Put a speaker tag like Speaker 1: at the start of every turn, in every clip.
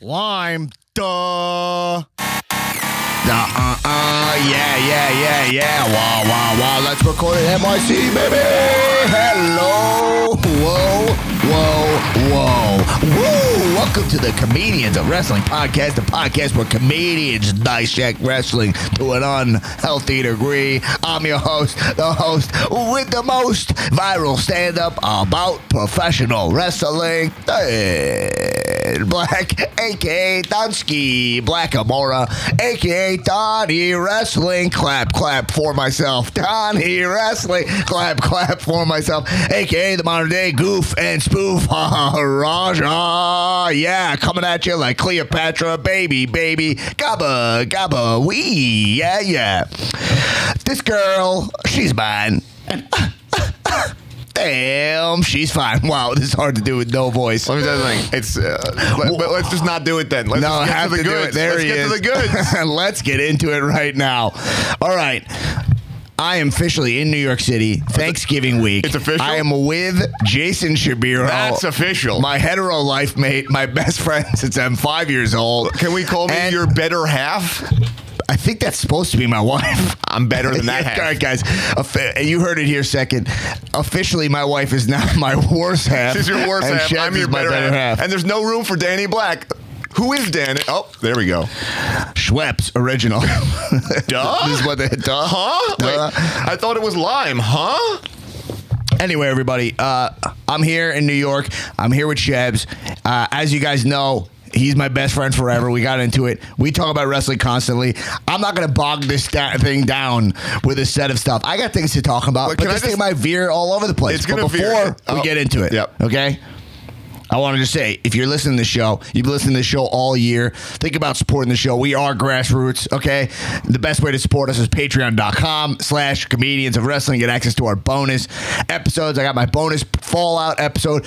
Speaker 1: Lime. Duh. Uh, uh, uh, yeah, yeah, yeah, yeah. Wah, wah, wah. Let's record it MIC, baby. Hello. Whoa, whoa, whoa. Woo. Welcome to the Comedians of Wrestling podcast, the podcast where comedians dissect wrestling to an unhealthy degree. I'm your host, the host with the most viral stand up about professional wrestling, Dan Black, aka Dunsky Black Amora, aka Donnie Wrestling. Clap, clap for myself. Donnie Wrestling. Clap, clap for myself. AKA the modern day goof and spoof. Raja. Yeah, coming at you like Cleopatra. Baby, baby. Gabba, gabba. Wee. Yeah, yeah. This girl, she's mine. Damn, she's fine. Wow, this is hard to do with no voice.
Speaker 2: Let me tell you something. It's uh, let, but let's just not do it then. Let's
Speaker 1: no, I
Speaker 2: just get
Speaker 1: have
Speaker 2: to
Speaker 1: to
Speaker 2: the
Speaker 1: do
Speaker 2: goods.
Speaker 1: it. There
Speaker 2: let's
Speaker 1: he
Speaker 2: get
Speaker 1: is.
Speaker 2: to the goods.
Speaker 1: Let's get into it right now. All right. I am officially in New York City Thanksgiving week.
Speaker 2: It's official?
Speaker 1: I am with Jason Shabiro.
Speaker 2: That's official.
Speaker 1: My hetero life mate, my best friend since I'm five years old.
Speaker 2: Can we call me
Speaker 1: And-
Speaker 2: your better half?
Speaker 1: I think that's supposed to be my wife.
Speaker 2: I'm better than that half.
Speaker 1: All right, guys. Offi- you heard it here second. Officially, my wife is now my worst half.
Speaker 2: She's your worst
Speaker 1: and
Speaker 2: half.
Speaker 1: Shep
Speaker 2: I'm
Speaker 1: is
Speaker 2: your
Speaker 1: my
Speaker 2: better, half. And there's no room for Danny Black. Who is Danny? Oh, there we go.
Speaker 1: Schweppes original.
Speaker 2: Duh?
Speaker 1: this is what they duh.
Speaker 2: Huh? Uh-huh. Wait,
Speaker 1: Duh.
Speaker 2: I thought it was lime. Huh?
Speaker 1: Anyway, everybody, uh, I'm here in New York. I'm here with Shebs. Uh, as you guys know, he's my best friend forever. We got into it. We talk about wrestling constantly. I'm not going to bog this da- thing down with a set of stuff. I got things to talk about,
Speaker 2: Wait,
Speaker 1: but
Speaker 2: can I
Speaker 1: this thing
Speaker 2: just-
Speaker 1: might veer all over the place.
Speaker 2: It's
Speaker 1: But
Speaker 2: gonna
Speaker 1: before
Speaker 2: veer.
Speaker 1: we
Speaker 2: Oh.
Speaker 1: get into it,
Speaker 2: Yep.
Speaker 1: okay? I want to just say, if you're listening to the show, you've been listening to the show all year. Think about supporting the show. We are grassroots, okay? The best way to support us is patreon.com slash comedians of wrestling. Get access to our bonus episodes. I got my bonus Fallout episode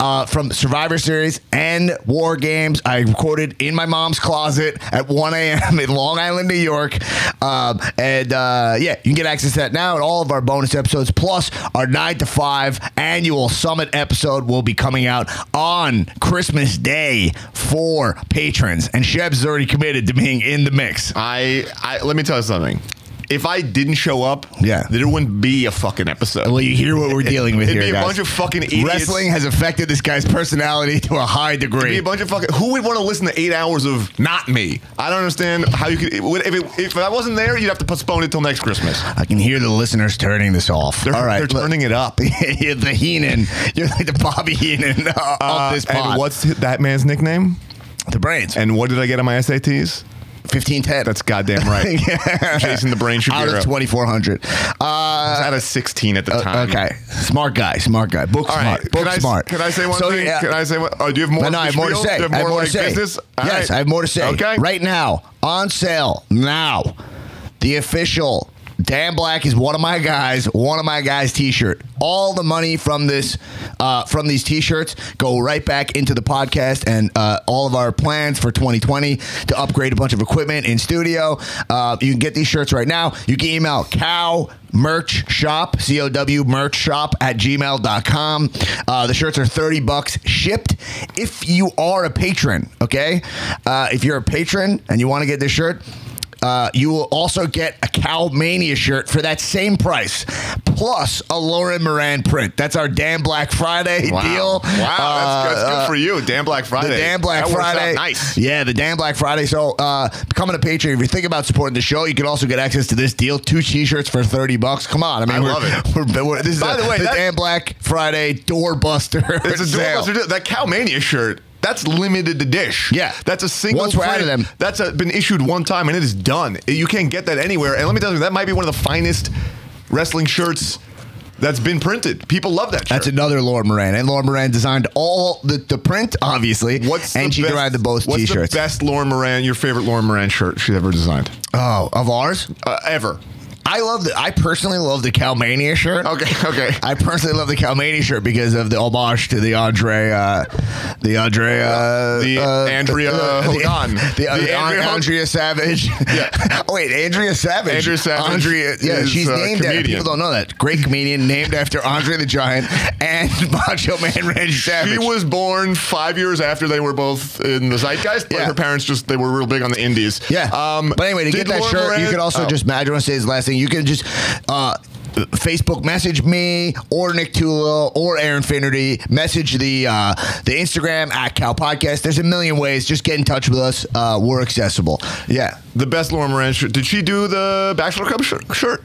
Speaker 1: uh, from Survivor Series and War Games. I recorded in my mom's closet at 1 a.m. in Long Island, New York. Um, and uh, yeah, you can get access to that now and all of our bonus episodes, plus our 9 to 5 annual summit episode will be coming out on Christmas Day for patrons. And Sheb's already committed to being in the mix.
Speaker 2: I, I let me tell you something. If I didn't show up,
Speaker 1: Yeah.
Speaker 2: there wouldn't be a fucking episode.
Speaker 1: Well, you hear what we're dealing with
Speaker 2: It'd
Speaker 1: here,
Speaker 2: be a
Speaker 1: guys.
Speaker 2: bunch of fucking idiots.
Speaker 1: Wrestling has affected this guy's personality to a high
Speaker 2: be
Speaker 1: degree.
Speaker 2: a bunch of fucking. Who would want to listen to eight hours of not me? I don't understand how you could. If, it, if I wasn't there, you'd have to postpone it till next Christmas.
Speaker 1: I can hear the listeners turning this off.
Speaker 2: They're,
Speaker 1: All right,
Speaker 2: they're
Speaker 1: look.
Speaker 2: turning it up.
Speaker 1: you're the Heenan. You're like the Bobby Heenan of
Speaker 2: Uh,
Speaker 1: this pod.
Speaker 2: and what's that man's nickname?
Speaker 1: the brains?
Speaker 2: And what did I get on my SATs?
Speaker 1: Fifteen ten.
Speaker 2: That's goddamn right. Jason the Brain
Speaker 1: out
Speaker 2: Shapiro.
Speaker 1: of twenty four hundred.
Speaker 2: I
Speaker 1: Uh,
Speaker 2: was at a 16 at the time.
Speaker 1: okay, smart guy, smart guy, book
Speaker 2: All right.
Speaker 1: smart, book
Speaker 2: can I,
Speaker 1: smart.
Speaker 2: Can I say one
Speaker 1: So,
Speaker 2: thing?
Speaker 1: yeah.
Speaker 2: Can I say one? Oh, do you have more?
Speaker 1: No, no, I have more to
Speaker 2: spiel?
Speaker 1: say.
Speaker 2: Do you have
Speaker 1: I have more
Speaker 2: like
Speaker 1: to say.
Speaker 2: business? All
Speaker 1: yes,
Speaker 2: right.
Speaker 1: I have more to say.
Speaker 2: Okay.
Speaker 1: Right now, on sale now. The official Dan Black is one of my guys. One of my guys T-shirt. All the money from this, uh, from these T-shirts, go right back into the podcast and uh, all of our plans for 2020 to upgrade a bunch of equipment in studio. Uh, you can get these shirts right now. You can email cow merch shop c-o-w merch shop at gmail.com uh, the shirts are 30 bucks shipped if you are a patron okay uh, if you're a patron and you want to get this shirt uh, you will also get a Cow Mania shirt for that same price, plus a Lauren Moran print. That's our Dan Black Friday
Speaker 2: Wow.
Speaker 1: deal. Uh,
Speaker 2: Wow, that's, that's good for you. Dan Black Friday.
Speaker 1: The Dan Black
Speaker 2: That works out
Speaker 1: Friday.
Speaker 2: Nice.
Speaker 1: Yeah, the Dan Black Friday. So uh, becoming a patron, if you think about supporting the show, you can also get access to this deal. Two t-shirts for 30 bucks. Come on. I mean,
Speaker 2: I
Speaker 1: we're,
Speaker 2: love it.
Speaker 1: We're, we're- this is
Speaker 2: By
Speaker 1: a-
Speaker 2: the way, that- It's a
Speaker 1: sale.
Speaker 2: dual buster deal. That Cowmania shirt. That's limited to dish.
Speaker 1: Yeah.
Speaker 2: that's a single.
Speaker 1: Once we're out of
Speaker 2: print.
Speaker 1: them.
Speaker 2: that's a, been issued one time and it is done. You can't get that anywhere. And let me tell you, that might be one of the finest wrestling shirts that's been printed. People love that shirt.
Speaker 1: That's another Laura Moran. And Laura Moran designed all the, the print, obviously.
Speaker 2: What's
Speaker 1: and
Speaker 2: the
Speaker 1: she
Speaker 2: best,
Speaker 1: designed the both
Speaker 2: what's
Speaker 1: t-shirts.
Speaker 2: the best Lauren Moran, your favorite Lauren Moran shirt she's ever designed
Speaker 1: Oh, of ours?
Speaker 2: uh, ever?
Speaker 1: I love the. I personally love the Calmania shirt.
Speaker 2: Okay, okay.
Speaker 1: I personally love the Calmania shirt because of the homage to the Andre, uh, the Andre, uh,
Speaker 2: The
Speaker 1: uh,
Speaker 2: Andrea Hogan.
Speaker 1: the, the, uh,
Speaker 2: The Andrea Hog-
Speaker 1: Andrea Savage.
Speaker 2: Yeah.
Speaker 1: oh wait, Andrea Savage.
Speaker 2: Andrea Savage
Speaker 1: Andrea, yeah,
Speaker 2: is,
Speaker 1: she's
Speaker 2: uh,
Speaker 1: named after.
Speaker 2: comedian.
Speaker 1: People don't know that. Great comedian named after Andre the Giant and Macho Man Randy Savage.
Speaker 2: She was born five years after they were both in the zeitgeist, but
Speaker 1: Yeah.
Speaker 2: her parents just they were real big on the indies.
Speaker 1: Yeah.
Speaker 2: Um,
Speaker 1: but anyway, to
Speaker 2: did
Speaker 1: get that
Speaker 2: Lauren
Speaker 1: shirt, you
Speaker 2: Moran-
Speaker 1: could also
Speaker 2: oh.
Speaker 1: just Matt, I don't want to say his last thing. You can just uh, Facebook message me or Nick Tulio or Aaron Finnerty. Message the uh, the Instagram at Cal Podcast. There's a million ways. Just get in touch with us. Uh, we're accessible. Yeah.
Speaker 2: the best Lauren Moran shirt. Did she do the Bachelor Club shirt? shirt?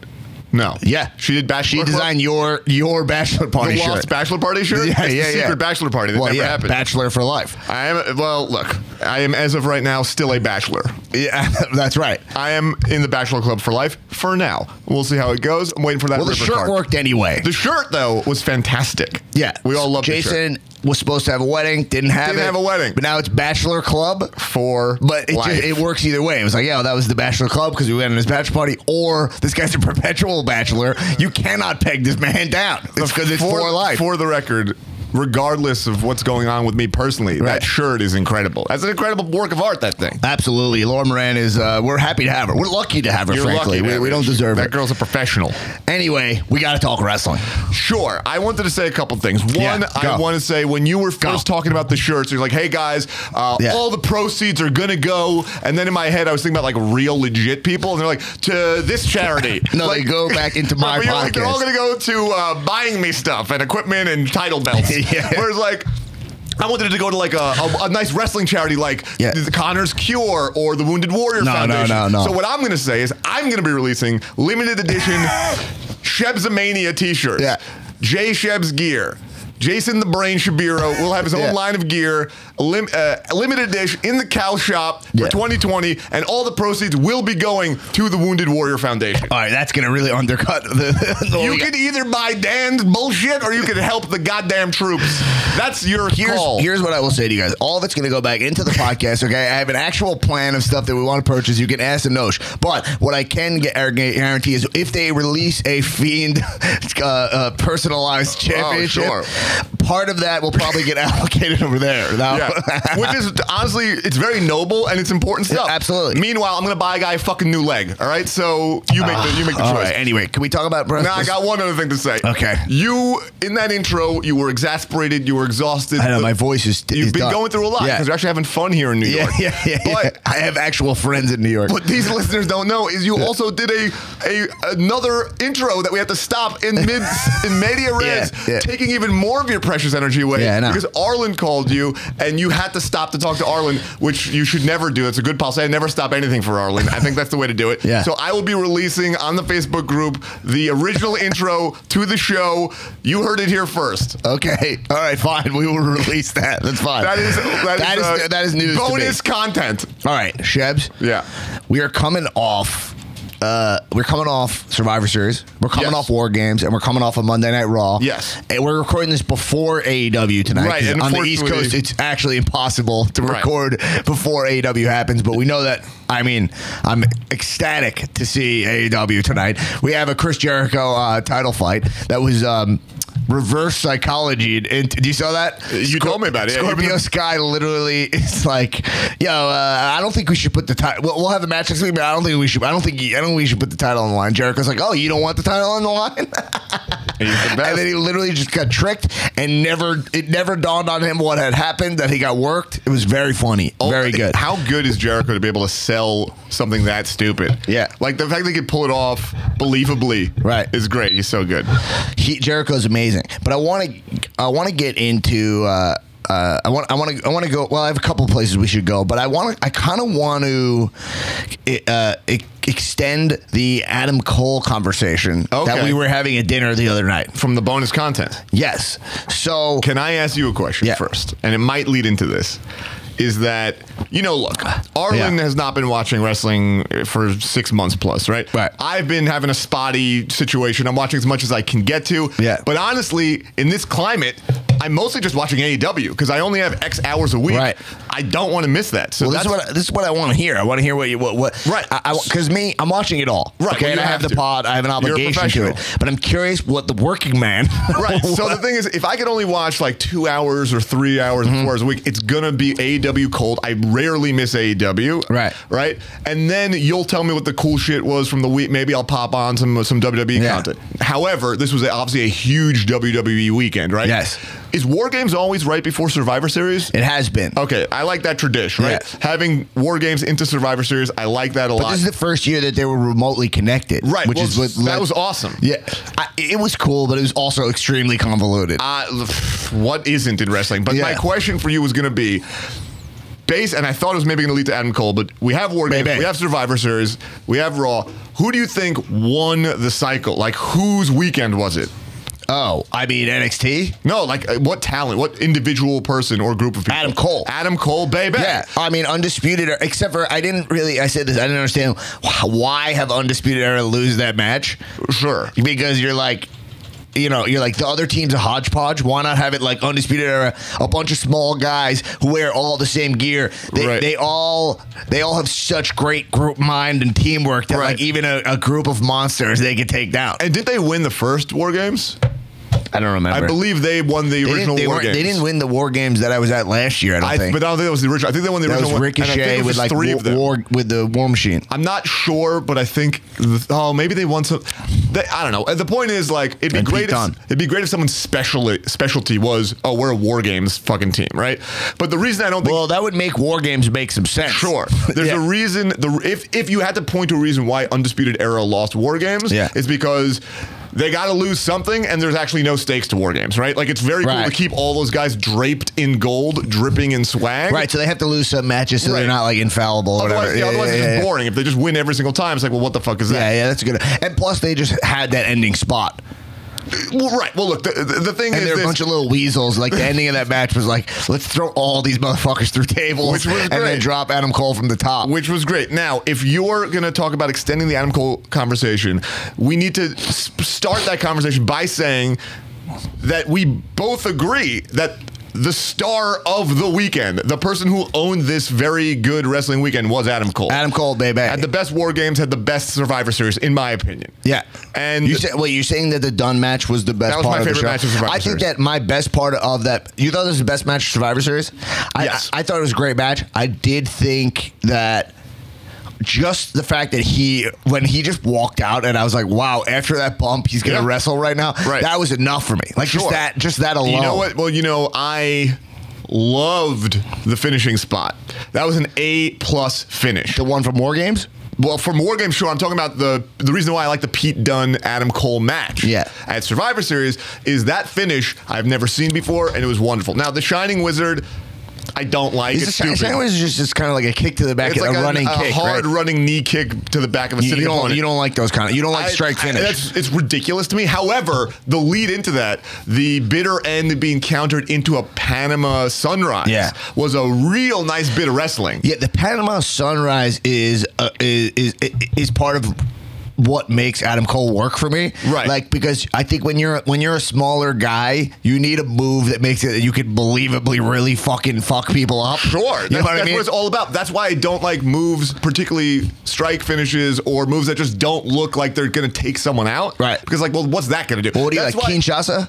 Speaker 2: No.
Speaker 1: Yeah.
Speaker 2: She did
Speaker 1: She
Speaker 2: Bachelor. Club?
Speaker 1: designed your your bachelor
Speaker 2: the
Speaker 1: party
Speaker 2: lost
Speaker 1: shirt.
Speaker 2: Bachelor Party shirt.
Speaker 1: Yeah,
Speaker 2: It's
Speaker 1: yeah,
Speaker 2: the
Speaker 1: yeah.
Speaker 2: Secret Bachelor Party that
Speaker 1: well,
Speaker 2: never
Speaker 1: yeah,
Speaker 2: happened.
Speaker 1: bachelor for life.
Speaker 2: I am well. Look, I am as of right now still a bachelor.
Speaker 1: Yeah, that's right.
Speaker 2: I am in the Bachelor Club for life for now. We'll see how it goes. I'm waiting for that.
Speaker 1: Well, the
Speaker 2: river
Speaker 1: shirt
Speaker 2: card.
Speaker 1: worked anyway.
Speaker 2: The shirt though was fantastic.
Speaker 1: Yeah,
Speaker 2: we all love
Speaker 1: Jason was supposed to have a wedding, didn't have
Speaker 2: Didn't
Speaker 1: it.
Speaker 2: have a wedding.
Speaker 1: but now it's Bachelor Club.
Speaker 2: for
Speaker 1: But it, just, it works either way. It was like, yeah, that was the Bachelor Club because we went on his bachelor party, or this guy's a perpetual bachelor. You cannot peg this man down. It's because it's for, life.
Speaker 2: For the record. Regardless of what's going on with me personally,
Speaker 1: Right.
Speaker 2: that shirt is incredible. That's an incredible work of art. That thing.
Speaker 1: Absolutely, Laura Moran is. Uh, we're happy to have her. We're lucky to have her. frankly,
Speaker 2: to
Speaker 1: we,
Speaker 2: have
Speaker 1: we
Speaker 2: it.
Speaker 1: don't deserve
Speaker 2: that
Speaker 1: it.
Speaker 2: girl's a professional.
Speaker 1: Anyway, we got to talk wrestling.
Speaker 2: Sure. I wanted to say a couple things. One,
Speaker 1: Yeah, go.
Speaker 2: I want to say when you were first talking about the shirts, you're like, hey guys, uh,
Speaker 1: Yeah.
Speaker 2: all the proceeds are going to go. And then in my head, I was thinking about like real legit people. And they're like, to this charity.
Speaker 1: No,
Speaker 2: like,
Speaker 1: they go back into my
Speaker 2: But you're like, they're all
Speaker 1: podcast.
Speaker 2: going to go to uh, buying me stuff and equipment and title belts.
Speaker 1: Yeah.
Speaker 2: Whereas like, I wanted it to go to like a, a, a nice wrestling charity like
Speaker 1: Yeah.
Speaker 2: the Connor's Cure or the Wounded Warrior
Speaker 1: No, no,
Speaker 2: Foundation.
Speaker 1: no, no.
Speaker 2: So what I'm going to say is I'm going to be releasing limited edition Shebzamania t-shirts.
Speaker 1: Yeah.
Speaker 2: Jay Sheb's gear. Jason the Brain Shabiro will have his own
Speaker 1: Yeah.
Speaker 2: line of gear, lim- uh, limited edition in the cow shop
Speaker 1: Yeah.
Speaker 2: for 2020, and all the proceeds will be going to the Wounded Warrior Foundation.
Speaker 1: All right, that's gonna really undercut the. the
Speaker 2: You can either buy Dan's bullshit or you can help the goddamn troops. That's your
Speaker 1: Here's,
Speaker 2: call.
Speaker 1: here's what I will say to you guys. All of it's going to go back into the podcast, okay? I have an actual plan of stuff that we want to purchase. You can ask the Nosh. But what I can get, er, guarantee is if they release a Fiend uh, uh, personalized championship,
Speaker 2: Oh, sure.
Speaker 1: part of that will probably get allocated over there. Now,
Speaker 2: Yeah. Which is honestly, it's very noble and it's important stuff.
Speaker 1: Absolutely.
Speaker 2: Meanwhile, I'm gonna buy a guy a fucking new leg. All right, so you make the, you make the
Speaker 1: Ah, All
Speaker 2: choice.
Speaker 1: right, anyway, can we talk about
Speaker 2: Now I got one other thing to say.
Speaker 1: Okay.
Speaker 2: You in that intro, you were exasperated, you were exhausted.
Speaker 1: I know,
Speaker 2: The-
Speaker 1: my voice is.
Speaker 2: You've
Speaker 1: is
Speaker 2: been
Speaker 1: done.
Speaker 2: going through a lot
Speaker 1: Yeah.
Speaker 2: because we're actually having fun here in New
Speaker 1: yeah,
Speaker 2: York.
Speaker 1: yeah, yeah, yeah.
Speaker 2: But
Speaker 1: I have actual friends in New York.
Speaker 2: what these listeners don't know is you also did a, a another intro that we had to stop in mid in media res,
Speaker 1: Yeah, yeah.
Speaker 2: taking even more of your precious energy away
Speaker 1: Yeah, I know.
Speaker 2: because Arlen called you and you had to stop to talk to Arlen, which you should never do. It's a good policy. I never stop anything for Arlen. I think that's the way to do it.
Speaker 1: Yeah.
Speaker 2: So I will be releasing on the Facebook group the original intro to the show. You heard it here first.
Speaker 1: Okay. All right. Fine. We will release that. That's fine.
Speaker 2: That is
Speaker 1: that is,
Speaker 2: uh,
Speaker 1: that is news. to me.
Speaker 2: Bonus content.
Speaker 1: All right, Shebs.
Speaker 2: Yeah.
Speaker 1: We are coming off. Uh, we're coming off Survivor Series. We're coming
Speaker 2: Yes.
Speaker 1: off War Games, and we're coming off a Monday Night Raw.
Speaker 2: Yes.
Speaker 1: and we're recording this before AEW tonight.
Speaker 2: Right,
Speaker 1: 'cause
Speaker 2: and
Speaker 1: on the East
Speaker 2: unfortunately-
Speaker 1: Coast, it's actually impossible to
Speaker 2: Right.
Speaker 1: record before AEW happens. But we know that. I mean, I'm ecstatic to see AEW tonight. We have a Chris Jericho uh, title fight that was. Um, Reverse psychology. Into, do you saw that?
Speaker 2: You told me about it.
Speaker 1: Scorpio Sky literally is like, yo, uh, I don't think we should put the title. We'll, we'll have the match next week, but I don't think we should. I don't think. I don't think we should put the title on the line. Jericho's like, oh, you don't want the title on the line, and then he literally just got tricked, and never it never dawned on him what had happened that he got worked. It was very funny,
Speaker 2: Oh,
Speaker 1: very good.
Speaker 2: How good is Jericho to be able to sell something that stupid?
Speaker 1: Yeah.
Speaker 2: Like the fact they could pull it off believably
Speaker 1: Right.
Speaker 2: is great. He's so good.
Speaker 1: he, Jericho's amazing. But I want to I want to get into uh, uh, I want I want to I want to go. Well, I have a couple places we should go, but I want to I kind of want to uh, e- extend the Adam Cole conversation that
Speaker 2: Okay.
Speaker 1: we were having at dinner the other night.
Speaker 2: From the bonus content.
Speaker 1: Yes. So
Speaker 2: Can I ask you a question
Speaker 1: Yeah.
Speaker 2: first? And it might lead into this. Is that you know? Look, Arlen
Speaker 1: Yeah.
Speaker 2: has not been watching wrestling for six months plus, right?
Speaker 1: Right.
Speaker 2: I've been having a spotty situation. I'm watching as much as I can get to.
Speaker 1: Yeah.
Speaker 2: But honestly, in this climate, I'm mostly just watching AEW because I only have X hours a week.
Speaker 1: Right.
Speaker 2: I don't want to miss that. So
Speaker 1: Well, this
Speaker 2: that's
Speaker 1: is what I, this is what I want to hear. I want to hear what you what what
Speaker 2: Right.
Speaker 1: Because me, I'm watching it all.
Speaker 2: Right,
Speaker 1: Okay,
Speaker 2: well,
Speaker 1: and
Speaker 2: you
Speaker 1: I have,
Speaker 2: have
Speaker 1: the
Speaker 2: to.
Speaker 1: pod. I have an
Speaker 2: a
Speaker 1: obligation to it.
Speaker 2: professional.
Speaker 1: But I'm curious what the working man.
Speaker 2: Right. So the thing is, if I could only watch like two hours or three hours
Speaker 1: Mm-hmm.
Speaker 2: or four hours a week, it's gonna be AEW cold. I rarely miss AEW.
Speaker 1: Right.
Speaker 2: Right. And then you'll tell me what the cool shit was from the week. Maybe I'll pop on some some WWE
Speaker 1: Yeah.
Speaker 2: content. However, this was obviously a huge WWE weekend, right?
Speaker 1: Yes.
Speaker 2: Is War Games always right before Survivor Series?
Speaker 1: it has been.
Speaker 2: Okay, I like that tradition, right?
Speaker 1: Yeah.
Speaker 2: Having war games into Survivor Series, I like that a
Speaker 1: But
Speaker 2: lot.
Speaker 1: this is the first year that they were remotely connected.
Speaker 2: right,
Speaker 1: Which
Speaker 2: well,
Speaker 1: is what
Speaker 2: that
Speaker 1: led-
Speaker 2: was awesome.
Speaker 1: Yeah, I, it was cool, but it was also extremely convoluted.
Speaker 2: Uh, pff, what isn't in wrestling? But my
Speaker 1: Yeah.
Speaker 2: question for you was going to be base, and I thought it was maybe going to lead to Adam Cole, but we have War Games,
Speaker 1: Maybe.
Speaker 2: we have Survivor Series, we have Raw. Who do you think won the cycle? Like, whose weekend was it?
Speaker 1: oh, I mean NXT.
Speaker 2: No, like uh, what talent, what individual person or group of people?
Speaker 1: Adam Cole.
Speaker 2: Adam Cole, baby.
Speaker 1: Yeah, I mean undisputed. Era- Except for I didn't really. I said this. I didn't understand wh- why have undisputed era lose that match.
Speaker 2: Sure.
Speaker 1: because you're like you know, you're like the other team's a hodgepodge. Why not have it like undisputed era, a bunch of small guys who wear all the same gear? They,
Speaker 2: Right.
Speaker 1: they all they all have such great group mind and teamwork that
Speaker 2: Right.
Speaker 1: like even a, a group of monsters they could take down.
Speaker 2: And did they win the first War Games?
Speaker 1: I don't remember.
Speaker 2: I believe they won
Speaker 1: they
Speaker 2: the
Speaker 1: didn't,
Speaker 2: original
Speaker 1: they
Speaker 2: War
Speaker 1: weren't-
Speaker 2: Games.
Speaker 1: They didn't win the war games that I was at last year. I don't
Speaker 2: I,
Speaker 1: think.
Speaker 2: but I don't think that was the original. I think they won the
Speaker 1: that
Speaker 2: original
Speaker 1: was
Speaker 2: one. and I think
Speaker 1: Ricochet
Speaker 2: it was
Speaker 1: with like
Speaker 2: just three
Speaker 1: wa-
Speaker 2: of them.
Speaker 1: war with the war machine.
Speaker 2: I'm not sure, but I think th- oh maybe they want some. They, I don't know. Uh, The point is like it'd be
Speaker 1: And Pete
Speaker 2: great.
Speaker 1: Dunne.
Speaker 2: If, it'd be great if someone's specialty specialty was oh we're a war games fucking team, right? But the reason I don't think
Speaker 1: Well, that would make war games make some sense.
Speaker 2: Sure. There's
Speaker 1: Yeah.
Speaker 2: a reason. The if if you had to point to a reason why Undisputed Era lost War Games,
Speaker 1: Yeah.
Speaker 2: it's because they got to lose something, and there's actually no stakes to War Games, right? Like it's very cool
Speaker 1: Right.
Speaker 2: to keep all those guys draped in gold, dripping in swag.
Speaker 1: Right, so they have to lose some matches so
Speaker 2: Right.
Speaker 1: they're not like infallible or
Speaker 2: Otherwise,
Speaker 1: whatever.
Speaker 2: yeah, otherwise it's
Speaker 1: yeah,
Speaker 2: just
Speaker 1: yeah.
Speaker 2: boring. If they just win every single time, it's like, well, what the fuck is
Speaker 1: Yeah,
Speaker 2: that?
Speaker 1: yeah, that's good. And plus, they just had that ending spot,
Speaker 2: Well, right. Well, look, the, the, the thing
Speaker 1: and
Speaker 2: is,
Speaker 1: there were a
Speaker 2: this,
Speaker 1: bunch of little weasels. Like the ending of that match was like, let's throw all these motherfuckers through tables,
Speaker 2: Which was
Speaker 1: and
Speaker 2: great.
Speaker 1: then drop Adam Cole from the top.
Speaker 2: which was great. Now, if you're going to talk about extending the Adam Cole conversation, we need to s- start that conversation by saying that we both agree that the star of the weekend, the person who owned this very good wrestling weekend, was Adam Cole.
Speaker 1: Adam Cole, baby.
Speaker 2: had the best War Games, had the best Survivor Series, in my opinion.
Speaker 1: yeah,
Speaker 2: And
Speaker 1: you say, well, you're saying that the Dunn match was the best.
Speaker 2: That was
Speaker 1: part
Speaker 2: my
Speaker 1: of the
Speaker 2: favorite
Speaker 1: show.
Speaker 2: match of Survivor
Speaker 1: I think
Speaker 2: Series.
Speaker 1: that my best part of that. You thought this was the best match of Survivor Series? I,
Speaker 2: Yes.
Speaker 1: I, I thought it was a great match. I did think that. Just the fact that he, when he just walked out, and I was like, "Wow!" After that bump, he's gonna
Speaker 2: Yeah.
Speaker 1: wrestle right now.
Speaker 2: Right.
Speaker 1: That was enough for me. Like
Speaker 2: Sure.
Speaker 1: just that, just that alone.
Speaker 2: You know what? Well, you know, I loved the finishing spot. That was an A plus finish.
Speaker 1: The one from War Games?
Speaker 2: Well, from War Game Show, I'm talking about the the reason why I like the Pete Dunn Adam Cole match.
Speaker 1: Yeah.
Speaker 2: At Survivor Series is that finish I've never seen before, and it was wonderful. Now the Shining Wizard, I don't like.
Speaker 1: Is
Speaker 2: It's,
Speaker 1: the
Speaker 2: stupid.
Speaker 1: sandwich is just, just kind of like a kick to the back,
Speaker 2: it's
Speaker 1: a,
Speaker 2: like
Speaker 1: running kick,
Speaker 2: hard
Speaker 1: right?
Speaker 2: running knee kick to the back of a
Speaker 1: you,
Speaker 2: sitting
Speaker 1: you don't,
Speaker 2: opponent.
Speaker 1: you don't like those kind of. You don't like
Speaker 2: I-
Speaker 1: strike
Speaker 2: I-
Speaker 1: finish.
Speaker 2: that's, it's ridiculous to me. However, the lead into that, the bitter end being countered into a Panama sunrise,
Speaker 1: Yeah.
Speaker 2: was a real nice bit of wrestling.
Speaker 1: yeah, the Panama Sunrise is uh, is, is is part of what makes Adam Cole work for me.
Speaker 2: Right.
Speaker 1: Like because I think when you're when you're a smaller guy, you need a move that makes it that you can believably really fucking fuck people up.
Speaker 2: Sure,
Speaker 1: You
Speaker 2: that's,
Speaker 1: know what
Speaker 2: that's
Speaker 1: I mean?
Speaker 2: what it's all about. That's why I don't like moves, particularly strike finishes or moves that just don't look like they're going to take someone out.
Speaker 1: Right.
Speaker 2: Because like, well, what's that going to do?
Speaker 1: But what do you
Speaker 2: That's
Speaker 1: like,
Speaker 2: why-
Speaker 1: Kinshasa?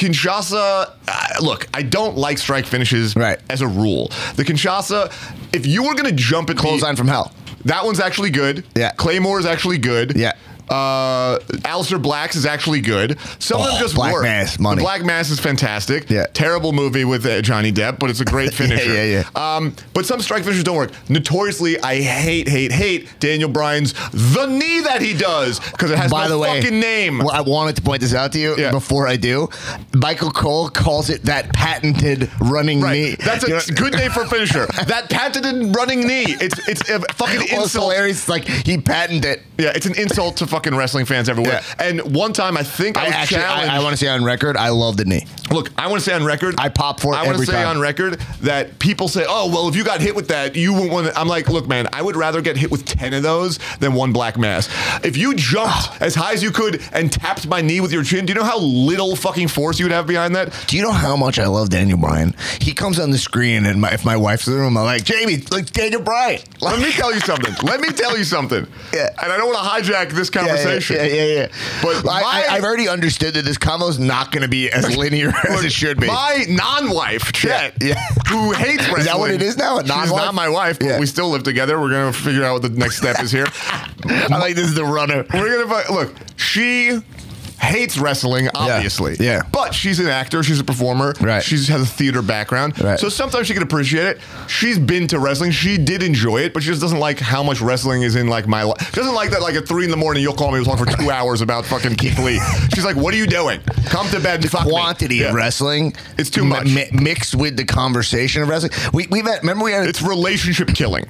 Speaker 2: Kinshasa, uh, look, I don't like strike finishes
Speaker 1: Right.
Speaker 2: as a rule. The Kinshasa, if you were going to jump at me,
Speaker 1: Clothesline from hell.
Speaker 2: that one's actually good.
Speaker 1: Yeah.
Speaker 2: Claymore is actually good.
Speaker 1: Yeah.
Speaker 2: Uh, Alistair Black's is actually good. Some of
Speaker 1: Oh,
Speaker 2: them just
Speaker 1: Black
Speaker 2: work.
Speaker 1: Mass, money.
Speaker 2: The Black Mass is fantastic.
Speaker 1: Yeah.
Speaker 2: Terrible movie with uh, Johnny Depp, but it's a great finisher.
Speaker 1: yeah,
Speaker 2: yeah. Um, but some strike finishers don't work. Notoriously, I hate, hate, hate Daniel Bryan's the knee that he does because it has
Speaker 1: By
Speaker 2: no
Speaker 1: the way,
Speaker 2: fucking name.
Speaker 1: Well, I wanted to point this out to you
Speaker 2: Yeah.
Speaker 1: before I do. Michael Cole calls it that patented running knee.
Speaker 2: Right. That's a
Speaker 1: You know-
Speaker 2: good name for a finisher. that patented running knee. It's it's a fucking
Speaker 1: Well, it's
Speaker 2: insult.
Speaker 1: hilarious. It's Like he patented it.
Speaker 2: Yeah, it's an insult to fucking wrestling fans everywhere.
Speaker 1: Yeah.
Speaker 2: And one time, I think
Speaker 1: I
Speaker 2: I, was
Speaker 1: actually,
Speaker 2: challenged.
Speaker 1: I, I want to say on record, I love the knee.
Speaker 2: Look, I want to say on record.
Speaker 1: I pop for it
Speaker 2: I want to
Speaker 1: every
Speaker 2: say
Speaker 1: time.
Speaker 2: on record that people say, "Oh, well, if you got hit with that, you wouldn't want." to I'm like, look, man, I would rather get hit with ten of those than one black mass. If you jumped as high as you could and tapped my knee with your chin, do you know how little fucking force you would have behind that?
Speaker 1: Do you know how much I love Daniel Bryan? He comes on the screen, and my, if my wife's in the room, I'm like, Jamie, like Daniel Bryan. Like,
Speaker 2: Let me tell you something. Let me tell you something.
Speaker 1: Yeah.
Speaker 2: And I don't want to hijack this conversation.
Speaker 1: Yeah, yeah, yeah. yeah.
Speaker 2: But
Speaker 1: I,
Speaker 2: my-
Speaker 1: I, have already understood that this combo's not going to be as linear as it should be.
Speaker 2: My non-wife, Chet,
Speaker 1: Yeah, yeah.
Speaker 2: who hates wrestling.
Speaker 1: Is that what it is now, a
Speaker 2: She's
Speaker 1: non-wife?
Speaker 2: not my wife, but
Speaker 1: Yeah.
Speaker 2: we still live together. We're gonna figure out what the next step is here.
Speaker 1: I like this is the runner.
Speaker 2: We're gonna fi- look. She hates wrestling, obviously.
Speaker 1: yeah.
Speaker 2: But she's an actor. She's a performer.
Speaker 1: Right.
Speaker 2: She has a theater background.
Speaker 1: Right.
Speaker 2: So sometimes she can appreciate it. She's been to wrestling. She did enjoy it, but she just doesn't like how much wrestling is in like my life. She doesn't like that. Like at three in the morning, you'll call me and talk for two hours about fucking Keith Lee. She's like, "What are you doing? Come to bed." And fuck me."
Speaker 1: Quantity
Speaker 2: Yeah.
Speaker 1: of wrestling.
Speaker 2: It's too much.
Speaker 1: mixed with the conversation of wrestling. We, we've had, remember we had
Speaker 2: It's relationship killing.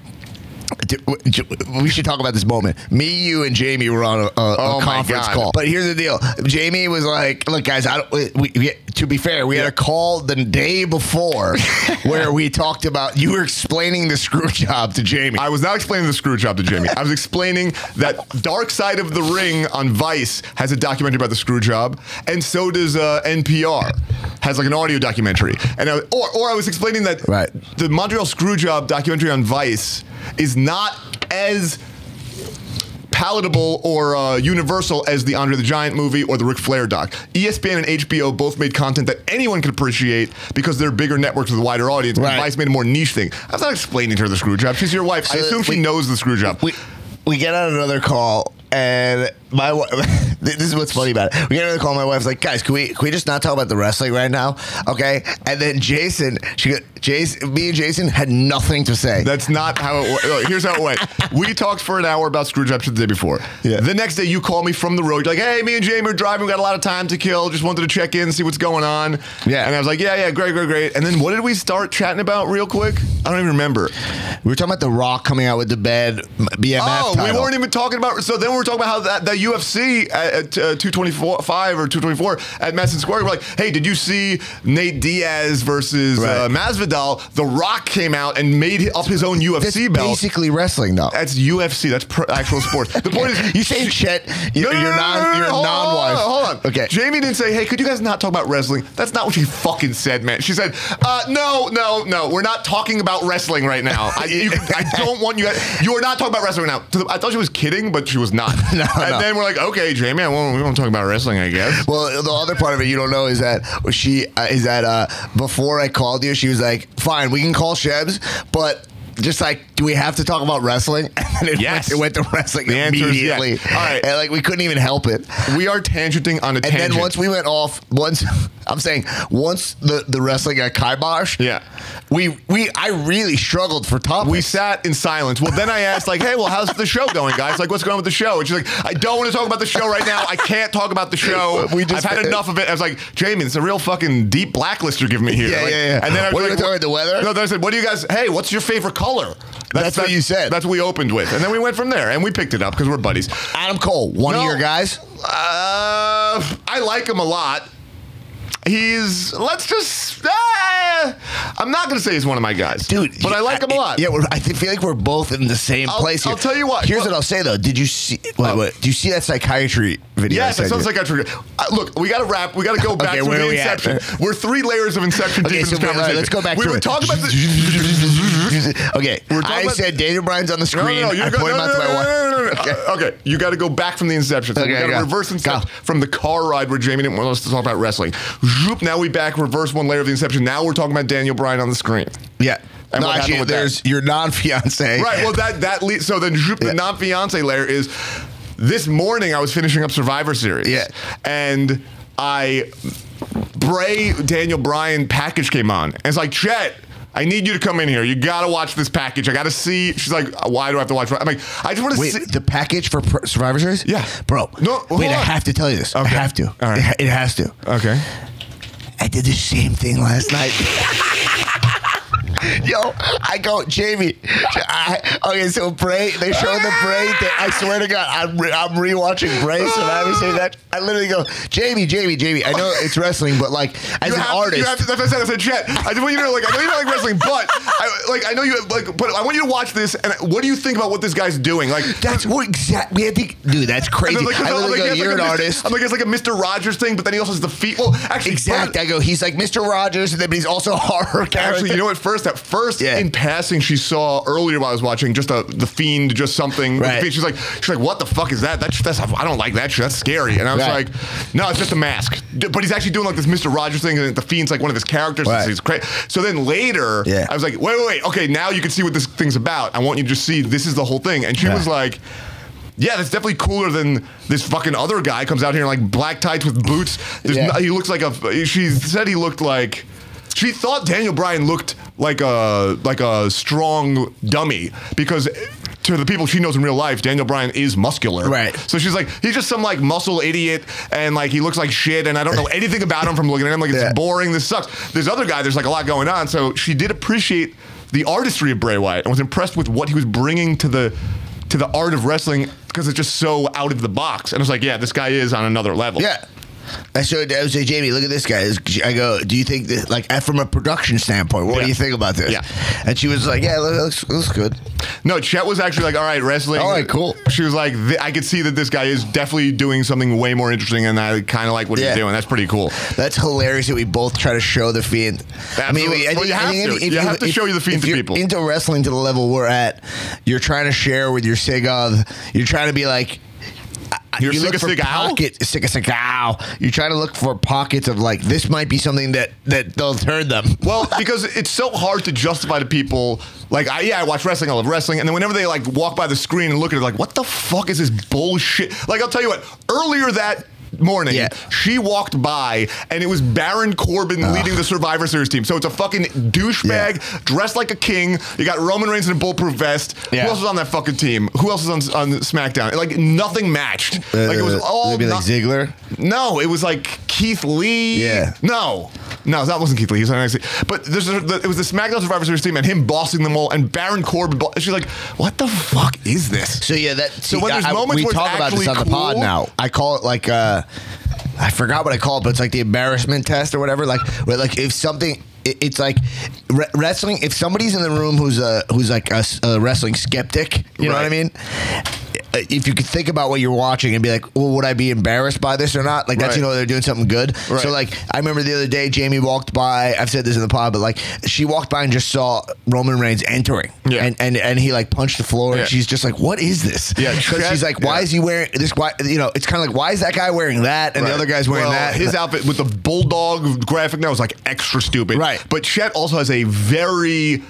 Speaker 1: We should talk about this moment. Me, you, and Jamie were on a, a,
Speaker 2: Oh,
Speaker 1: a
Speaker 2: my
Speaker 1: conference
Speaker 2: God.
Speaker 1: call. But here's the deal: Jamie was like, "Look, guys, I don't." We, we- we, to be fair, we had a call the day before where we talked about you were explaining the screw job to Jamie.
Speaker 2: I was not explaining the screw job to Jamie. I was explaining that Dark Side of the Ring on Vice has a documentary about the screw job, and so does uh, NPR has like an audio documentary. And I, or or I was explaining that
Speaker 1: Right.
Speaker 2: the Montreal screw job documentary on Vice is not as palatable or uh, universal as the Andre the Giant movie or the Ric Flair doc. E ESPN and HBO both made content that anyone could appreciate because they're bigger networks with a wider audience. but
Speaker 1: Right.
Speaker 2: Vice made a more niche thing. I was not explaining to her the screw job. She's your wife. I
Speaker 1: So
Speaker 2: assume she
Speaker 1: we-
Speaker 2: knows the screw job.
Speaker 1: we we get on another call and my wa- this is what's funny about it. We get another call. My wife's like, guys, can we can we just not talk about the wrestling right now, okay? And then Jason, she go- Jason, me and Jason had nothing to say.
Speaker 2: That's not how it went. Here's how it went. We talked for an hour about screw jobs the day before.
Speaker 1: Yeah.
Speaker 2: The next day, you call me from the road. You're like, hey, me and Jamie are driving. We got a lot of time to kill. Just wanted to check in, see what's going on.
Speaker 1: Yeah.
Speaker 2: And I was like, yeah, yeah, great, great, great. And then what did we start chatting about real quick? I don't even remember.
Speaker 1: We were talking about The Rock coming out with the bad BMF
Speaker 2: Oh, we
Speaker 1: title.
Speaker 2: weren't even talking about. So then we were talking about how that the UFC at, at uh, 225 or 224 at Madison Square. We're like, hey, did you see Nate Diaz versus uh,
Speaker 1: Right.
Speaker 2: Masvidal? The Rock came out and made up his own
Speaker 1: That's
Speaker 2: UFC belt.
Speaker 1: basically wrestling, though.
Speaker 2: That's UFC. That's pro- actual sports. The point is,
Speaker 1: you say Chet, you,
Speaker 2: No, no,
Speaker 1: you're
Speaker 2: no, no,
Speaker 1: non,
Speaker 2: no, no, no,
Speaker 1: you're
Speaker 2: hold on,
Speaker 1: non-wife.
Speaker 2: Hold on, hold on.
Speaker 1: Okay.
Speaker 2: Jamie didn't say, "Hey, could you guys not talk about wrestling?" That's not what she fucking said, man. She said, uh, "No, no, no. We're not talking about wrestling right now. I, you, I don't want you. Guys, you are not talking about wrestling right now." To the- I thought she was kidding, but she was not.
Speaker 1: No,
Speaker 2: and
Speaker 1: no.
Speaker 2: then we're like, "Okay, Jamie, I won't, we won't talk about wrestling, I guess."
Speaker 1: Well, the other part of it you don't know is that she uh, is that uh, before I called you, she was like, "Fine, we can call Shebs, but." Just like, do we have to talk about wrestling? And then it,
Speaker 2: Yes.
Speaker 1: went, it went to wrestling
Speaker 2: The answer is yes.
Speaker 1: immediately.
Speaker 2: All right.
Speaker 1: And like, we couldn't even help it.
Speaker 2: We are tangenting on a
Speaker 1: And
Speaker 2: tangent.
Speaker 1: then once we went off, once I'm saying once the, the wrestling got kibosh,
Speaker 2: Yeah.
Speaker 1: we we I really struggled for topics.
Speaker 2: We sat in silence. Well, then I asked, like, hey, well, how's the show going, guys? Like, what's going on with the show? And she's like, I don't want to talk about the show right now. I can't talk about the show.
Speaker 1: We just-
Speaker 2: I've had enough of it. I was like, Jamie, it's a real fucking deep blacklist you're giving me here.
Speaker 1: Yeah,
Speaker 2: Like,
Speaker 1: yeah, yeah.
Speaker 2: And then I was
Speaker 1: What are you
Speaker 2: like,
Speaker 1: gonna talk about, the weather?
Speaker 2: No, then I said, what do you guys, hey, what's your favorite color?
Speaker 1: That's what you said.
Speaker 2: That's what we opened with. And then we went from there and we picked it up because we're buddies.
Speaker 1: Adam Cole, one
Speaker 2: No.
Speaker 1: of your guys.
Speaker 2: Uh, I like him a lot. He's, let's just, ah, I'm not going to say he's one of my guys. But I like him a lot.
Speaker 1: Yeah, we're, I th- feel like we're both in the same
Speaker 2: I'll-
Speaker 1: place. Here.
Speaker 2: I'll tell you what.
Speaker 1: Here's
Speaker 2: Well-
Speaker 1: what I'll say though. Did you see? Wait, wait, do you see that psychiatry video? I
Speaker 2: Yes, that
Speaker 1: sent
Speaker 2: sounds
Speaker 1: you?
Speaker 2: like I triggered. Uh, look, we got to wrap. We got to go back to
Speaker 1: where
Speaker 2: the
Speaker 1: are we at?
Speaker 2: inception. We're three layers of inception
Speaker 1: Okay,
Speaker 2: deep
Speaker 1: so
Speaker 2: in this
Speaker 1: wait, all right,
Speaker 2: conversation.
Speaker 1: let's go back.
Speaker 2: We
Speaker 1: to
Speaker 2: were
Speaker 1: it.
Speaker 2: talking about the.
Speaker 1: okay,
Speaker 2: We're talking
Speaker 1: I
Speaker 2: about-
Speaker 1: said Daniel Bryan's on the
Speaker 2: No,
Speaker 1: screen.
Speaker 2: no, no, you're
Speaker 1: I
Speaker 2: going,
Speaker 1: pointed
Speaker 2: no,
Speaker 1: him out to
Speaker 2: no, no,
Speaker 1: my wife.
Speaker 2: no, no, no, no. Uh, Okay, you got to go back from the inception. So we
Speaker 1: Okay,
Speaker 2: got to
Speaker 1: go.
Speaker 2: reverse inception
Speaker 1: Go.
Speaker 2: from the car ride where Jamie didn't want us to talk about wrestling. Zoop, now we back reverse one layer of the inception. Now we're talking about Daniel Bryan on the screen.
Speaker 1: Yeah.
Speaker 2: And
Speaker 1: no,
Speaker 2: what happened
Speaker 1: actually,
Speaker 2: with that?
Speaker 1: there's your non-fiance.
Speaker 2: Right. Well, that that leads. So then Droop, the non fiance layer is this morning. I was finishing up Survivor Series.
Speaker 1: Yeah.
Speaker 2: And I Bray Daniel Bryan package came on, and it's like Chet. I need you to come in here. You gotta watch this package. I gotta see. She's like, "Uh, why do I have to watch? I'm like, I just want to
Speaker 1: Wait,
Speaker 2: see.
Speaker 1: the package for Pr- Survivor Series?
Speaker 2: Yeah.
Speaker 1: bro.
Speaker 2: No, hold
Speaker 1: wait, I
Speaker 2: on.
Speaker 1: have to tell you this. I
Speaker 2: Okay.
Speaker 1: have to.
Speaker 2: All right. Uh.
Speaker 1: It ha- It has to.
Speaker 2: Okay.
Speaker 1: I did the same thing last night. Yo, I go, Jamie. I, okay, so Bray, they show the Bray thing. I swear to God, I'm, re- I'm rewatching Bray, so I was saying that. I literally go, Jamie, Jamie, Jamie. I know it's wrestling, but like, as
Speaker 2: You
Speaker 1: an
Speaker 2: have to-
Speaker 1: artist.
Speaker 2: you have to, that's what I said. I said, Jet. I just want you to know, like, I know you don't like wrestling, but I, like, I know you like, but I want you to watch this. And what do you think about what this guy's doing? Like,
Speaker 1: that's what exactly. I think, dude, that's
Speaker 2: and
Speaker 1: crazy.
Speaker 2: then, like,
Speaker 1: I
Speaker 2: I'm
Speaker 1: literally
Speaker 2: like,
Speaker 1: go,
Speaker 2: yes,
Speaker 1: you're an
Speaker 2: like a Mr.
Speaker 1: artist.
Speaker 2: I'm like, it's like a Mr. Rogers thing, but then he also has the feet. Well, actually,
Speaker 1: Exact. I go, he's like Mr. Rogers, and then he's also a horror character.
Speaker 2: Actually, you know what? First, at first,
Speaker 1: Yeah.
Speaker 2: in passing, she saw earlier while I was watching just a, the fiend, just something. with the
Speaker 1: Right.
Speaker 2: fiend. She's like, she's like, what the fuck is that? That sh- that's I don't like that. shit. That's scary. And I was
Speaker 1: Right.
Speaker 2: like, no, it's just a mask. D- But he's actually doing like this Mister Rogers thing, and the fiend's like one of his characters.
Speaker 1: Right.
Speaker 2: He's cra- so then later,
Speaker 1: Yeah.
Speaker 2: I was like, wait, wait, wait. Okay, now you can see what this thing's about. I want you to just see this is the whole thing. And she
Speaker 1: Yeah.
Speaker 2: was like. Yeah, that's definitely cooler than this fucking other guy comes out here in like black tights with boots. There's
Speaker 1: Yeah.
Speaker 2: no- he looks like a. She said he looked like. She thought Daniel Bryan looked like a like a strong dummy because to the people she knows in real life, Daniel Bryan is muscular.
Speaker 1: Right.
Speaker 2: So she's like, he's just some like muscle idiot, and like he looks like shit, and I don't know anything about him from looking at him. Like it's
Speaker 1: Yeah.
Speaker 2: boring. This sucks. This other guy, there's like a lot going on. So she did appreciate the artistry of Bray Wyatt and was impressed with what he was bringing to the to the art of wrestling because it's just so out of the box. And I was like, yeah, this guy is on another level.
Speaker 1: Yeah. I showed. I was like, Jamie, look at this guy. I go, do you think that, like, from a production standpoint, what
Speaker 2: Yeah.
Speaker 1: do you think about this?
Speaker 2: Yeah.
Speaker 1: And she was like, yeah, look, it looks, it looks good.
Speaker 2: No, Chet was actually like, all right, wrestling.
Speaker 1: All right, cool.
Speaker 2: She was like, th- I could see that this guy is definitely doing something way more interesting, and I kind of like what
Speaker 1: Yeah.
Speaker 2: he's doing. That's pretty cool.
Speaker 1: That's hilarious that we both try to show the fiend.
Speaker 2: Absolutely. Well, you have to. You have to show you the fiend
Speaker 1: if
Speaker 2: to
Speaker 1: you're
Speaker 2: people.
Speaker 1: Into wrestling to the level we're at, you're trying to share with your sigov. You're trying to be like.
Speaker 2: Your
Speaker 1: you look
Speaker 2: sick-
Speaker 1: for
Speaker 2: sick owl?
Speaker 1: pocket, sick sick owl. You try to look for pockets of like this might be something that that they'll turn them.
Speaker 2: Well, because it's so hard to justify to people, like, I, yeah, I watch wrestling, I love wrestling, and then whenever they like walk by the screen and look at it, like, what the fuck is this bullshit? Like, I'll tell you what, earlier that morning,
Speaker 1: Yeah.
Speaker 2: she walked by and it was Baron Corbin leading the Survivor Series team. So it's a fucking douchebag dressed like a king. You got Roman Reigns in a bulletproof vest.
Speaker 1: Yeah.
Speaker 2: Who else was on that fucking team? Who else was on, on SmackDown? Like, nothing matched. like, it was all.
Speaker 1: maybe Uh, like
Speaker 2: no-
Speaker 1: Ziggler.
Speaker 2: no, it was like Keith Lee.
Speaker 1: Yeah.
Speaker 2: No. No, that wasn't Keith Lee. He was on NXT. But there's a, the, it was the SmackDown Survivor Series team and him bossing them all and Baron Corbin. Bo- she's like, what the fuck is this?
Speaker 1: So yeah, that so
Speaker 2: when there's moments
Speaker 1: we
Speaker 2: where it's
Speaker 1: talk about this on
Speaker 2: actually
Speaker 1: the pod
Speaker 2: cool-
Speaker 1: now. I call it like uh I forgot what I call it, but it's like the embarrassment test or whatever. Like, where like if something. it- It's like re- wrestling. If somebody's in the room who's a who's like a, s- a wrestling skeptic, you know what I
Speaker 2: Right.
Speaker 1: mean. Uh, If you could think about what you're watching and be like, "Well, would I be embarrassed by this or not?" Like that's
Speaker 2: Right.
Speaker 1: you know they're doing something good.
Speaker 2: Right.
Speaker 1: So like I remember the other day, Jamie walked by. I've said this in the pod, but like she walked by and just saw Roman Reigns entering,
Speaker 2: Yeah.
Speaker 1: and and and he like punched the floor.
Speaker 2: Yeah.
Speaker 1: and She's just like, "What is this?"
Speaker 2: Yeah,
Speaker 1: because she's like, why
Speaker 2: yeah.
Speaker 1: is he wearing this? Why you know? It's kind of like, why is that guy wearing that and
Speaker 2: Right.
Speaker 1: the other guy's wearing
Speaker 2: Well,
Speaker 1: that?
Speaker 2: His outfit with the bulldog graphic now is like extra stupid.
Speaker 1: Right.
Speaker 2: But Chet also has a very.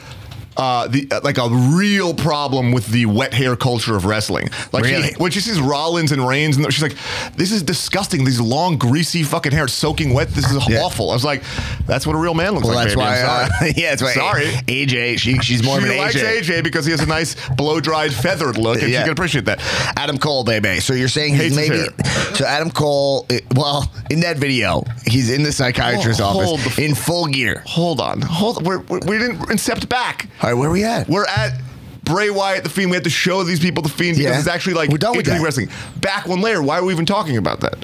Speaker 2: Uh, the uh, like a real problem with the wet hair culture of wrestling. Like she-
Speaker 1: Really?
Speaker 2: when she sees Rollins and Reigns, and she's like, "This is disgusting. These long, greasy fucking hair soaking wet. This is
Speaker 1: Yeah.
Speaker 2: awful." I was like, "That's what a real man looks
Speaker 1: well,
Speaker 2: like."
Speaker 1: that's
Speaker 2: baby.
Speaker 1: why.
Speaker 2: I'm
Speaker 1: Uh,
Speaker 2: sorry.
Speaker 1: yeah, that's why.
Speaker 2: Sorry.
Speaker 1: AJ, she she's more
Speaker 2: she
Speaker 1: of an
Speaker 2: likes
Speaker 1: AJ.
Speaker 2: AJ. because he has a nice blow dried feathered look, and
Speaker 1: Yeah.
Speaker 2: she can appreciate that.
Speaker 1: Adam Cole, baby. So you're saying he's
Speaker 2: Hates his
Speaker 1: maybe so Adam Cole? eh, Well, in that video, he's in the psychiatrist's
Speaker 2: Hold- Oh, hold
Speaker 1: office
Speaker 2: the-
Speaker 1: in full gear.
Speaker 2: Hold on, hold. We're, we're, we didn't incept back.
Speaker 1: All right, where are we at?
Speaker 2: We're at Bray Wyatt, the Fiend. We have to show these people the Fiend because
Speaker 1: Yeah.
Speaker 2: it's actually like
Speaker 1: We're done with
Speaker 2: interleague
Speaker 1: that.
Speaker 2: wrestling. Back one layer. Why are we even talking about that?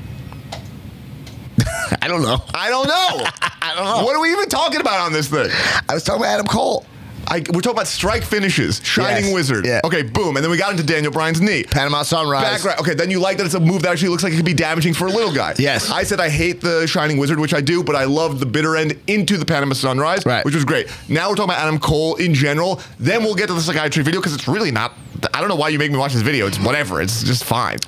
Speaker 1: I don't know.
Speaker 2: I don't know.
Speaker 1: I don't know.
Speaker 2: What are we even talking about on this thing?
Speaker 1: I was talking about Adam Cole.
Speaker 2: I, we're talking about strike finishes, Shining
Speaker 1: Yes.
Speaker 2: Wizard.
Speaker 1: Yeah.
Speaker 2: Okay, boom. And then we got into Daniel Bryan's knee.
Speaker 1: Panama Sunrise.
Speaker 2: Background. Okay, then you like that it's a move that actually looks like it could be damaging for a little guy.
Speaker 1: Yes.
Speaker 2: I said I hate the Shining Wizard, which I do, but I love the bitter end into the Panama Sunrise,
Speaker 1: Right.
Speaker 2: which was great. Now we're talking about Adam Cole in general. Then we'll get to the psychiatry video because it's really not. I don't know why you make me watch this video. It's whatever. It's just fine.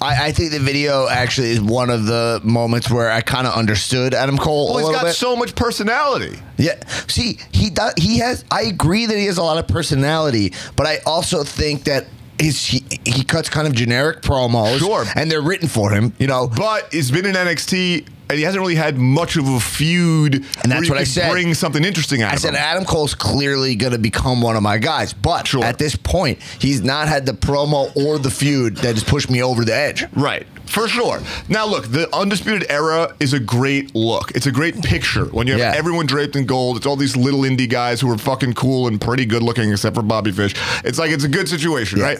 Speaker 1: I, I think the video actually is one of the moments where I kind of understood Adam Cole a
Speaker 2: Well, Oh, he's
Speaker 1: little
Speaker 2: got
Speaker 1: bit.
Speaker 2: so much personality.
Speaker 1: Yeah. See, he does. He has. I agree that he has a lot of personality, but I also think that his he, he cuts kind of generic promos.
Speaker 2: Sure.
Speaker 1: And they're written for him. You know.
Speaker 2: But he's been in NXT and he hasn't really had much of a feud.
Speaker 1: And that's
Speaker 2: where you
Speaker 1: what I
Speaker 2: could
Speaker 1: said.
Speaker 2: Bring something interesting out
Speaker 1: I
Speaker 2: of
Speaker 1: said
Speaker 2: him.
Speaker 1: Adam Cole's clearly going to become one of my guys, but
Speaker 2: Sure.
Speaker 1: at this point, he's not had the promo or the feud that has pushed me over the edge.
Speaker 2: Right. For sure. Now, look, the Undisputed Era is a great look. It's a great picture when you have
Speaker 1: Yeah.
Speaker 2: everyone draped in gold. It's all these little indie guys who are fucking cool and pretty good looking, except for Bobby Fish. It's like it's a good situation,
Speaker 1: Yeah.
Speaker 2: right?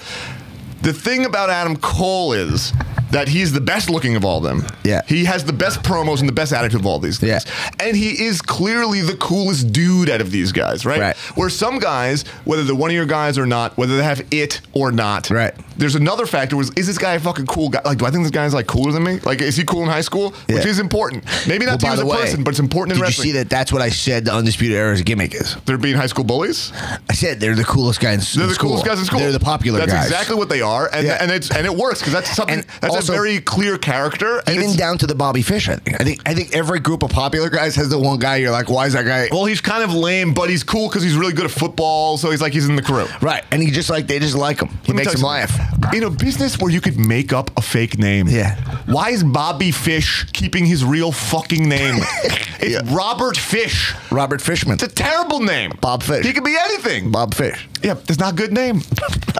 Speaker 2: The thing about Adam Cole is that he's the best looking of all of them.
Speaker 1: Yeah.
Speaker 2: He has the best promos and the best attitude of all these guys.
Speaker 1: Yeah.
Speaker 2: And he is clearly the coolest dude out of these guys, right?
Speaker 1: Right.
Speaker 2: Where some guys, whether they're one of your guys or not, whether they have it or not,
Speaker 1: Right.
Speaker 2: there's another factor was is this guy a fucking cool guy? Like, do I think this guy's like cooler than me? Like, is he cool in high school? Which
Speaker 1: Yeah.
Speaker 2: is important. Maybe not
Speaker 1: by
Speaker 2: to you as
Speaker 1: the
Speaker 2: a
Speaker 1: way,
Speaker 2: person, but it's important in
Speaker 1: Did
Speaker 2: wrestling.
Speaker 1: you see that? That's what I said. The undisputed era's gimmick is.
Speaker 2: They're being high school bullies.
Speaker 1: I said they're the coolest guys. In
Speaker 2: They're the coolest guys in school.
Speaker 1: They're the popular
Speaker 2: That's
Speaker 1: guys.
Speaker 2: exactly what they are, and
Speaker 1: Yeah.
Speaker 2: and it's and it works because that's something
Speaker 1: And
Speaker 2: that's
Speaker 1: also-
Speaker 2: a very clear character. And
Speaker 1: Even
Speaker 2: it's-
Speaker 1: down to the Bobby Fish. I think. I think. I think every group of popular guys has the one guy. You're like, why is that guy?
Speaker 2: well, he's kind of lame, but he's cool because he's really good at football, so he's like he's in the crew.
Speaker 1: Right, and he just like they just like him. He
Speaker 2: Let me
Speaker 1: makes
Speaker 2: tell
Speaker 1: them
Speaker 2: you
Speaker 1: laugh.
Speaker 2: something. In a business where you could make up a fake name,
Speaker 1: Yeah.
Speaker 2: Why is Bobby Fish keeping his real fucking name? it's
Speaker 1: Yeah.
Speaker 2: Robert Fish.
Speaker 1: Robert Fishman,
Speaker 2: It's a terrible name.
Speaker 1: Bob Fish.
Speaker 2: He could be anything.
Speaker 1: Bob Fish.
Speaker 2: Yeah, it's not a good name.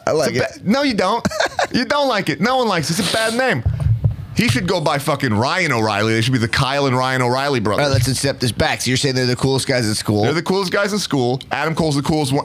Speaker 1: I like
Speaker 2: It's a
Speaker 1: it.
Speaker 2: ba- no, you don't. you don't like it. No one likes it. It's a bad name. He should go by fucking Ryan O'Reilly. They should be the Kyle and Ryan O'Reilly
Speaker 1: All
Speaker 2: brothers.
Speaker 1: right, let's accept this back. So you're saying they're the coolest guys at school?
Speaker 2: They're the coolest guys in school. Adam Cole's the coolest one.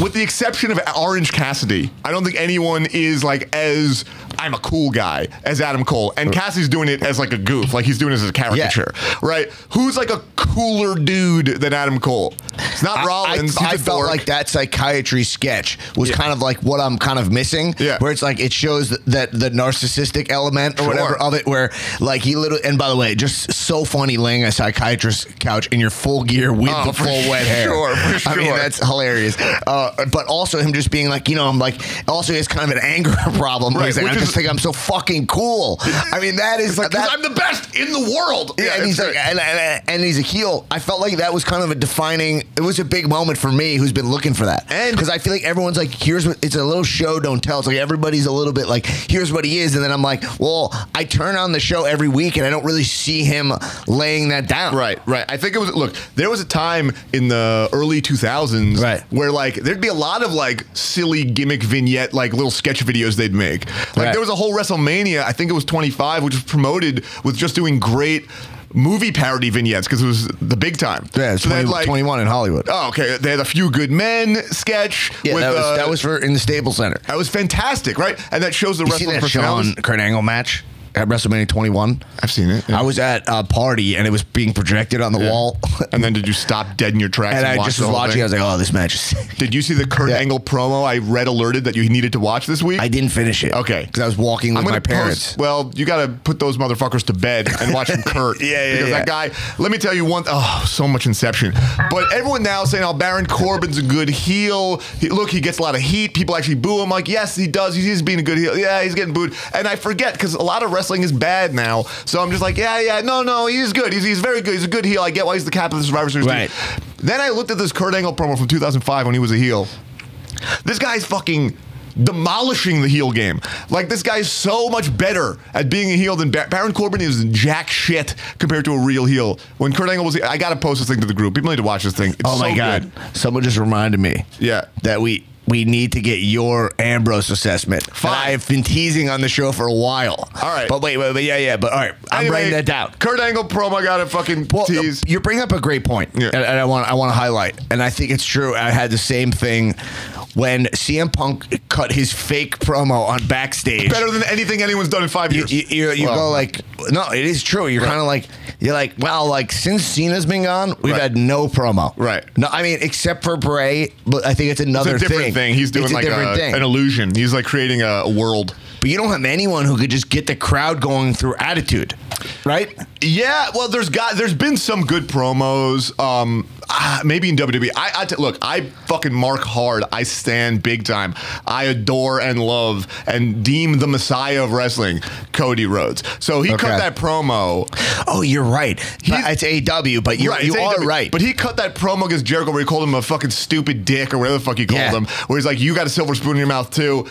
Speaker 2: With the exception of Orange Cassidy, I don't think anyone is like as I'm a cool guy as Adam Cole. And
Speaker 1: Uh.
Speaker 2: Cassidy's doing it as like a goof, like he's doing it as a caricature, right? Who's like a cooler dude than Adam Cole? It's not
Speaker 1: I-
Speaker 2: Rollins.
Speaker 1: I, I,
Speaker 2: he's a
Speaker 1: felt
Speaker 2: dork.
Speaker 1: like that psychiatry sketch was
Speaker 2: Yeah.
Speaker 1: kind of like what I'm kind of missing.
Speaker 2: Yeah.
Speaker 1: Where it's like it shows th- that the narcissistic element or whatever
Speaker 2: Sure.
Speaker 1: of it, where like he literally. And by the way, just so funny laying a psychiatrist's couch in your full gear with
Speaker 2: Oh,
Speaker 1: the
Speaker 2: for
Speaker 1: full wet hair.
Speaker 2: sure, for
Speaker 1: I mean
Speaker 2: sure.
Speaker 1: that's hilarious. Uh, but also him just being like, you know, I'm like. Also, he has kind of an anger problem. where
Speaker 2: Right,
Speaker 1: he's like,
Speaker 2: which
Speaker 1: I
Speaker 2: is-
Speaker 1: just think I'm so fucking cool. I mean, that is like
Speaker 2: 'Cause
Speaker 1: that,
Speaker 2: I'm the best in the world.
Speaker 1: yeah, and
Speaker 2: it's
Speaker 1: he's
Speaker 2: great.
Speaker 1: like, and, and, and he's a heel. I felt like that was kind of a defining. It was a big moment for me, who's been looking for that.
Speaker 2: And-
Speaker 1: because I feel like everyone's like, here's what it's a little show, don't tell. It's like everybody's a little bit like, here's what he is, and then I'm like, well, I turn on the show every week, and I don't really see him laying that down.
Speaker 2: "Ah, Right, right. I think it was look, there was a time in the early 2000s
Speaker 1: Right.
Speaker 2: where like there'd be a lot of like silly gimmick vignette like little sketch videos they'd make. Like
Speaker 1: Right.
Speaker 2: there was a whole WrestleMania, I think it was 25, which was promoted with just doing great movie parody vignettes because it was the big time.
Speaker 1: Yeah, it's
Speaker 2: So they had,
Speaker 1: 20 21 in Hollywood.
Speaker 2: Oh, okay. They had a few good men sketch.
Speaker 1: yeah,
Speaker 2: with,
Speaker 1: that was
Speaker 2: uh,
Speaker 1: that was for in the Staples Center.
Speaker 2: that was fantastic, right? And that shows the
Speaker 1: You see
Speaker 2: wrestling
Speaker 1: that Shawn
Speaker 2: personalities.
Speaker 1: Kurt Angle match at WrestleMania 21.
Speaker 2: I've seen it. yeah.
Speaker 1: I was at a party, and it was being projected on the
Speaker 2: Yeah.
Speaker 1: wall.
Speaker 2: and then did you stop dead in your tracks?
Speaker 1: And
Speaker 2: And,
Speaker 1: I
Speaker 2: watch
Speaker 1: just
Speaker 2: the
Speaker 1: was
Speaker 2: whole
Speaker 1: watching.
Speaker 2: thing?
Speaker 1: I was like, "Oh, this match is sick."
Speaker 2: Did you see the Kurt
Speaker 1: Yeah.
Speaker 2: Angle promo I read alerted that you needed to watch this week?
Speaker 1: I didn't finish it.
Speaker 2: Okay.
Speaker 1: Because I was walking with
Speaker 2: gonna
Speaker 1: my parents.
Speaker 2: Post, well, you got to put those motherfuckers to bed and watch some Kurt.
Speaker 1: Yeah, yeah,
Speaker 2: Because
Speaker 1: yeah.
Speaker 2: that guy, let me tell you one, oh, so much Inception. But everyone now saying, oh, Baron Corbin's a good heel. He, look, he gets a lot of heat. People actually boo him. Like, yes, he does. He's, he's being a good heel. Yeah, he's getting booed. And I forget because a lot of wrestling is bad now. So I'm just like, yeah, yeah, no, no, he's good. He's, he's very good. He's a good heel. I get why he's the captain of the Survivor Series. team.
Speaker 1: Right.
Speaker 2: Then I looked at this Kurt Angle promo from 2005 when he was a heel. This guy's fucking demolishing the heel game. Like this guy's so much better at being a heel than Bar- Baron Corbin is jack shit compared to a real heel. When Kurt Angle was, I gotta post this thing to the group. People need to watch this thing. It's
Speaker 1: oh my
Speaker 2: so
Speaker 1: god!
Speaker 2: good.
Speaker 1: Someone just reminded me.
Speaker 2: Yeah.
Speaker 1: That we we need to get your Ambrose assessment. that
Speaker 2: Fine.
Speaker 1: I've been teasing on the show for a while.
Speaker 2: All right.
Speaker 1: But wait, wait, wait, yeah, yeah. But all right, I'm
Speaker 2: Anyway,
Speaker 1: writing that down.
Speaker 2: Kurt Angle promo got a fucking
Speaker 1: Well,
Speaker 2: tease.
Speaker 1: you bring up a great point,
Speaker 2: Yeah.
Speaker 1: and, and I want I want to highlight, and I think it's true. I had the same thing when CM Punk cut his fake promo on backstage.
Speaker 2: Better than anything anyone's done in five
Speaker 1: you,
Speaker 2: years.
Speaker 1: you, you, you
Speaker 2: Well,
Speaker 1: go like no it is true you're kind of like you're like wow like since cena's been gone we've
Speaker 2: Right.
Speaker 1: had no promo
Speaker 2: Right.
Speaker 1: no i mean except for bray but i think it's
Speaker 2: it's
Speaker 1: another
Speaker 2: a different thing. He's doing
Speaker 1: It's
Speaker 2: like
Speaker 1: a different
Speaker 2: a-
Speaker 1: thing
Speaker 2: an illusion. He's like creating a world.
Speaker 1: but you don't have anyone who could just get the crowd going through attitude right
Speaker 2: Yeah, well, there's got there's been some good promos. Um, ah, maybe in WWE. I, I t- look, I fucking mark hard. I stand big time. I adore and love and deem the messiah of wrestling, Cody Rhodes. So he
Speaker 1: Okay.
Speaker 2: cut that promo.
Speaker 1: oh you're right
Speaker 2: He's-
Speaker 1: But it's aw but you're,
Speaker 2: Right,
Speaker 1: you
Speaker 2: it's
Speaker 1: are
Speaker 2: AEW.
Speaker 1: right
Speaker 2: But he cut that promo against Jericho where he called him a fucking stupid dick or whatever the fuck he called
Speaker 1: Yeah.
Speaker 2: him. Where he's like, "You got a silver spoon in your mouth too."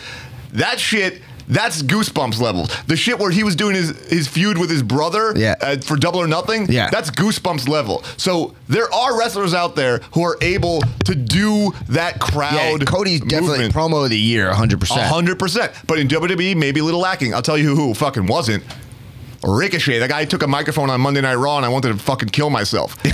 Speaker 2: That shit That's goosebumps level. The shit where he was doing his, his feud with his brother
Speaker 1: Yeah.
Speaker 2: uh, for double or nothing.
Speaker 1: Yeah.
Speaker 2: That's goosebumps level. So there are wrestlers out there who are able to do that
Speaker 1: Yeah,
Speaker 2: crowd.
Speaker 1: Cody's definitely
Speaker 2: movement.
Speaker 1: promo of the year, 100%.
Speaker 2: A hundred percent. But in WWE, maybe a little lacking. I'll tell you who fucking wasn't. Ricochet. That guy took a microphone on Monday Night Raw, and I wanted to fucking kill myself.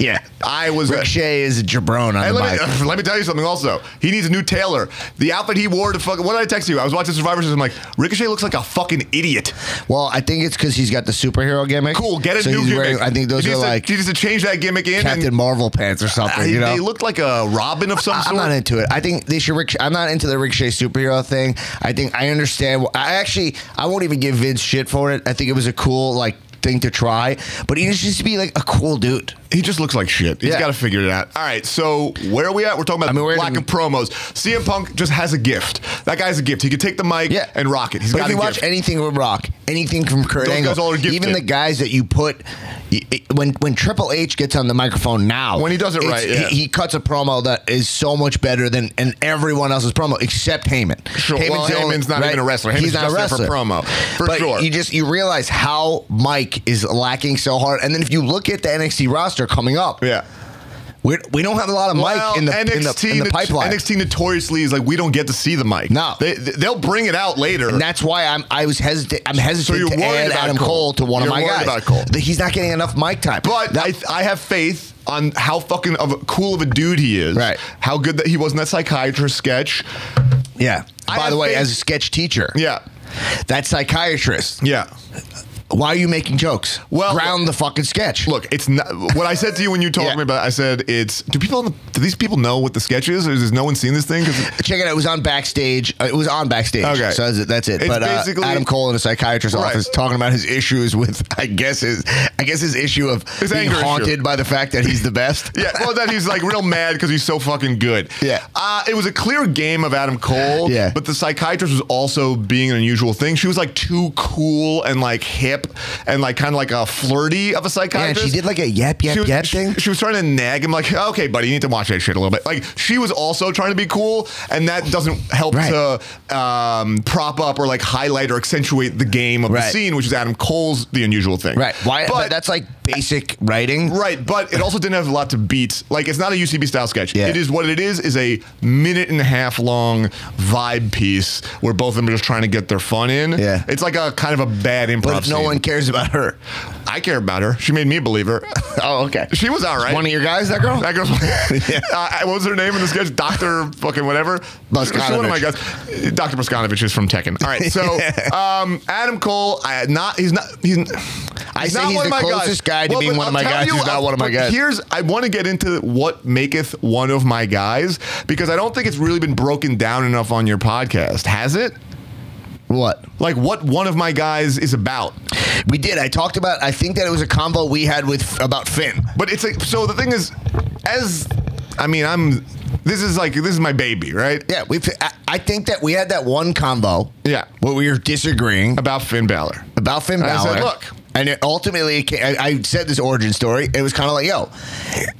Speaker 1: Yeah.
Speaker 2: I was.
Speaker 1: Ricochet is a jabron on
Speaker 2: Hey,
Speaker 1: the
Speaker 2: let,
Speaker 1: mic.
Speaker 2: me, let me tell you something. Also, he needs a new tailor. The outfit he wore to fucking. What did I text you? I was watching Survivor Series. I'm like, Ricochet looks like a fucking idiot.
Speaker 1: Well, I think it's because he's got the superhero gimmick.
Speaker 2: Cool, get a
Speaker 1: so
Speaker 2: new
Speaker 1: he's
Speaker 2: gimmick.
Speaker 1: wearing- I think those
Speaker 2: he
Speaker 1: are
Speaker 2: needs to-
Speaker 1: like
Speaker 2: he needs to change that gimmick in.
Speaker 1: Captain
Speaker 2: and,
Speaker 1: Marvel pants or something, you know?
Speaker 2: They looked like a Robin of some
Speaker 1: I'm
Speaker 2: sort.
Speaker 1: not into it. I think they should. Rick, I'm not into the Ricochet superhero thing. I think I understand. I actually, I won't even give Vince shit for it. I think it was a cool like thing to try, but he just needs to be like a cool dude.
Speaker 2: He just looks like shit. He's
Speaker 1: Yeah.
Speaker 2: got to figure it out. All right, so where are we at? We're talking about
Speaker 1: I mean, we're
Speaker 2: lack
Speaker 1: in-
Speaker 2: of promos. CM Punk just has a gift. That guy's a gift. He could take the mic
Speaker 1: Yeah,
Speaker 2: and rock it. He's
Speaker 1: but
Speaker 2: got
Speaker 1: if you
Speaker 2: a
Speaker 1: watch
Speaker 2: gift.
Speaker 1: anything from Rock, anything from Kurt
Speaker 2: Those
Speaker 1: Angle,
Speaker 2: guys all are gifted.
Speaker 1: even the guys that you put y- y- when when Triple H gets on the microphone now,
Speaker 2: When he does it
Speaker 1: it's-
Speaker 2: right, yeah.
Speaker 1: he, he cuts a promo that is so much better than and everyone else's promo except Heyman.
Speaker 2: Sure, well,
Speaker 1: the
Speaker 2: Heyman's not even a wrestler. Heyman's
Speaker 1: He's not
Speaker 2: just
Speaker 1: a
Speaker 2: there for
Speaker 1: wrestler
Speaker 2: promo, for
Speaker 1: but
Speaker 2: sure.
Speaker 1: You just you realize how Mike is lacking so hard, and then if you look at the NXT roster coming up,
Speaker 2: yeah.
Speaker 1: we we don't have a lot of Mike in the, in the- in the
Speaker 2: not-
Speaker 1: pipeline.
Speaker 2: NXT notoriously is like we don't get to see the mic.
Speaker 1: No.
Speaker 2: they they'll bring it out later.
Speaker 1: And that's why I'm I was hesitant. I'm hesitant
Speaker 2: you're
Speaker 1: to
Speaker 2: worried
Speaker 1: add
Speaker 2: about
Speaker 1: Adam
Speaker 2: Cole.
Speaker 1: Cole, to one
Speaker 2: You're
Speaker 1: of my
Speaker 2: worried
Speaker 1: guys.
Speaker 2: about Cole.
Speaker 1: That He's not getting enough mic time.
Speaker 2: But
Speaker 1: That-
Speaker 2: I, I have faith on how fucking of a- cool of a dude he is.
Speaker 1: Right.
Speaker 2: How good that he was in that psychiatrist sketch.
Speaker 1: yeah.
Speaker 2: I
Speaker 1: By
Speaker 2: have
Speaker 1: the way,
Speaker 2: faith-
Speaker 1: as a sketch teacher,
Speaker 2: Yeah.
Speaker 1: that psychiatrist.
Speaker 2: Yeah.
Speaker 1: Why are you making jokes?
Speaker 2: Well-
Speaker 1: ground the fucking sketch.
Speaker 2: Look, it's not what I said to you when you talked
Speaker 1: Yeah.
Speaker 2: to me about. it, I said it's. Do people? on the- Do these people know what the sketch is, or has no one seen this thing? Because
Speaker 1: check it out. It was on backstage. Uh, It was on backstage.
Speaker 2: Okay.
Speaker 1: so that's it. That's it.
Speaker 2: It's
Speaker 1: but uh,
Speaker 2: basically-
Speaker 1: Adam Cole in a psychiatrist's
Speaker 2: Right.
Speaker 1: office talking about his issues with, I guess his, I guess his issue of
Speaker 2: His
Speaker 1: being
Speaker 2: anger issue.
Speaker 1: haunted by the fact that he's the best.
Speaker 2: yeah, well, that he's like real mad because he's so fucking good.
Speaker 1: Yeah.
Speaker 2: uh, it was a clear game of Adam Cole.
Speaker 1: Yeah.
Speaker 2: but the psychiatrist was also being an unusual thing. She was like too cool and like hip and like kind of like a flirty of a
Speaker 1: Yeah, and
Speaker 2: psychiatrist.
Speaker 1: she did like a yep, yep,
Speaker 2: she was,
Speaker 1: yep
Speaker 2: she-
Speaker 1: thing.
Speaker 2: She, was trying to nag him, like, okay, buddy, you need to watch that shit a little bit. Like, she was also trying to be cool, and that doesn't help
Speaker 1: Right.
Speaker 2: to um, prop up or like highlight or accentuate the game of the
Speaker 1: Right.
Speaker 2: scene, which is Adam Cole's the unusual thing.
Speaker 1: Right. Why?
Speaker 2: But,
Speaker 1: but that's like basic writing.
Speaker 2: right, but it also didn't have a lot to beat. Like, it's not a UCB style sketch.
Speaker 1: Yeah.
Speaker 2: It is what it is. Is a minute and a half long vibe piece where both of them are just trying to get their fun in.
Speaker 1: Yeah.
Speaker 2: It's like a kind of a bad improv.
Speaker 1: But if no
Speaker 2: scene.
Speaker 1: one cares about her.
Speaker 2: I care about her. She made me believe her.
Speaker 1: Oh, okay.
Speaker 2: She was all right.
Speaker 1: One of your guys, that girl?
Speaker 2: That girl. uh, what was her name in the sketch? Doctor fucking whatever.
Speaker 1: Boskonovich.
Speaker 2: She's One of my guys. Doctor Boskanovich is from Tekken. All right, so um, Adam Cole, I, not he's not he's.
Speaker 1: I
Speaker 2: he's
Speaker 1: say
Speaker 2: not
Speaker 1: he's
Speaker 2: one of
Speaker 1: the
Speaker 2: my guys.
Speaker 1: closest guy to
Speaker 2: Well,
Speaker 1: being
Speaker 2: but
Speaker 1: one of my
Speaker 2: I'll tell
Speaker 1: guys. He's not
Speaker 2: I'll-
Speaker 1: one of my
Speaker 2: uh, but
Speaker 1: guys.
Speaker 2: Here's I want to get into what maketh one of my guys because I don't think it's really been broken down enough on your podcast, has it?
Speaker 1: What?
Speaker 2: Like what one of my guys is about.
Speaker 1: We did. I talked about, I think that it was a convo we had with about Finn.
Speaker 2: But it's like so the thing is, as I mean, I'm this is like this is my baby, right?
Speaker 1: Yeah, we. I, I think that we had that one convo.
Speaker 2: Yeah.
Speaker 1: where we were disagreeing
Speaker 2: About Finn Balor.
Speaker 1: about Finn
Speaker 2: And I
Speaker 1: Balor.
Speaker 2: said, "Look."
Speaker 1: and it ultimately, it came, I, I said this origin story. It was kind of like, yo,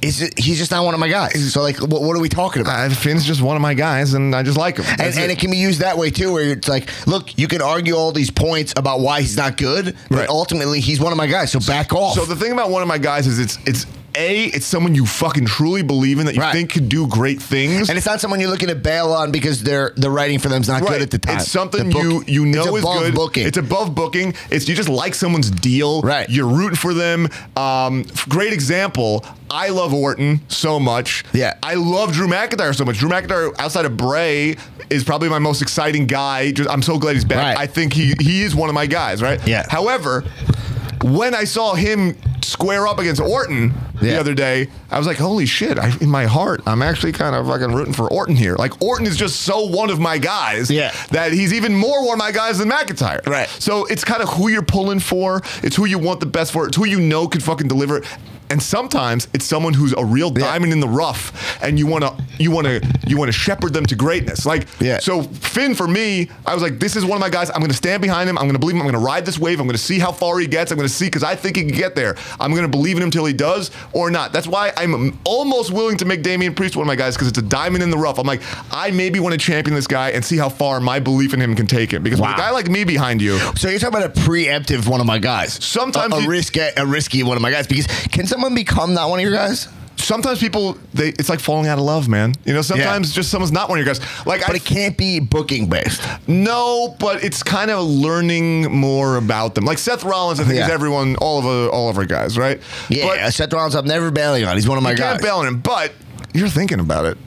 Speaker 1: is it, he's just not one of my guys. So like, what, what are we talking about?
Speaker 2: Uh, Finn's just one of my guys, and I just like him.
Speaker 1: and,
Speaker 2: That's
Speaker 1: and Ah, it can be used that way too, where it's like, look, you can argue all these points about why he's not good, but
Speaker 2: Right.
Speaker 1: ultimately he's one of my guys. So back off.
Speaker 2: so the thing about one of my guys is it's it's a it's someone you fucking truly believe in that you
Speaker 1: Right.
Speaker 2: think could do great things.
Speaker 1: And it's not someone you're looking to bail on because they're the writing for them's not
Speaker 2: Right.
Speaker 1: good at the time.
Speaker 2: It's something
Speaker 1: The book-
Speaker 2: you you know
Speaker 1: it's
Speaker 2: is
Speaker 1: above
Speaker 2: good.
Speaker 1: Booking.
Speaker 2: It's above booking. It's you just like someone's deal.
Speaker 1: Right.
Speaker 2: You're rooting for them. Um, f- great example. I love Orton so much.
Speaker 1: Yeah.
Speaker 2: I love Drew McIntyre so much. Drew McIntyre outside of Bray is probably my most exciting guy. Just, I'm so glad he's back.
Speaker 1: Right.
Speaker 2: I think he he is one of my guys. Right.
Speaker 1: Yeah.
Speaker 2: However, when I saw him square up against Orton the
Speaker 1: Yeah.
Speaker 2: other day, I was like, holy shit, I, in my heart, I'm actually kind of fucking rooting for Orton here. Like, Orton is just so one of my guys
Speaker 1: Yeah.
Speaker 2: that he's even more one of my guys than McIntyre.
Speaker 1: Right.
Speaker 2: So it's kind of who you're pulling for, it's who you want the best for, it's who you know can fucking deliver. And sometimes it's someone who's a real diamond in the rough, and you wanna you wanna you wanna shepherd them to greatness. Like
Speaker 1: Yeah.
Speaker 2: so, Finn for me, I was like, this is one of my guys. I'm gonna stand behind him. I'm gonna believe him. I'm gonna ride this wave. I'm gonna see how far he gets. I'm gonna see because I think he can get there. I'm gonna believe in him till he does or not. That's why I'm almost willing to make Damian Priest one of my guys because it's a diamond in the rough. I'm like, I maybe want to champion this guy and see how far my belief in him can take him. Because with
Speaker 1: Wow.
Speaker 2: a guy like me behind you,
Speaker 1: So you're talking about a preemptive one of my guys.
Speaker 2: Sometimes
Speaker 1: a, a
Speaker 2: you-
Speaker 1: risky, a risky one of my guys. Because can someone become not one of your guys?
Speaker 2: sometimes people they it's like falling out of love, man. You know, sometimes just someone's not one of your guys. Like
Speaker 1: But
Speaker 2: I
Speaker 1: it can't be booking based.
Speaker 2: no, but it's kind of learning more about them. Like Seth Rollins, I think
Speaker 1: Yeah.
Speaker 2: is everyone, all of uh, all of our guys, right?
Speaker 1: Yeah,
Speaker 2: but
Speaker 1: Seth Rollins. I'm never bailing on. He's one of my
Speaker 2: you
Speaker 1: guys.
Speaker 2: can't bail on him. But you're thinking about it.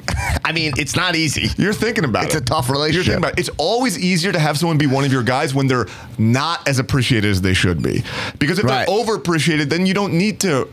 Speaker 1: I mean, it's not easy.
Speaker 2: You're thinking about
Speaker 1: It's
Speaker 2: it.
Speaker 1: a tough
Speaker 2: You're
Speaker 1: relationship.
Speaker 2: thinking about it. It's always easier to have someone be one of your guys when they're not as appreciated as they should be. Because if
Speaker 1: Right.
Speaker 2: they're overappreciated, then you don't need to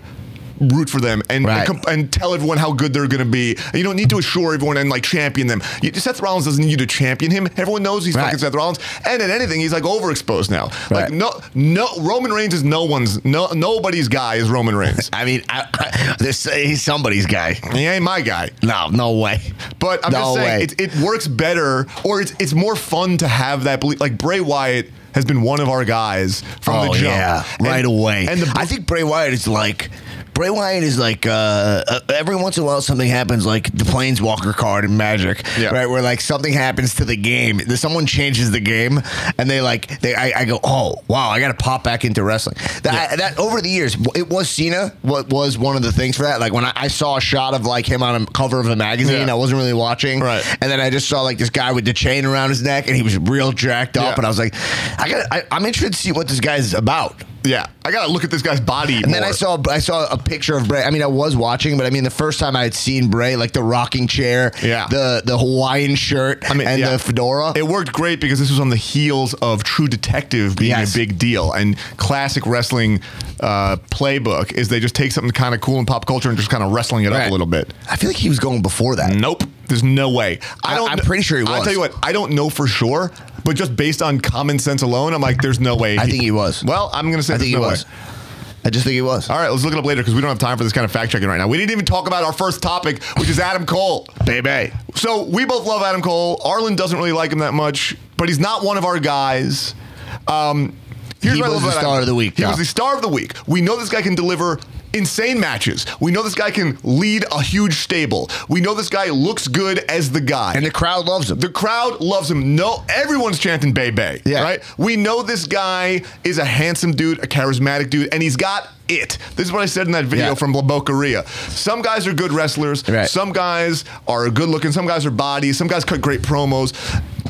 Speaker 2: root for them and
Speaker 1: Right.
Speaker 2: and, comp- and tell everyone how good they're going to be. And you don't need to assure everyone and like champion them. You, Seth Rollins doesn't need you to champion him. Everyone knows he's
Speaker 1: Right.
Speaker 2: fucking Seth Rollins. And in anything, he's like overexposed now.
Speaker 1: Right.
Speaker 2: Like no, no Roman Reigns is no one's, no nobody's guy is Roman Reigns.
Speaker 1: I mean, I, I, this, he's somebody's guy.
Speaker 2: he ain't my guy.
Speaker 1: No, no way.
Speaker 2: But I'm
Speaker 1: No
Speaker 2: just saying
Speaker 1: way.
Speaker 2: it, it works better, or it's it's more fun to have that belief. Like Bray Wyatt has been one of our guys from
Speaker 1: oh
Speaker 2: the jump,
Speaker 1: yeah,
Speaker 2: And-
Speaker 1: right away.
Speaker 2: And the
Speaker 1: I think Bray Wyatt is like. Bray Wyatt is like uh, uh, every once in a while something happens, like the Planeswalker card in Magic,
Speaker 2: Yeah.
Speaker 1: right? Where like something happens to the game, There's someone changes the game, and they like they I, I go, oh wow, I got to pop back into wrestling. That, that over the years, it was Cena what was one of the things for that. Like when I, I saw a shot of like him on a cover of a magazine,
Speaker 2: Yeah.
Speaker 1: I wasn't really watching,
Speaker 2: Right.
Speaker 1: And then I just saw like this guy with the chain around his neck, and he was real jacked up,
Speaker 2: Yeah.
Speaker 1: and I was like, I got, I, I'm interested to see what this guy's about.
Speaker 2: yeah, I gotta look at this guy's body.
Speaker 1: And then I saw I saw a picture of Bray. I mean, I was watching, but I mean, the first time I had seen Bray, like the rocking chair,
Speaker 2: Yeah.
Speaker 1: the the Hawaiian shirt,
Speaker 2: mean,
Speaker 1: and
Speaker 2: yeah.
Speaker 1: the fedora.
Speaker 2: It worked great because this was on the heels of True Detective being
Speaker 1: Yes.
Speaker 2: a big deal. And classic wrestling uh, playbook is they just take something kind of cool in pop culture and just kind of wrestling it up
Speaker 1: Right.
Speaker 2: a little bit.
Speaker 1: I feel like he was going before that.
Speaker 2: Nope. There's no way.
Speaker 1: I-
Speaker 2: I don't.
Speaker 1: I'm pretty sure he
Speaker 2: I'll
Speaker 1: was.
Speaker 2: tell you what. I don't know for sure, but just based on common sense alone, I'm like, there's no way.
Speaker 1: I think he was.
Speaker 2: Well, I'm gonna say
Speaker 1: I
Speaker 2: there's
Speaker 1: think he
Speaker 2: no
Speaker 1: was.
Speaker 2: way.
Speaker 1: I just think he was.
Speaker 2: All right, let's look it up later because we don't have time for this kind of fact checking right now. We didn't even talk about our first topic, which is Adam Cole.
Speaker 1: Baby.
Speaker 2: So we both love Adam Cole. Arlen doesn't really like him that much, but he's not one of our guys. Um, here's
Speaker 1: He
Speaker 2: what
Speaker 1: was
Speaker 2: I love
Speaker 1: the
Speaker 2: about
Speaker 1: star
Speaker 2: Adam.
Speaker 1: of the week,
Speaker 2: He
Speaker 1: though.
Speaker 2: was the star of the week. We know this guy can deliver insane matches. We know this guy can lead a huge stable. We know this guy looks good as the guy.
Speaker 1: And the crowd loves him.
Speaker 2: The crowd loves him. No, everyone's chanting Bay Bay.
Speaker 1: Yeah.
Speaker 2: Right? We know this guy is a handsome dude, a charismatic dude, and he's got it. This is what I said in that video
Speaker 1: Yeah.
Speaker 2: from La Boqueria. Some guys are good wrestlers.
Speaker 1: Right.
Speaker 2: Some guys are good looking. Some guys are bodies. Some guys cut great promos.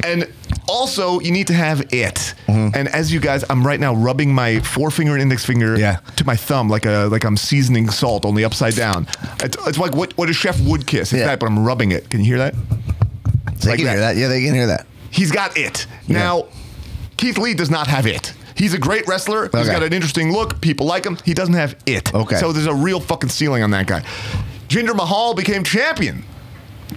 Speaker 2: And also, you need to have it.
Speaker 1: Mm-hmm.
Speaker 2: And as you guys, I'm right now rubbing my forefinger and index finger
Speaker 1: Yeah.
Speaker 2: to my thumb like a like I'm seasoning salt, only upside down. It's, it's like what what a chef would kiss. It's
Speaker 1: Yeah.
Speaker 2: that, but I'm rubbing it. Can you hear that?
Speaker 1: they
Speaker 2: like
Speaker 1: can
Speaker 2: that.
Speaker 1: hear that. Yeah, they can hear that.
Speaker 2: He's got it. Now, Keith Lee does not have it. He's a great wrestler. He's
Speaker 1: Okay.
Speaker 2: got an interesting look. People like him. He doesn't have it.
Speaker 1: Okay.
Speaker 2: So there's a real fucking ceiling on that guy. Jinder Mahal became champion.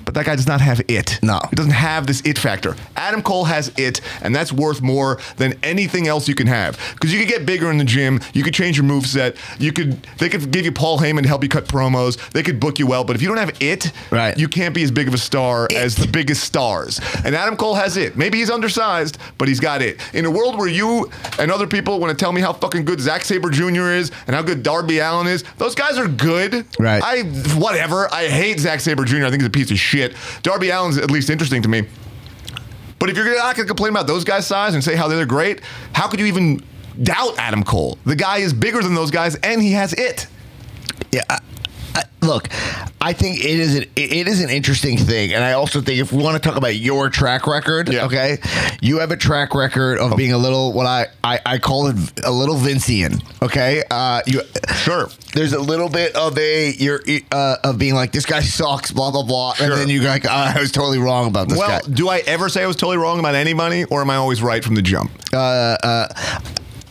Speaker 2: But that guy does not have it.
Speaker 1: No.
Speaker 2: He doesn't have this it factor. Adam Cole has it, and that's worth more than anything else you can have. Because you could get bigger in the gym, you could change your moveset, you could they could give you Paul Heyman to help you cut promos, they could book you well, but if you don't have it,
Speaker 1: Right.
Speaker 2: you can't be as big of a star
Speaker 1: It.
Speaker 2: as the biggest stars. And Adam Cole has it. Maybe he's undersized, but he's got it. In a world where you and other people want to tell me how fucking good Zack Sabre Jr. is and how good Darby Allen is, those guys are good.
Speaker 1: Right.
Speaker 2: I whatever. I hate Zack Sabre Jr. I think he's a piece of shit. Darby Allen's at least interesting to me. But if you're not going to complain about those guys' size and say how they're great, how could you even doubt Adam Cole? The guy is bigger than those guys, and he has it.
Speaker 1: Yeah. I, I, look, I think it is an it it is an interesting thing, and I also think if we want to talk about your track record,
Speaker 2: Yeah.
Speaker 1: okay, you have a track record of being a little what I I, I call it a little Vincian, okay. Uh, you
Speaker 2: Sure.
Speaker 1: There's a little bit of a you're uh, of being like this guy sucks, blah blah blah,
Speaker 2: Sure.
Speaker 1: and then you're like "Ah, I was totally wrong about this
Speaker 2: Well,
Speaker 1: guy.
Speaker 2: do I ever say I was totally wrong about anybody, or am I always right from the jump?
Speaker 1: Uh, uh,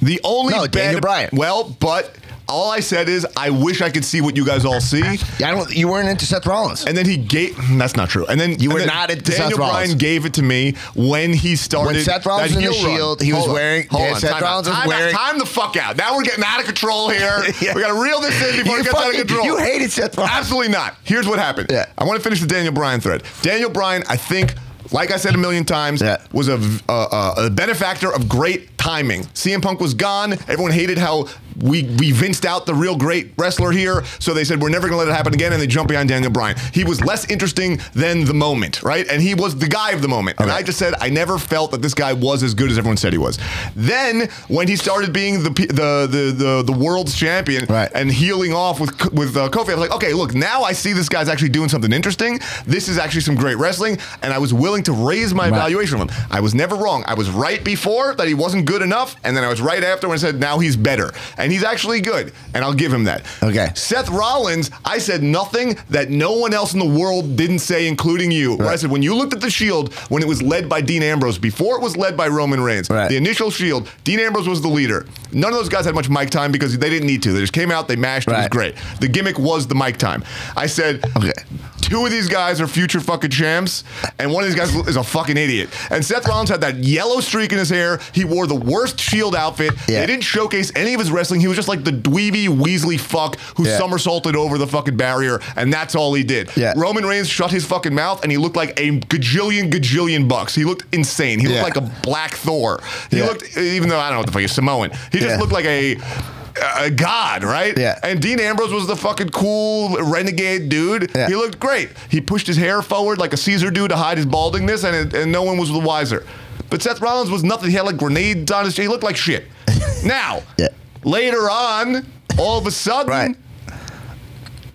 Speaker 2: The only
Speaker 1: No,
Speaker 2: bad-
Speaker 1: Daniel Bryan.
Speaker 2: Well, but all I said is I wish I could see what you guys all see.
Speaker 1: Yeah, I don't. You weren't into Seth Rollins.
Speaker 2: And then he gave. That's not true. And then
Speaker 1: You
Speaker 2: and
Speaker 1: were
Speaker 2: then
Speaker 1: not into
Speaker 2: Daniel
Speaker 1: Seth Rollins.
Speaker 2: Bryan gave it to me when he started.
Speaker 1: When Seth Rollins
Speaker 2: that
Speaker 1: was in the
Speaker 2: heel run.
Speaker 1: Shield, he was
Speaker 2: Hold on,
Speaker 1: wearing-
Speaker 2: Hold
Speaker 1: yeah,
Speaker 2: on,
Speaker 1: Seth
Speaker 2: time out,
Speaker 1: Rollins was
Speaker 2: time out,
Speaker 1: wearing-
Speaker 2: Time the fuck out. Now we're getting out of control here.
Speaker 1: Yeah.
Speaker 2: We got to reel this in before it
Speaker 1: you,
Speaker 2: gets out of
Speaker 1: fucking,
Speaker 2: control.
Speaker 1: you hated Seth Rollins.
Speaker 2: Absolutely not. Here's what happened.
Speaker 1: Yeah.
Speaker 2: I want to finish the Daniel Bryan thread. Daniel Bryan, I think, like I said a million times,
Speaker 1: Yeah.
Speaker 2: was a, v- a- a- a benefactor of great timing. CM Punk was gone. Everyone hated how we we vinced out the real great wrestler here. So they said we're never going to let it happen again, and they jumped behind Daniel Bryan. He was less interesting than the moment, right? And he was the guy of the moment. And
Speaker 1: Okay.
Speaker 2: I just said I never felt that this guy was as good as everyone said he was. Then when he started being the p- the the the, the world's champion,
Speaker 1: Right.
Speaker 2: and healing off with with uh, Kofi. I was like, okay, look, now I see this guy's actually doing something interesting. This is actually some great wrestling, and I was willing to raise my
Speaker 1: Right.
Speaker 2: evaluation of him. I was never wrong. I was right before that he wasn't good enough, and then I was right after when I said now he's better, and he's actually good, and I'll give him that.
Speaker 1: Okay.
Speaker 2: Seth Rollins, I said nothing that no one else in the world didn't say, including you. Where I
Speaker 1: Right.
Speaker 2: said when you looked at the Shield when it was led by Dean Ambrose before it was led by Roman Reigns,
Speaker 1: Right.
Speaker 2: the initial Shield, Dean Ambrose was the leader. None of those guys had much mic time because they didn't need to. They just came out, they mashed, it was
Speaker 1: Right.
Speaker 2: great. The gimmick was the mic time. I said,
Speaker 1: Okay.
Speaker 2: two of these guys are future fucking champs, and one of these guys is a fucking idiot. And Seth Rollins had that yellow streak in his hair. He wore the worst Shield outfit.
Speaker 1: Yeah.
Speaker 2: They didn't showcase any of his wrestling. He was just like the dweeby Weasley fuck who
Speaker 1: Yeah.
Speaker 2: somersaulted over the fucking barrier, and that's all he did.
Speaker 1: Yeah.
Speaker 2: Roman Reigns shut his fucking mouth, and he looked like a gajillion gajillion bucks. He looked insane. He looked
Speaker 1: Yeah.
Speaker 2: like a black Thor. He
Speaker 1: Yeah.
Speaker 2: looked, even though I don't know what the fuck he's Samoan. He just
Speaker 1: Yeah.
Speaker 2: looked like a a god, right?
Speaker 1: Yeah.
Speaker 2: And Dean Ambrose was the fucking cool renegade dude.
Speaker 1: Yeah.
Speaker 2: He looked great. He pushed his hair forward like a Caesar do to hide his baldingness, and it, and no one was the wiser. But Seth Rollins was nothing. He had like grenades on his. He looked like shit. now,
Speaker 1: Yeah.
Speaker 2: later on, all of a sudden.
Speaker 1: Right.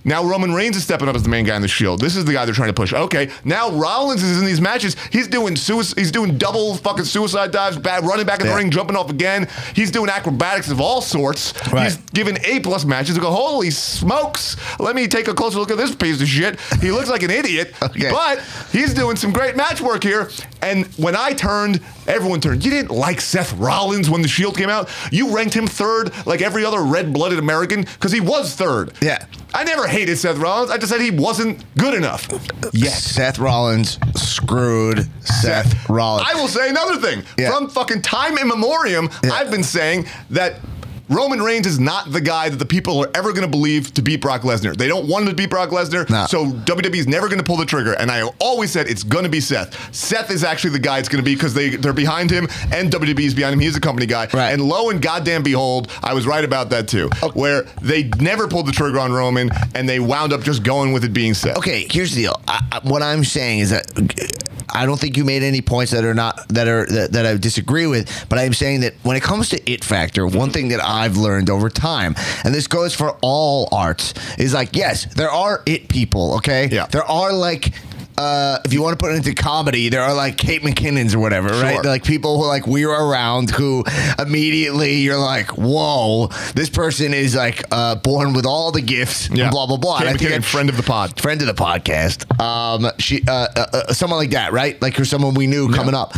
Speaker 2: Now Roman Reigns is stepping up as the main guy in the Shield. This is the guy they're trying to push. Okay, now Rollins is in these matches. He's doing suicide. He's doing double fucking suicide dives, bad running back in the
Speaker 1: Yeah.
Speaker 2: ring, jumping off again. He's doing acrobatics of all sorts.
Speaker 1: Right.
Speaker 2: He's giving A plus matches. I go, holy smokes! Let me take a closer look at this piece of shit. He looks like an idiot,
Speaker 1: Okay.
Speaker 2: but he's doing some great match work here. And when I turned, everyone turned. You didn't like Seth Rollins when the Shield came out. You ranked him third, like every other red-blooded American, because he was third.
Speaker 1: Yeah.
Speaker 2: I never hated Seth Rollins. I just said he wasn't good enough.
Speaker 1: Yes. Seth Rollins screwed Seth, Rollins.
Speaker 2: I will say another thing.
Speaker 1: Yeah.
Speaker 2: From fucking time immemorium,
Speaker 1: Yeah.
Speaker 2: I've been saying that Roman Reigns is not the guy that the people are ever going to believe to beat Brock Lesnar. They don't want him to beat Brock Lesnar,
Speaker 1: Nah.
Speaker 2: so WWE is never going to pull the trigger. And I always said it's going to be Seth. Seth is actually the guy it's going to be because they they're behind him, and WWE is behind him. He's a company guy.
Speaker 1: Right.
Speaker 2: And lo and goddamn behold, I was right about that too. Where they never pulled the trigger on Roman, and they wound up just going with it being Seth.
Speaker 1: okay, here's the deal. I, I- what I'm saying is that I don't think you made any points that are not that are that, that I disagree with. But I'm saying that when it comes to it factor, one thing that I've learned over time, and this goes for all arts, is like yes, there are it people. Okay,
Speaker 2: Yeah.
Speaker 1: there are like. Uh, if you want to put it into comedy, there are like Kate McKinnon's or whatever, right?
Speaker 2: Sure.
Speaker 1: They're like people who like we are around who immediately you're like, whoa, this person is like uh, born with all the gifts, and
Speaker 2: Yeah.
Speaker 1: blah blah blah. And
Speaker 2: Kate
Speaker 1: I think
Speaker 2: McKinnon,
Speaker 1: that-
Speaker 2: friend of the pod.
Speaker 1: friend of the podcast. Um, she, uh, uh, uh, someone like that, right? Like, or someone we knew coming up.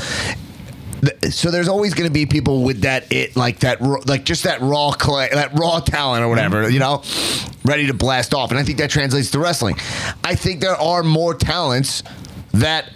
Speaker 1: Th- So there's always going to be people with that it like that ra- like just that raw clay that raw talent or whatever you know ready to blast off and I think that translates to wrestling. I think there are more talents that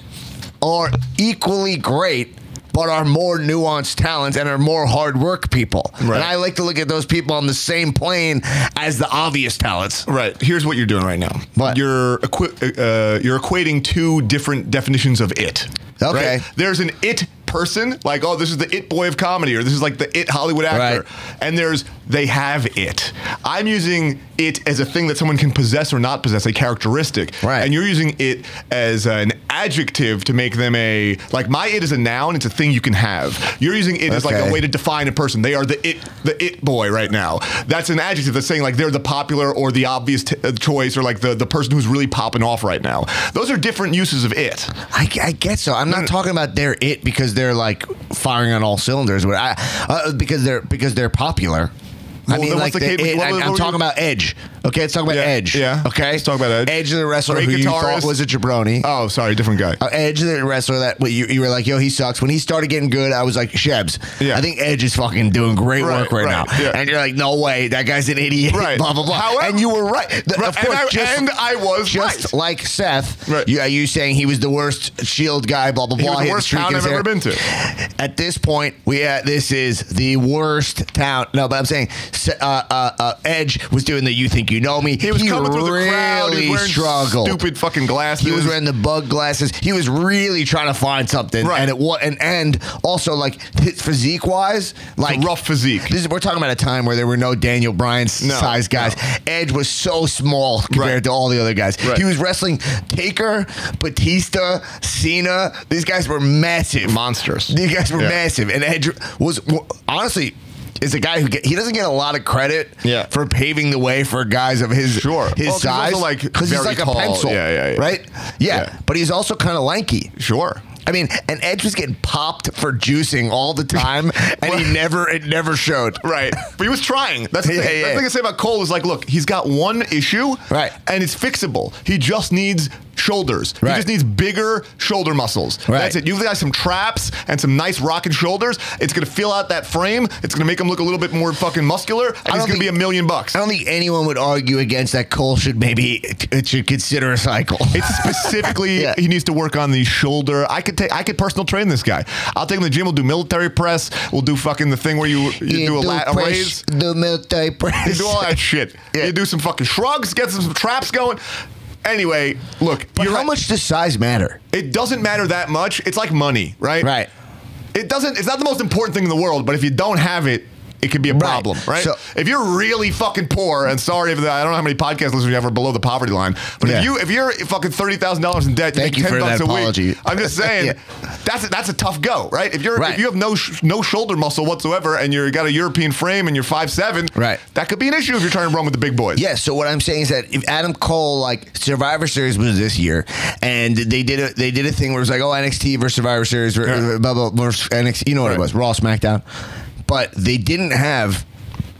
Speaker 1: are equally great but are more nuanced talents and are more hard work people.
Speaker 2: Right.
Speaker 1: And I like to look at those people on the same plane as the obvious talents.
Speaker 2: Right. Here's what you're doing right now.
Speaker 1: What?
Speaker 2: You're equi- uh, you're equating two different definitions of it.
Speaker 1: Okay.
Speaker 2: right? There's an it person, like oh, this is the it boy of comedy, or this is like the it Hollywood actor. And there's they have it. I'm using it as a thing that someone can possess or not possess, a characteristic.
Speaker 1: Right.
Speaker 2: And you're using it as an adjective to make them a like my it is a noun. It's a thing you can have. You're using it as like a
Speaker 1: Okay.
Speaker 2: way to define a person. They are the it the it boy right now. That's an adjective that's saying like they're the popular or the obvious t- uh, choice or like the the person who's really popping off right now. Those are different uses of it.
Speaker 1: I, I guess so. I'm
Speaker 2: Mm.
Speaker 1: not talking about they're it because they're like firing on all cylinders. But I uh, because they're because they're popular.
Speaker 2: Well,
Speaker 1: I mean,
Speaker 2: then
Speaker 1: like
Speaker 2: what's the
Speaker 1: the
Speaker 2: cadence-
Speaker 1: it,
Speaker 2: what-
Speaker 1: I'm,
Speaker 2: what-
Speaker 1: I'm
Speaker 2: what-
Speaker 1: talking about edge. Okay, let's talk about
Speaker 2: Yeah,
Speaker 1: Edge.
Speaker 2: yeah.
Speaker 1: Okay,
Speaker 2: Let's talk about Edge.
Speaker 1: Edge is a wrestler
Speaker 2: Great
Speaker 1: who you thought
Speaker 2: guitarist.
Speaker 1: was a jabroni.
Speaker 2: Oh, sorry, different guy.
Speaker 1: Uh, Edge is a wrestler that well, you, you were like, yo, he sucks. When he started getting good, I was like, Shebs,
Speaker 2: Yeah.
Speaker 1: I think Edge is fucking doing great
Speaker 2: Right,
Speaker 1: work right,
Speaker 2: right,
Speaker 1: now.
Speaker 2: yeah.
Speaker 1: And you're like, no way, that guy's an idiot.
Speaker 2: Right.
Speaker 1: Blah blah blah.
Speaker 2: However-
Speaker 1: and you were right. The-
Speaker 2: Right,
Speaker 1: Of course,
Speaker 2: and, I,
Speaker 1: just,
Speaker 2: and I was
Speaker 1: just
Speaker 2: right.
Speaker 1: like Seth,
Speaker 2: Right.
Speaker 1: you, are you saying he was the worst Shield guy? Blah blah
Speaker 2: He
Speaker 1: blah.
Speaker 2: was
Speaker 1: hit
Speaker 2: the worst
Speaker 1: streak
Speaker 2: town
Speaker 1: in his
Speaker 2: I've
Speaker 1: hair.
Speaker 2: ever been to.
Speaker 1: At this point, we uh, this is the worst town. No, but I'm saying Se- uh, uh, uh, Edge was doing the "You Think You Know Me."
Speaker 2: He was coming through the crowd. He
Speaker 1: really
Speaker 2: was wearing
Speaker 1: struggled.
Speaker 2: stupid fucking glasses.
Speaker 1: He was wearing the bug glasses. He was really trying to find something,
Speaker 2: Right.
Speaker 1: and it was and and also like his physique wise, like
Speaker 2: rough physique.
Speaker 1: This is we're talking about a time where there were no Daniel Bryan
Speaker 2: No,
Speaker 1: size guys. Edge was so small compared
Speaker 2: Right.
Speaker 1: to all the other guys.
Speaker 2: Right.
Speaker 1: He was wrestling Taker, Batista, Cena. These guys were massive.
Speaker 2: monsters.
Speaker 1: These guys were
Speaker 2: Yeah.
Speaker 1: massive, and Edge was honestly is a guy who get, he doesn't get a lot of credit
Speaker 2: Yeah.
Speaker 1: for paving the way for guys of his
Speaker 2: Sure.
Speaker 1: his
Speaker 2: Well, 'cause he's
Speaker 1: size
Speaker 2: also, like,
Speaker 1: he's
Speaker 2: very
Speaker 1: like
Speaker 2: tall.
Speaker 1: a pencil
Speaker 2: Yeah, yeah, yeah.
Speaker 1: right yeah,
Speaker 2: Yeah.
Speaker 1: but he's also kind of lanky
Speaker 2: Sure.
Speaker 1: I mean and Edge was getting popped for juicing all the time and he never it never showed
Speaker 2: Right. But he was trying. That's the
Speaker 1: Yeah,
Speaker 2: thing.
Speaker 1: yeah,
Speaker 2: That's the
Speaker 1: yeah.
Speaker 2: thing I say about Cole is like, look, he's got one issue.
Speaker 1: Right.
Speaker 2: And it's fixable. He just needs shoulders. He
Speaker 1: Right.
Speaker 2: just needs bigger shoulder muscles.
Speaker 1: Right.
Speaker 2: That's it. You've got some traps and some nice rocking shoulders. It's going to fill out that frame. It's going to make him look a little bit more fucking muscular. And he's
Speaker 1: don't
Speaker 2: going to be a
Speaker 1: think-
Speaker 2: million bucks.
Speaker 1: I don't think anyone would argue against that Cole should maybe it should consider a cycle
Speaker 2: It's specifically
Speaker 1: Yeah.
Speaker 2: he needs to work on the shoulder. I could take I could personal train this guy. I'll take him to the gym. We'll do military press. We'll do fucking the thing where you you do a, la- a
Speaker 1: press-
Speaker 2: raise.
Speaker 1: do military press
Speaker 2: You do all that shit.
Speaker 1: Yeah.
Speaker 2: You do some fucking shrugs. Get some, traps going. Anyway, look,
Speaker 1: But
Speaker 2: you're
Speaker 1: how
Speaker 2: right.
Speaker 1: much does size matter
Speaker 2: It doesn't matter that much. It's like money, right?
Speaker 1: right
Speaker 2: It doesn't. It's not the most important thing in the world. But if you don't have it. It could be a problem, right?
Speaker 1: So-
Speaker 2: if you're really fucking poor, and sorry if the, I don't know how many podcast listeners you have are below the poverty line, but
Speaker 1: Yeah.
Speaker 2: if you if you're fucking thirty thousand dollars in debt, you
Speaker 1: Thank
Speaker 2: make
Speaker 1: you
Speaker 2: ten
Speaker 1: for
Speaker 2: bucks
Speaker 1: that
Speaker 2: a
Speaker 1: apology.
Speaker 2: week. I'm just saying
Speaker 1: Yeah.
Speaker 2: that's a, that's a tough go, right? If you're
Speaker 1: Right.
Speaker 2: if you have no sh- no shoulder muscle whatsoever, and you're got a European frame and you're five seven,
Speaker 1: Right.
Speaker 2: That could be an issue if you're trying to run with the big boys.
Speaker 1: Yeah, so what I'm saying is that if Adam Cole like Survivor Series was this year, and they did a they did a thing where it was like, oh NXT versus Survivor Series, or, uh,
Speaker 2: Yeah.
Speaker 1: blah blah, versus NXT, you know what
Speaker 2: Right.
Speaker 1: it was, Raw SmackDown, but they didn't have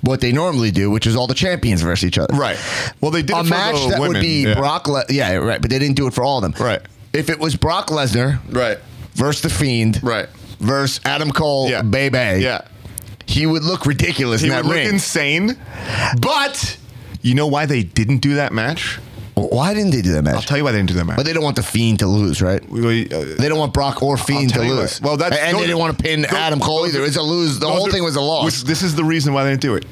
Speaker 1: what they normally do, which is all the champions versus each other.
Speaker 2: Right. Well, they did it
Speaker 1: a
Speaker 2: for
Speaker 1: match
Speaker 2: the
Speaker 1: that
Speaker 2: women.
Speaker 1: would be
Speaker 2: yeah.
Speaker 1: Brock. Le- yeah, right. But they didn't do it for all of them.
Speaker 2: Right.
Speaker 1: If it was Brock Lesnar
Speaker 2: Right.
Speaker 1: versus the Fiend.
Speaker 2: Right.
Speaker 1: Versus Adam Cole,
Speaker 2: Yeah.
Speaker 1: Oh, Bebe.
Speaker 2: Yeah.
Speaker 1: He would look ridiculous
Speaker 2: He
Speaker 1: in
Speaker 2: would
Speaker 1: that
Speaker 2: look
Speaker 1: ring.
Speaker 2: insane, but you know why they didn't do that match?
Speaker 1: Why didn't they do that
Speaker 2: I'll
Speaker 1: match?
Speaker 2: tell you why they didn't do that match.
Speaker 1: But they don't want the Fiend to lose, right?
Speaker 2: We- uh,
Speaker 1: They don't want Brock or Fiend to
Speaker 2: tell you
Speaker 1: lose.
Speaker 2: what. Well, that's-
Speaker 1: and, and
Speaker 2: those-
Speaker 1: they didn't want to pin
Speaker 2: those-
Speaker 1: Adam Cole
Speaker 2: those-
Speaker 1: either. It's a lose. The
Speaker 2: those
Speaker 1: whole
Speaker 2: are-
Speaker 1: thing was a loss.
Speaker 2: which- this is the reason why they didn't do it.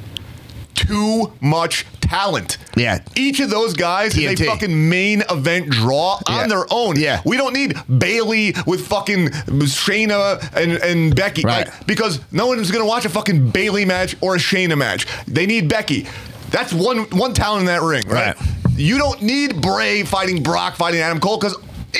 Speaker 2: Too much talent.
Speaker 1: Yeah.
Speaker 2: Each of those guys is a
Speaker 1: TNT.
Speaker 2: fucking main event draw
Speaker 1: Yeah.
Speaker 2: on their own.
Speaker 1: Yeah.
Speaker 2: We don't need Bailey with fucking Shayna and, and Becky.
Speaker 1: Right.
Speaker 2: Like, because no one's gonna watch a fucking Bailey match or a Shayna match. They need Becky. That's one one talent in that ring, right?
Speaker 1: Right.
Speaker 2: You don't need Bray fighting Brock fighting Adam Cole because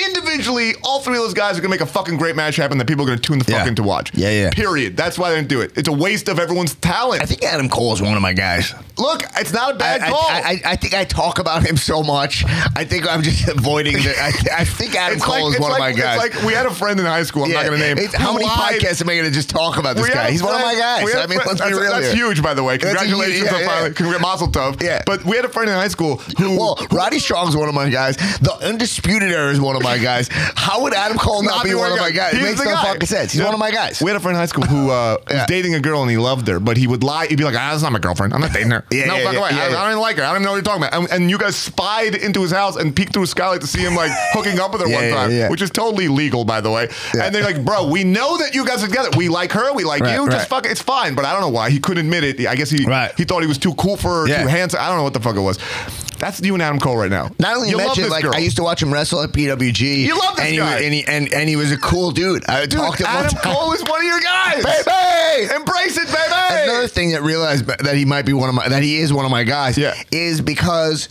Speaker 2: individually, all three of those guys are gonna make a fucking great match happen that people are gonna tune the fuck
Speaker 1: Yeah.
Speaker 2: in to watch.
Speaker 1: Yeah, yeah.
Speaker 2: Period. That's why they didn't do it. It's a waste of everyone's talent.
Speaker 1: I think Adam Cole is one of my guys.
Speaker 2: Look, it's not a
Speaker 1: I,
Speaker 2: bad
Speaker 1: I,
Speaker 2: call.
Speaker 1: I, I think I talk about him so much. I think I'm just avoiding. The, I, I think Adam Cole is
Speaker 2: it's
Speaker 1: one
Speaker 2: like-
Speaker 1: of my guys.
Speaker 2: It's like we had a friend in high school. I'm not
Speaker 1: Yeah.
Speaker 2: going to name.
Speaker 1: It's- how
Speaker 2: who
Speaker 1: many
Speaker 2: lied.
Speaker 1: podcasts am I going to just talk about this
Speaker 2: We had
Speaker 1: guy?
Speaker 2: a
Speaker 1: He's one of my
Speaker 2: friend- we
Speaker 1: guys.
Speaker 2: had
Speaker 1: I
Speaker 2: a
Speaker 1: mean,
Speaker 2: friend-
Speaker 1: let's be
Speaker 2: that's,
Speaker 1: real
Speaker 2: that's
Speaker 1: here.
Speaker 2: huge, by the way.
Speaker 1: That's a huge-
Speaker 2: Congratulations
Speaker 1: yeah,
Speaker 2: on
Speaker 1: yeah.
Speaker 2: finally, congr- Mazel tov.
Speaker 1: Yeah.
Speaker 2: But we had a friend in high school who
Speaker 1: Well, Roddy Strong's one of my guys. The Undisputed Era is one of my guys. How would Adam Cole not, be one of my guys? It
Speaker 2: He's
Speaker 1: makes
Speaker 2: the
Speaker 1: no
Speaker 2: guy.
Speaker 1: fucking sense. He's
Speaker 2: Yeah.
Speaker 1: one of my guys.
Speaker 2: We had a friend in high school who uh, was
Speaker 1: Yeah.
Speaker 2: dating a girl and he loved her, but he would lie. He'd be like, ah, that's not my girlfriend. I'm not dating her.
Speaker 1: Yeah,
Speaker 2: no,
Speaker 1: yeah,
Speaker 2: fucking
Speaker 1: yeah,
Speaker 2: way.
Speaker 1: yeah,
Speaker 2: I,
Speaker 1: yeah.
Speaker 2: I don't even like her. I don't even know what you're talking about. And, and you guys spied into his house and peeked through his skylight to see him like hooking up with her
Speaker 1: Yeah,
Speaker 2: one
Speaker 1: yeah,
Speaker 2: time,
Speaker 1: yeah.
Speaker 2: which is totally legal, by the way.
Speaker 1: Yeah.
Speaker 2: And they're like, bro, we know that you guys are together. We like her. We like
Speaker 1: Right,
Speaker 2: you. Just
Speaker 1: right.
Speaker 2: fuck it. It's fine. But I don't know why. He couldn't admit it. I guess he
Speaker 1: Right.
Speaker 2: he thought he was too cool for her,
Speaker 1: Yeah.
Speaker 2: too handsome. I don't know what the fuck it was. That's you and Adam Cole right now.
Speaker 1: Not only
Speaker 2: you love
Speaker 1: mentioned,
Speaker 2: this
Speaker 1: like
Speaker 2: girl.
Speaker 1: I used to watch him wrestle at PWG.
Speaker 2: You love this
Speaker 1: and he
Speaker 2: guy.
Speaker 1: was- and, he, and and he was a cool dude. I
Speaker 2: Dude,
Speaker 1: talked to him
Speaker 2: Adam
Speaker 1: one time.
Speaker 2: Cole is one of your guys.
Speaker 1: Baby!
Speaker 2: Embrace it, baby.
Speaker 1: Another thing that realized that he might be one of my that he is one of my guys
Speaker 2: Yeah.
Speaker 1: is because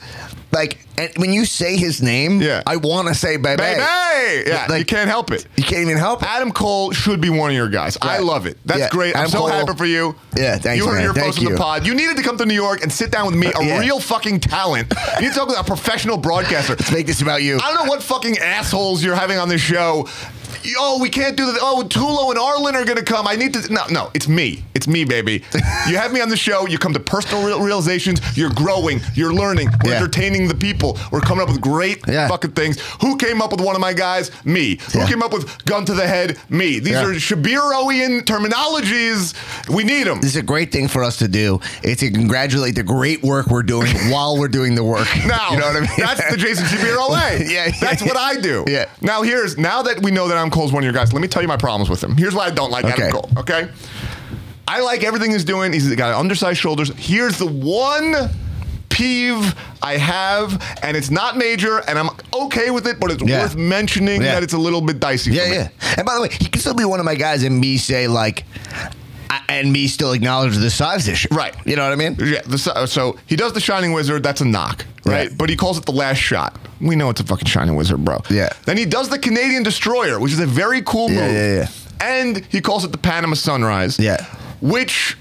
Speaker 1: like and when you say his name,
Speaker 2: Yeah.
Speaker 1: I want to say baby.
Speaker 2: baby. Yeah,
Speaker 1: Like-
Speaker 2: you can't help it.
Speaker 1: You can't even help it.
Speaker 2: Adam Cole should be one of your guys. I
Speaker 1: Right.
Speaker 2: love it. That's
Speaker 1: Yeah,
Speaker 2: great. I'm
Speaker 1: Adam
Speaker 2: so
Speaker 1: Cole-
Speaker 2: happy for you.
Speaker 1: Yeah, thanks,
Speaker 2: You heard
Speaker 1: man.
Speaker 2: your
Speaker 1: Thank
Speaker 2: folks on the
Speaker 1: you. Uh,
Speaker 2: pod. You needed to come to New York and sit down with me, a
Speaker 1: yeah.
Speaker 2: real fucking talent. You need to talk with a professional broadcaster.
Speaker 1: Let's make this about you.
Speaker 2: I don't know what fucking assholes you're having on this show. Oh, we can't do that. Oh, Tulo and Arlen are going to come. I need to. No, no, it's me. It's It's me, baby. You have me on the show. You come to personal real- realizations. You're growing. You're learning. We're
Speaker 1: Yeah.
Speaker 2: entertaining the people. We're coming up with great
Speaker 1: Yeah.
Speaker 2: fucking things. Who came up with one of my guys? Me.
Speaker 1: Yeah.
Speaker 2: Who came up with gun to the head? Me. These
Speaker 1: Yeah.
Speaker 2: are Shabiroian terminologies. We need them.
Speaker 1: This is a great thing for us to do. Is to congratulate the great work we're doing while we're doing the work.
Speaker 2: Now,
Speaker 1: you know what I mean?
Speaker 2: that's the Jason Shapiro way.
Speaker 1: Yeah, yeah,
Speaker 2: that's what
Speaker 1: yeah.
Speaker 2: I do.
Speaker 1: Yeah.
Speaker 2: Now here's now that we know that Adam Cole's one of your guys. Let me tell you my problems with him. Here's why I don't like
Speaker 1: Okay.
Speaker 2: Adam Cole. Okay. I like everything he's doing. He's got undersized shoulders. Here's the one peeve I have, and it's not major, and I'm okay with it, but it's
Speaker 1: Yeah.
Speaker 2: worth mentioning
Speaker 1: Yeah.
Speaker 2: that it's a little bit dicey.
Speaker 1: Yeah,
Speaker 2: for me.
Speaker 1: yeah. And by the way, he can still be one of my guys, and me say like, I, and me still acknowledge the size issue.
Speaker 2: Right.
Speaker 1: You know what I mean?
Speaker 2: Yeah, the, so so he does the Shining Wizard. That's a knock, right?
Speaker 1: Right.
Speaker 2: But he calls it the last shot. We know it's a fucking Shining Wizard, bro.
Speaker 1: Yeah.
Speaker 2: Then he does the Canadian Destroyer, which is a very cool
Speaker 1: Yeah,
Speaker 2: move.
Speaker 1: yeah, yeah.
Speaker 2: And he calls it the Panama Sunrise.
Speaker 1: Yeah.
Speaker 2: Which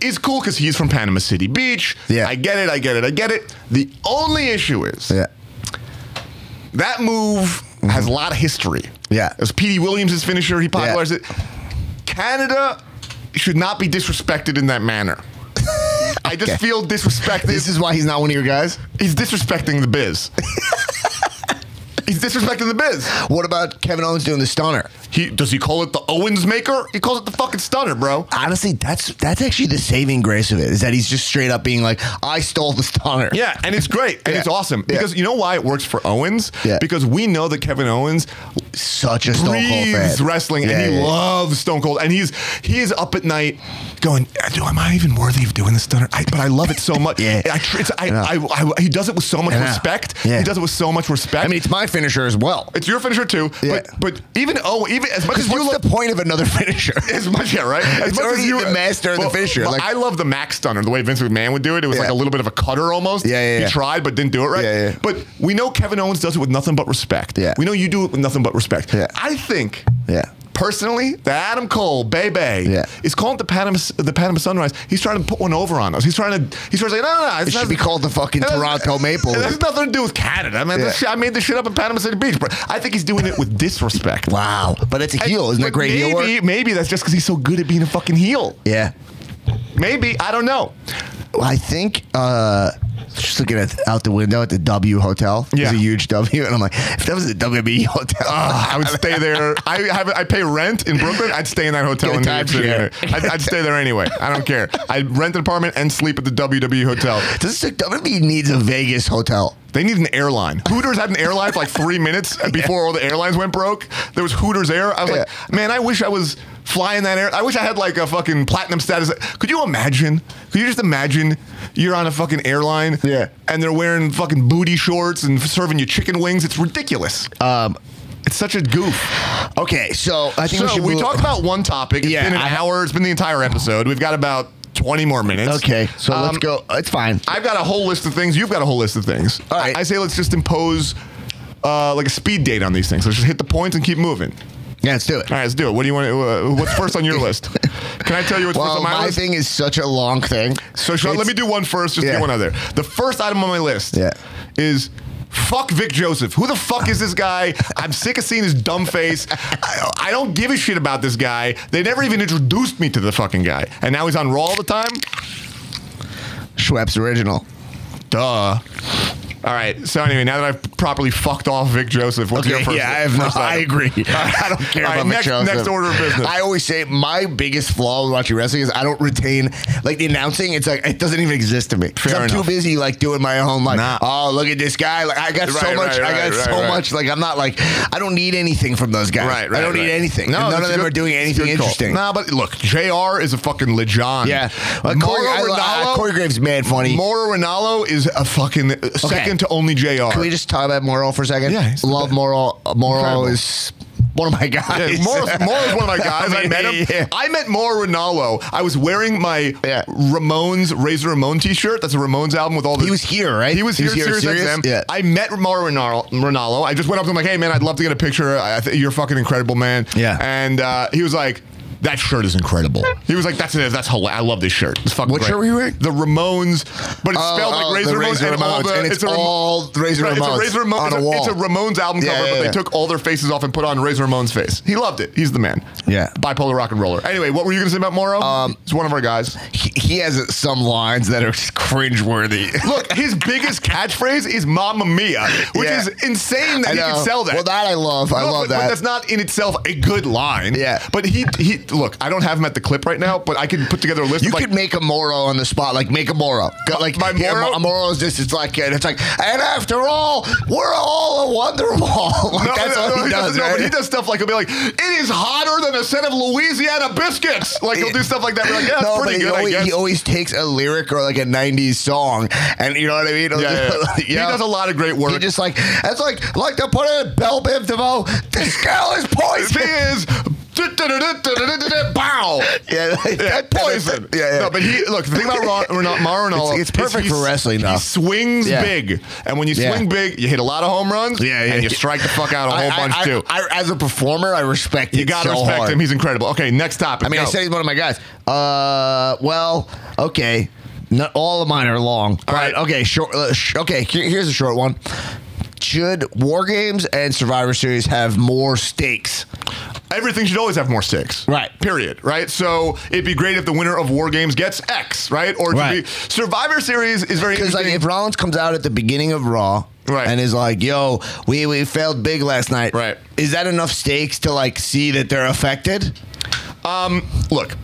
Speaker 2: is cool because he's from Panama City Beach.
Speaker 1: Yeah.
Speaker 2: I get it. I get it. I get it. The only issue is
Speaker 1: Yeah.
Speaker 2: that move has a lot of history.
Speaker 1: Yeah.
Speaker 2: It was Petey Williams' finisher. He popularized it. Canada should not be disrespected in that manner. I just
Speaker 1: Okay.
Speaker 2: feel disrespected.
Speaker 1: This is why he's not one of your guys.
Speaker 2: He's disrespecting the biz. He's disrespecting the biz.
Speaker 1: What about Kevin Owens doing the stunner?
Speaker 2: He does he call it the Owens maker? He calls it the fucking stunner, bro.
Speaker 1: Honestly, that's that's actually the saving grace of it is that he's just straight up being like, I stole the stunner.
Speaker 2: Yeah, and it's great and
Speaker 1: Yeah.
Speaker 2: it's awesome
Speaker 1: Yeah.
Speaker 2: because you know why it works for Owens?
Speaker 1: Yeah.
Speaker 2: Because we know that Kevin Owens
Speaker 1: Such a Stone Cold fan.
Speaker 2: breathes wrestling
Speaker 1: Yeah,
Speaker 2: and he
Speaker 1: yeah, yeah.
Speaker 2: loves Stone Cold and he's he is up at night going do am I even worthy of doing this stunner I, but I love it so much
Speaker 1: Yeah.
Speaker 2: I, tr- it's, I,
Speaker 1: I know.
Speaker 2: I, I, he does it with so much
Speaker 1: I know.
Speaker 2: respect
Speaker 1: Yeah.
Speaker 2: he does it with so much respect
Speaker 1: I mean, it's my finisher as well.
Speaker 2: it's your finisher too
Speaker 1: Yeah.
Speaker 2: but but even oh even as much as
Speaker 1: Because
Speaker 2: you
Speaker 1: what's
Speaker 2: love
Speaker 1: the point of another finisher?
Speaker 2: As much, yeah, right. As
Speaker 1: It's
Speaker 2: much
Speaker 1: already
Speaker 2: as you-
Speaker 1: the master and the
Speaker 2: Well,
Speaker 1: finisher,
Speaker 2: well,
Speaker 1: like-
Speaker 2: I love the Max Stunner, the way Vince McMahon would do it. It was
Speaker 1: Yeah.
Speaker 2: like a little bit of a cutter almost.
Speaker 1: Yeah, yeah,
Speaker 2: He
Speaker 1: yeah.
Speaker 2: tried but didn't do it right.
Speaker 1: Yeah, yeah.
Speaker 2: But we know Kevin Owens does it with nothing but respect.
Speaker 1: Yeah.
Speaker 2: We know you do it with nothing but respect.
Speaker 1: Yeah.
Speaker 2: I think.
Speaker 1: Yeah.
Speaker 2: Personally, the Adam Cole, Bebe,
Speaker 1: Yeah.
Speaker 2: is calling it the Panama the Panama Sunrise. He's trying to put one over on us. He's trying to he's trying to say no, no, no. It's
Speaker 1: It should
Speaker 2: not-
Speaker 1: be called the fucking
Speaker 2: it has-
Speaker 1: Toronto Maple
Speaker 2: It
Speaker 1: Leaf.
Speaker 2: has nothing to do with Canada, man. This
Speaker 1: Yeah.
Speaker 2: shit- I made this shit up in Panama City Beach, but I think he's doing it with disrespect.
Speaker 1: Wow. But it's a heel. Isn't that
Speaker 2: But
Speaker 1: great
Speaker 2: maybe,
Speaker 1: heel work?
Speaker 2: Maybe that's just because he's so good at being a fucking heel.
Speaker 1: Yeah.
Speaker 2: Maybe I don't know.
Speaker 1: I think uh, just looking at out the window at the W Hotel. There's a
Speaker 2: Yeah.
Speaker 1: huge W, and I'm like, if that was a WB hotel,
Speaker 2: Ugh, I would stay there. I have I pay rent in Brooklyn. I'd stay in that hotel
Speaker 1: Get a
Speaker 2: in New York City.
Speaker 1: timeshare.
Speaker 2: I'd, I'd stay there anyway. I don't care. I'd rent an apartment and sleep at the WW hotel.
Speaker 1: this is, WB needs a Vegas hotel.
Speaker 2: They need an airline. Hooters had an airline for like three minutes before all the airlines went broke. There was Hooters Air. I was like, man, I wish I was flying that air. I wish I had like a fucking platinum status. Could you imagine? Could you just imagine you're on a fucking airline?
Speaker 1: Yeah.
Speaker 2: And they're wearing fucking booty shorts and serving you chicken wings. It's ridiculous.
Speaker 1: Um,
Speaker 2: It's such a goof.
Speaker 1: okay, so I think we
Speaker 2: So
Speaker 1: should.
Speaker 2: we
Speaker 1: move-
Speaker 2: talked about one topic. It's
Speaker 1: Yeah,
Speaker 2: been an
Speaker 1: I-
Speaker 2: hour. It's been the entire episode. We've got about 20 more minutes.
Speaker 1: Okay, so let's
Speaker 2: Um,
Speaker 1: go. It's fine.
Speaker 2: I've got a whole list of things. You've got a whole list of things.
Speaker 1: All right.
Speaker 2: I say let's just impose uh, like a speed date on these things. Let's just hit the points and keep moving.
Speaker 1: yeah, let's do it.
Speaker 2: All right, let's do it. What do you want? Uh, what's first on your list? Can I tell you what's
Speaker 1: Well,
Speaker 2: first on
Speaker 1: my,
Speaker 2: my, list?
Speaker 1: thing is such a long thing.
Speaker 2: so shall, let
Speaker 1: It's-
Speaker 2: me do one first. Just
Speaker 1: Yeah.
Speaker 2: do one other. The first item on my list
Speaker 1: Yeah.
Speaker 2: is. Fuck Vic Joseph. Who the fuck is this guy? I'm sick of seeing his dumb face. I, I don't give a shit about this guy. They never even introduced me to the fucking guy. And now he's on Raw all the time?
Speaker 1: Schweppes original.
Speaker 2: Duh. All right. So anyway, now that I've properly fucked off Vic Joseph, what's your first? first item?
Speaker 1: I don't care
Speaker 2: All right,
Speaker 1: about
Speaker 2: next,
Speaker 1: Michelle.
Speaker 2: next order of business.
Speaker 1: I always say my biggest flaw with watching wrestling is I don't retain like the announcing. It's like it doesn't even exist to me. 'Cause
Speaker 2: Fair
Speaker 1: I'm
Speaker 2: enough.
Speaker 1: too busy like doing my own like.
Speaker 2: Nah.
Speaker 1: Oh, look at this guy! Like I got so
Speaker 2: Right,
Speaker 1: much.
Speaker 2: right,
Speaker 1: I
Speaker 2: right,
Speaker 1: got
Speaker 2: right,
Speaker 1: so
Speaker 2: right.
Speaker 1: much. Like I'm not like I don't need anything from those guys.
Speaker 2: Right, right.
Speaker 1: I don't
Speaker 2: right.
Speaker 1: need anything. No, none
Speaker 2: that's
Speaker 1: of
Speaker 2: a
Speaker 1: them
Speaker 2: good-
Speaker 1: are doing
Speaker 2: that's a
Speaker 1: anything
Speaker 2: good call.
Speaker 1: interesting.
Speaker 2: Nah, but look, Jr. is a fucking lejon.
Speaker 1: Yeah,
Speaker 2: Moro
Speaker 1: like, Corey, I,
Speaker 2: Ronaldo.
Speaker 1: uh, Corey Graves mad funny.
Speaker 2: Moro Ronaldo is a fucking second to only Jr.
Speaker 1: Can we just talk about Moral for a second?
Speaker 2: Yeah, he's the
Speaker 1: love
Speaker 2: best.
Speaker 1: Moral. Moral
Speaker 2: Incredible.
Speaker 1: is one of my guys.
Speaker 2: Yeah, Moro's, Moro's one of my guys. I,
Speaker 1: mean,
Speaker 2: met him.
Speaker 1: yeah.
Speaker 2: I met Moro Ronaldo. I was wearing my
Speaker 1: Yeah.
Speaker 2: Ramones Razor Ramon T-shirt. That's a Ramones album with all the.
Speaker 1: He was here, right?
Speaker 2: He was here. Sirius XM.
Speaker 1: Yeah.
Speaker 2: I met Moro Ronal- Ronaldo. I just went up to him like, "Hey, man, I'd love to get a picture. I th- you're fucking incredible, man."
Speaker 1: Yeah.
Speaker 2: And uh, he was like. that shirt is incredible. He was like, that's it. That's hilarious. I love this shirt. It's fucking
Speaker 1: What
Speaker 2: great.
Speaker 1: shirt were you wearing?
Speaker 2: The Ramones, but it's
Speaker 1: Oh,
Speaker 2: spelled
Speaker 1: oh,
Speaker 2: like Razor
Speaker 1: the
Speaker 2: Ramones.
Speaker 1: Razor
Speaker 2: and, all
Speaker 1: Ramones,
Speaker 2: the-
Speaker 1: and it's
Speaker 2: a Ram-
Speaker 1: all the Razor
Speaker 2: Right,
Speaker 1: Ramones
Speaker 2: It's a, Razor Ramon-
Speaker 1: on
Speaker 2: it's
Speaker 1: a
Speaker 2: a-
Speaker 1: wall.
Speaker 2: it's a Ramones album
Speaker 1: Yeah,
Speaker 2: cover,
Speaker 1: yeah,
Speaker 2: but they
Speaker 1: yeah.
Speaker 2: took all their faces off and put on Razor Ramon's face. He loved it. He's the man.
Speaker 1: Yeah.
Speaker 2: Bipolar rock and roller. Anyway, what were you going to say about Morrow? Um, He's one of our guys.
Speaker 1: He, he has some lines that are just cringeworthy.
Speaker 2: Look, his biggest catchphrase is "Mamma Mia," which
Speaker 1: Yeah.
Speaker 2: is insane that
Speaker 1: I
Speaker 2: he
Speaker 1: know.
Speaker 2: can sell that.
Speaker 1: Well, that I love. I
Speaker 2: No,
Speaker 1: love
Speaker 2: but,
Speaker 1: that.
Speaker 2: But that's not in itself a good line.
Speaker 1: Yeah.
Speaker 2: But he he look, I don't have him at the clip right now, but I could put together a list
Speaker 1: You
Speaker 2: of like
Speaker 1: could make a Moro on the spot, like make a Moro. Go- Like
Speaker 2: My
Speaker 1: yeah,
Speaker 2: Moro?
Speaker 1: a Moro is just it's like and it's like and after all, we're all a wonder wall. like that's all he does,
Speaker 2: doesn't- no,
Speaker 1: right?
Speaker 2: but he does stuff like he'll be like, "It is hotter than a set of Louisiana biscuits." Like he'll do stuff like that. We're like, yeah, that's
Speaker 1: no, but
Speaker 2: pretty
Speaker 1: he,
Speaker 2: good. I
Speaker 1: always,
Speaker 2: guess.
Speaker 1: he always takes a lyric or like a '90s song, and you know what I mean. He'll
Speaker 2: yeah, yeah, yeah.
Speaker 1: just-
Speaker 2: he
Speaker 1: you know?
Speaker 2: does a lot of great work.
Speaker 1: He just like it's like like to put it, in Bell Biv DeVoe. This girl is
Speaker 2: He
Speaker 1: poison.
Speaker 2: is bow.
Speaker 1: yeah, like,
Speaker 2: Yeah,
Speaker 1: that- that-
Speaker 2: poison.
Speaker 1: Yeah, yeah.
Speaker 2: No, but he look. The thing about Ron, or not Mara and all,
Speaker 1: It's- it's
Speaker 2: is
Speaker 1: perfect
Speaker 2: he
Speaker 1: for
Speaker 2: s-
Speaker 1: wrestling,
Speaker 2: He
Speaker 1: though.
Speaker 2: swing
Speaker 1: Yeah.
Speaker 2: big, and when you
Speaker 1: Yeah.
Speaker 2: swing big, you hit a lot of home runs.
Speaker 1: Yeah, yeah.
Speaker 2: and you strike the fuck out a whole
Speaker 1: I- I-
Speaker 2: bunch
Speaker 1: I-
Speaker 2: too.
Speaker 1: I- as a performer, I respect
Speaker 2: you
Speaker 1: it
Speaker 2: gotta
Speaker 1: so
Speaker 2: respect
Speaker 1: hard.
Speaker 2: him. He's incredible. Okay, next topic.
Speaker 1: I mean, I
Speaker 2: Go.
Speaker 1: said he's one of my guys. Uh, well, okay. Not all of mine are long. All
Speaker 2: right.
Speaker 1: right. Okay. Short. Uh, sh- okay. Here, here's a short one. Should War Games and Survivor Series have more stakes?
Speaker 2: everything should always have more stakes.
Speaker 1: Right.
Speaker 2: Period. Right. So it'd be great if the winner of War Games gets X. Right. Or it could
Speaker 1: Right.
Speaker 2: be- Survivor Series is very
Speaker 1: Because like,
Speaker 2: interesting.
Speaker 1: if Rollins comes out at the beginning of Raw.
Speaker 2: Right.
Speaker 1: And is like, yo, we, we failed big last night.
Speaker 2: Right.
Speaker 1: Is that enough stakes to like see that they're affected?
Speaker 2: Um, look,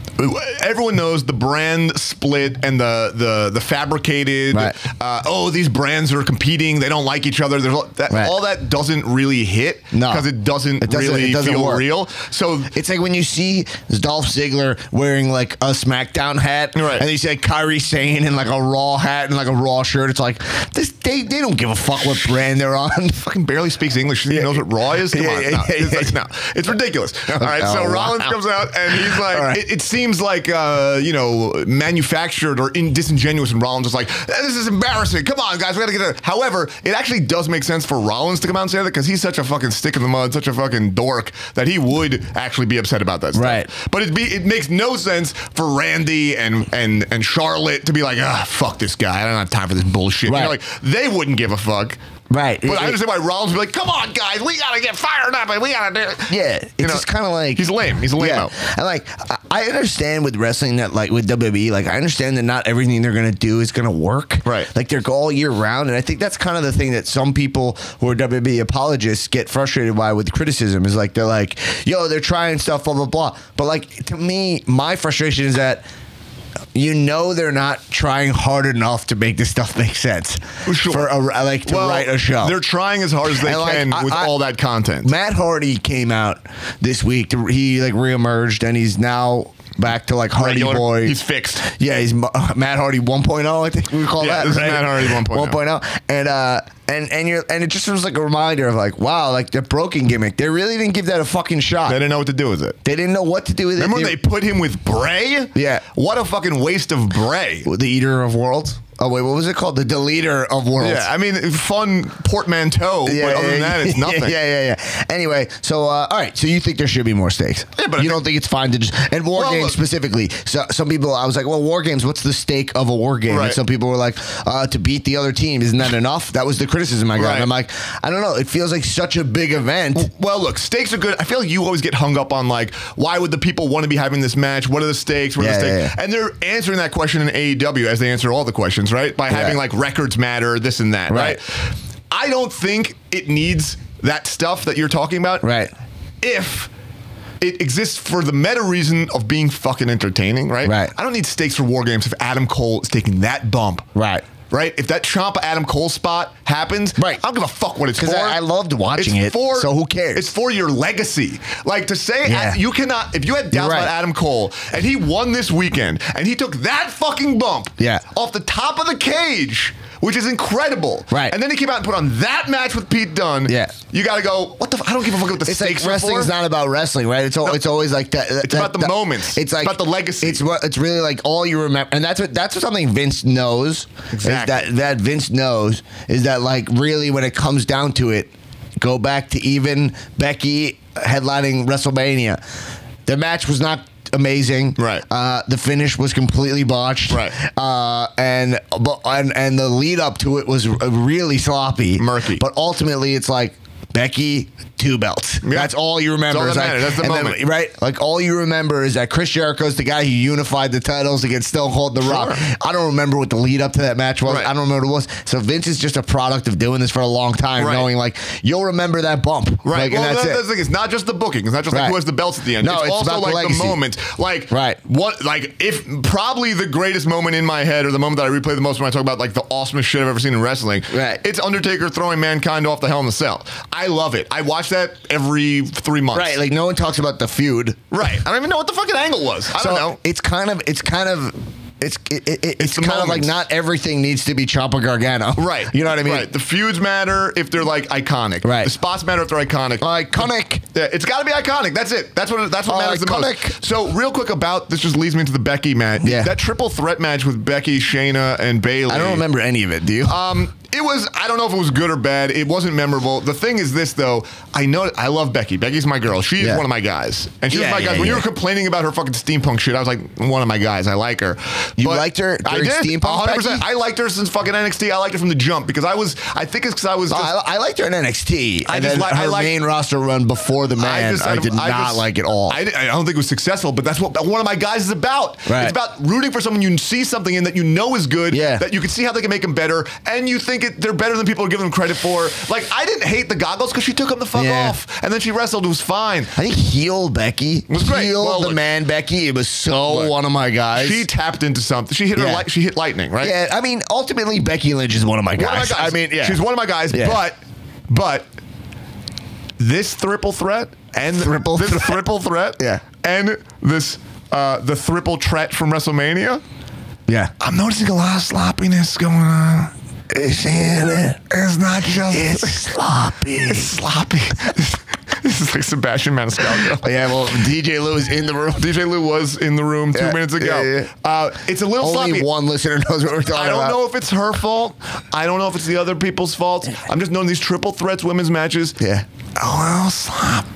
Speaker 2: everyone knows the brand split and the the the fabricated.
Speaker 1: Right.
Speaker 2: Uh, oh, these brands are competing; they don't like each other. There's all- that,
Speaker 1: Right.
Speaker 2: all that doesn't really hit
Speaker 1: No.
Speaker 2: because it doesn't,
Speaker 1: It doesn't-
Speaker 2: really
Speaker 1: it doesn't
Speaker 2: feel
Speaker 1: work.
Speaker 2: real. So
Speaker 1: It's like when you see Dolph Ziggler wearing like a SmackDown hat,
Speaker 2: Right.
Speaker 1: and you see like Kyrie Sane in like a Raw hat and like a Raw shirt. It's like this they they don't give a fuck what brand they're on.
Speaker 2: fucking barely speaks English. He knows what raw is. Come
Speaker 1: Yeah,
Speaker 2: on,
Speaker 1: yeah,
Speaker 2: no,
Speaker 1: yeah,
Speaker 2: it's,
Speaker 1: yeah.
Speaker 2: like, no. It's ridiculous. All right, so
Speaker 1: Oh, wow.
Speaker 2: Rollins comes out and he's like,
Speaker 1: All right.
Speaker 2: it, it seems like uh, you know manufactured or in, disingenuous, and Rollins is like, "Eh, this is embarrassing. Come on, guys, we gotta get it. However, it actually does make sense for Rollins to come out and say that because he's such a fucking stick in the mud, such a fucking dork that he would actually be upset about that. Stuff.
Speaker 1: Right.
Speaker 2: But it be it makes no sense for Randy and and and Charlotte to be like, ah, fuck this guy. I don't have time for this bullshit. You know,
Speaker 1: Right.
Speaker 2: like they wouldn't give a fuck.
Speaker 1: Right.
Speaker 2: But
Speaker 1: It-
Speaker 2: I understand why Rollins would be like, come on, guys, we gotta get fired up and we gotta do it.
Speaker 1: Yeah, it's
Speaker 2: You know,
Speaker 1: just kind of like
Speaker 2: He's lame. He's lame
Speaker 1: yeah.
Speaker 2: out.
Speaker 1: And like I- I understand with wrestling that like with WWE, like I understand that not everything they're gonna do is gonna work.
Speaker 2: Right.
Speaker 1: Like they're all year round, and I think that's kind of the thing that some people who are WWE apologists get frustrated by with criticism is like they're like, yo, they're trying stuff, blah blah blah. But like to me, my frustration is that. You know they're not trying hard enough to make this stuff make sense
Speaker 2: Sure.
Speaker 1: for a, like to write a show.
Speaker 2: They're trying as hard as they
Speaker 1: And, like,
Speaker 2: can
Speaker 1: I-
Speaker 2: with
Speaker 1: I-
Speaker 2: all that content.
Speaker 1: Matt Hardy came out this week. To, he like reemerged and he's now back to like Hardy
Speaker 2: Regular.
Speaker 1: Boy.
Speaker 2: He's fixed.
Speaker 1: yeah, he's Ma- Matt Hardy 1.0. I think we call
Speaker 2: Yeah,
Speaker 1: that.
Speaker 2: this is Matt Hardy oh. 1.0.
Speaker 1: 1.0. And uh, and and you're and it just was like a reminder of like wow, like the broken gimmick. They really didn't give that a fucking shot.
Speaker 2: They didn't know what to do with it.
Speaker 1: They didn't know what to do with
Speaker 2: Remember
Speaker 1: it.
Speaker 2: when they put him with Bray?
Speaker 1: Yeah.
Speaker 2: What a fucking waste of Bray.
Speaker 1: the eater of worlds. Oh wait, what was it called? The deleter of worlds.
Speaker 2: Yeah, I mean, fun portmanteau, but other than that, it's nothing.
Speaker 1: Yeah, yeah, yeah. Anyway, so uh, all right, so you think there should be more stakes?
Speaker 2: Yeah, but I
Speaker 1: you
Speaker 2: think-
Speaker 1: don't think it's fine to just and war
Speaker 2: Well,
Speaker 1: games
Speaker 2: look-
Speaker 1: specifically. So some people, I was like, well, war games. What's the stake of a war game?
Speaker 2: Right.
Speaker 1: And some people were like, uh, to beat the other team, isn't that enough? That was the criticism I got.
Speaker 2: Right.
Speaker 1: And I'm like, I don't know. It feels like such a big event.
Speaker 2: Well, look, stakes are good. I feel like you always get hung up on like, why would the people want to be having this match? What are the stakes? What are the
Speaker 1: Yeah,
Speaker 2: stakes?
Speaker 1: yeah, yeah.
Speaker 2: And they're answering that question in AEW as they answer all the questions, right? By having
Speaker 1: Yeah.
Speaker 2: like records matter, this and that, right?
Speaker 1: Right.
Speaker 2: I don't think it needs that stuff that you're talking about,
Speaker 1: Right.
Speaker 2: If it exists for the meta reason of being fucking entertaining, right?
Speaker 1: Right.
Speaker 2: I don't need stakes for war games if Adam Cole is taking that bump,
Speaker 1: Right.
Speaker 2: Right, if that Chomp Adam Cole spot happens,
Speaker 1: Right.
Speaker 2: I don't give a fuck what it's for.
Speaker 1: Because I, I loved watching
Speaker 2: It's
Speaker 1: it. so who cares?
Speaker 2: It's for your legacy. Like to say
Speaker 1: Yeah.
Speaker 2: you cannot. If you had doubts
Speaker 1: You're right.
Speaker 2: about Adam Cole and he won this weekend and he took that fucking bump,
Speaker 1: Yeah.
Speaker 2: off the top of the cage, which is incredible,
Speaker 1: Right.
Speaker 2: And then he came out and put on that match with Pete Dunne.
Speaker 1: Yeah.
Speaker 2: you got to go. What the? F- I don't give a fuck what the
Speaker 1: it's like
Speaker 2: stakes
Speaker 1: wrestling's
Speaker 2: are for.
Speaker 1: not about wrestling, right? It's all, it's always like that. It's
Speaker 2: about the moments.
Speaker 1: It's
Speaker 2: It's
Speaker 1: like
Speaker 2: about the legacy.
Speaker 1: It's what it's really like all you remember, and that's what that's what something Vince knows. is
Speaker 2: Exactly.
Speaker 1: that that Vince knows is that like really when it comes down to it, go back to even Becky headlining WrestleMania. The match was not looked amazing.
Speaker 2: Right.
Speaker 1: Uh, the finish was completely botched.
Speaker 2: Right.
Speaker 1: Uh, and but and and the lead up to it was r- really sloppy,
Speaker 2: Murky.
Speaker 1: But ultimately, it's like. Becky, two belts. That's all you remember.
Speaker 2: all
Speaker 1: is
Speaker 2: that
Speaker 1: like-
Speaker 2: matters. That's the
Speaker 1: and then-
Speaker 2: moment.
Speaker 1: right? Like all you remember is that Chris Jericho's the guy who unified the titles against Stone Cold and The Rock.
Speaker 2: Sure.
Speaker 1: I don't remember what the lead up to that match was.
Speaker 2: Right.
Speaker 1: I don't remember what it was. So Vince is just a product of doing this for a long time,
Speaker 2: Right.
Speaker 1: knowing like you'll remember that bump,
Speaker 2: Right.
Speaker 1: Like, and
Speaker 2: well,
Speaker 1: that's
Speaker 2: that-
Speaker 1: it.
Speaker 2: that's the thing. It's not just the booking. It's not just like
Speaker 1: Right.
Speaker 2: who has the belts at the end.
Speaker 1: No,
Speaker 2: it's,
Speaker 1: it's
Speaker 2: also
Speaker 1: about the
Speaker 2: like the,
Speaker 1: legacy.
Speaker 2: moment. Like
Speaker 1: Right.
Speaker 2: What? Like if probably the greatest moment in my head, or the moment that I replay the most when I talk about like the awesomest shit I've ever seen in wrestling.
Speaker 1: Right.
Speaker 2: It's Undertaker throwing mankind off the Hell in the Cell. I love it. I watch that every three months.
Speaker 1: Right. Like no one talks about the feud.
Speaker 2: right. I don't even know what the fucking angle was. I
Speaker 1: so
Speaker 2: don't know.
Speaker 1: It's kind of it's kind of it's it, it, it's,
Speaker 2: the
Speaker 1: kind of like
Speaker 2: moments.
Speaker 1: not everything needs to be Chopper Gargano.
Speaker 2: Right.
Speaker 1: You know what I mean?
Speaker 2: Right. The feuds matter if they're like iconic.
Speaker 1: Right.
Speaker 2: The spots matter if they're iconic.
Speaker 1: Iconic.
Speaker 2: Yeah, it's got to be iconic. That's it. That's what that's what matters the
Speaker 1: Iconic.
Speaker 2: most. So real quick about this just leads me into the Becky match.
Speaker 1: Yeah.
Speaker 2: That triple threat match with Becky, Shayna, and Bailey.
Speaker 1: I don't remember any of it. Do you?
Speaker 2: Um, it was. I don't know if it was good or bad. It wasn't memorable. The thing is this though. I know. I love Becky. Becky's my girl. She's
Speaker 1: Yeah.
Speaker 2: one of my guys, and she's
Speaker 1: Yeah,
Speaker 2: my
Speaker 1: yeah,
Speaker 2: guys. When you
Speaker 1: yeah.
Speaker 2: were complaining about her fucking steampunk shit, I was like, one of my guys. I like her.
Speaker 1: You liked her
Speaker 2: I
Speaker 1: during
Speaker 2: did.
Speaker 1: steampunk,
Speaker 2: 100%.
Speaker 1: Becky?
Speaker 2: I liked her since fucking NXT. I liked her from the jump because I was. I think it's because I was.
Speaker 1: Oh,
Speaker 2: just-
Speaker 1: I, I liked her in NXT.
Speaker 2: I
Speaker 1: and
Speaker 2: just
Speaker 1: then
Speaker 2: like- I
Speaker 1: her
Speaker 2: like-
Speaker 1: main roster run before the man, I, did not
Speaker 2: just-
Speaker 1: like at all.
Speaker 2: I, di- I don't think it was successful, but that's what one of my guys is about.
Speaker 1: Right.
Speaker 2: It's about rooting for someone you see something in that you know is good,
Speaker 1: Yeah.
Speaker 2: that you can see how they can make them better, and you think it, they're better than people are giving them credit for. Like, I didn't hate the goggles because she took them the fuck
Speaker 1: Yeah.
Speaker 2: off, and then she wrestled. It was fine.
Speaker 1: I think heel Becky,
Speaker 2: was great.
Speaker 1: heel
Speaker 2: Well,
Speaker 1: the
Speaker 2: look.
Speaker 1: man Becky. It was so
Speaker 2: Look.
Speaker 1: one of my guys.
Speaker 2: She tapped into something. She hit her.
Speaker 1: Yeah.
Speaker 2: Li- she hit lightning, right?
Speaker 1: yeah, I mean, ultimately Becky Lynch is one of my guys.
Speaker 2: One of my guys.
Speaker 1: I mean, yeah,
Speaker 2: she's one of my guys.
Speaker 1: Yeah.
Speaker 2: But, but this triple threat and
Speaker 1: Triple
Speaker 2: this
Speaker 1: threat.
Speaker 2: triple threat,
Speaker 1: Yeah.
Speaker 2: and this uh, the triple threat from WrestleMania.
Speaker 1: yeah.
Speaker 2: I'm noticing a lot of sloppiness going on.
Speaker 1: It's in it.
Speaker 2: It's not just
Speaker 1: It's sloppy.
Speaker 2: it's sloppy. this is like Sebastian Maniscalco.
Speaker 1: yeah, well, DJ Lou is in the room.
Speaker 2: DJ Lou was in the room two
Speaker 1: Yeah,
Speaker 2: minutes ago.
Speaker 1: yeah,
Speaker 2: Uh, it's a little
Speaker 1: Only
Speaker 2: sloppy.
Speaker 1: one listener knows what we're talking
Speaker 2: I don't
Speaker 1: about.
Speaker 2: know if it's her fault. I don't know if it's the other people's fault. I'm just knowing these triple threats women's matches.
Speaker 1: Yeah.
Speaker 2: A little sloppy.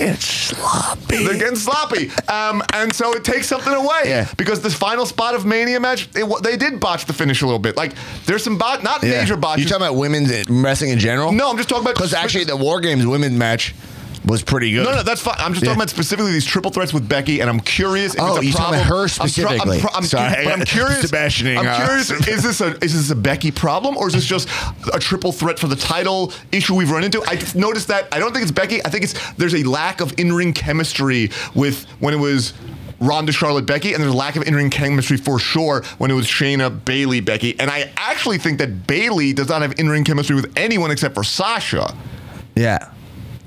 Speaker 1: It's sloppy.
Speaker 2: They're getting sloppy. Um, and so it takes something away.
Speaker 1: Yeah.
Speaker 2: Because this final spot of Mania match, it, wa- they did botch the finish a little bit. Like, there's some bot, not
Speaker 1: Yeah.
Speaker 2: major botches.
Speaker 1: You talking about women's wrestling in general?
Speaker 2: no, I'm just talking about.
Speaker 1: because actually the War Games women match was pretty good.
Speaker 2: No, no, that's fine. I'm just
Speaker 1: Yeah.
Speaker 2: talking about specifically these triple threats with Becky, and I'm curious. If
Speaker 1: Oh,
Speaker 2: it's a
Speaker 1: you're talking
Speaker 2: problem.
Speaker 1: about her
Speaker 2: I'm tr- I'm tr-
Speaker 1: specifically.
Speaker 2: I'm,
Speaker 1: Sorry.
Speaker 2: but I'm curious.
Speaker 1: Sebastianing,
Speaker 2: I'm
Speaker 1: uh,
Speaker 2: curious. Is this a is this a Becky problem, or is this just a triple threat for the title issue we've run into? I just noticed that. I don't think it's Becky. I think it's there's a lack of in ring chemistry with when it was. Ronda Charlotte Becky, and there's a lack of in ring chemistry for sure when it was Shayna Bailey Becky. And I actually think that Bailey does not have in ring chemistry with anyone except for Sasha.
Speaker 1: Yeah.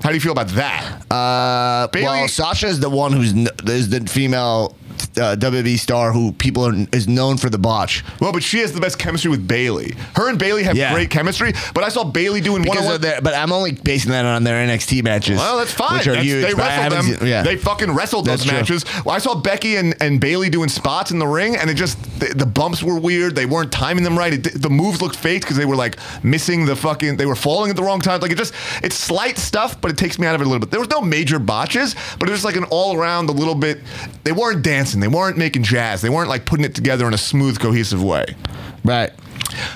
Speaker 2: How do you feel about that?
Speaker 1: Uh,
Speaker 2: Bailey-
Speaker 1: well, Sasha is the one who's n- is the female uh, WWE star who people are, is known for the botch
Speaker 2: Well, but she has the best chemistry with Bailey. Her and Bailey have
Speaker 1: Yeah.
Speaker 2: great chemistry, but I saw Bailey doing one
Speaker 1: because
Speaker 2: on
Speaker 1: of
Speaker 2: one.
Speaker 1: their. But I'm only basing that on their NXT matches.
Speaker 2: Well, that's fine.
Speaker 1: Which are
Speaker 2: That's-
Speaker 1: huge.
Speaker 2: they
Speaker 1: but I
Speaker 2: wrestled
Speaker 1: haven't
Speaker 2: them.
Speaker 1: seen- yeah.
Speaker 2: They fucking wrestled
Speaker 1: That's
Speaker 2: those
Speaker 1: true.
Speaker 2: matches. Well, I saw Becky and, and Bailey doing spots in the ring, and it just the, the bumps were weird. They weren't timing them right. It, di- the moves looked faked because they were like missing the fucking. They were falling at the wrong time. Like it just it's slight stuff, but it takes me out of it a little bit. There was no major botches, but it was like an all around a little bit. They weren't dancing. They weren't making jazz. They weren't like putting it together in a smooth, cohesive way.
Speaker 1: right.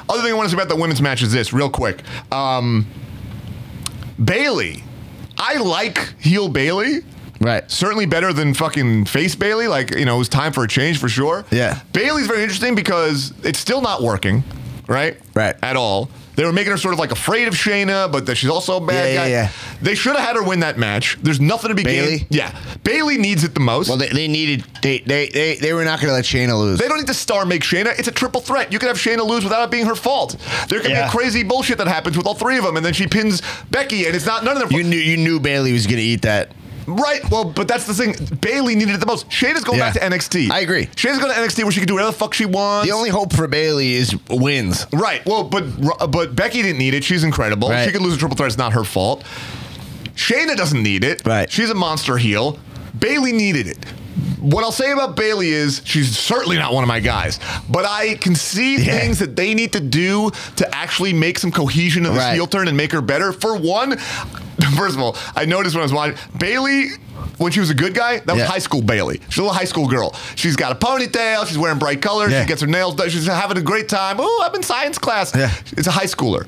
Speaker 2: Other thing I want to say about the women's match is this, real quick. Um, Bailey, I like heel Bailey.
Speaker 1: Right.
Speaker 2: Certainly better than fucking face Bailey. Like you know, it was time for a change for sure.
Speaker 1: Yeah.
Speaker 2: Bailey's very interesting because it's still not working, right?
Speaker 1: Right.
Speaker 2: At all. They were making her sort of like afraid of Shayna, but that she's also a bad
Speaker 1: Yeah, yeah,
Speaker 2: guy.
Speaker 1: yeah.
Speaker 2: They should have had her win that match. There's nothing to be
Speaker 1: Bailey?
Speaker 2: gained. Yeah. Bailey needs it the most.
Speaker 1: Well, they, they needed they they, they they were not going to let Shayna lose.
Speaker 2: They don't need to star make Shayna. It's a triple threat. You can have Shayna lose without it being her fault. There can be
Speaker 1: Yeah.
Speaker 2: a crazy bullshit that happens with all three of them, and then she pins Becky, and it's not none of them.
Speaker 1: you knew you knew Bailey was going to eat that.
Speaker 2: right? Well, but that's the thing. Bailey needed it the most. Shayna's going
Speaker 1: Yeah.
Speaker 2: back to NXT.
Speaker 1: I agree.
Speaker 2: Shayna's going to NXT where she can do whatever the fuck she wants.
Speaker 1: The only hope for Bailey is wins.
Speaker 2: right. Well, but uh, but Becky didn't need it. She's incredible.
Speaker 1: Right.
Speaker 2: She could lose a triple threat. It's not her fault. Shayna doesn't need it.
Speaker 1: Right.
Speaker 2: She's a monster heel. Bailey needed it. What I'll say about Bailey is she's certainly not one of my guys, but I can see
Speaker 1: Yeah.
Speaker 2: things that they need to do to actually make some cohesion of this
Speaker 1: Right.
Speaker 2: heel turn and make her better. For one, First of all, I noticed when I was watching Bailey. When she was a good guy, that was
Speaker 1: Yeah.
Speaker 2: high school Bailey. She's a little high school girl. She's got a ponytail. She's wearing bright colors.
Speaker 1: Yeah.
Speaker 2: She gets her nails done. She's having a great time. Oh, I'm in science class.
Speaker 1: Yeah.
Speaker 2: It's a high schooler.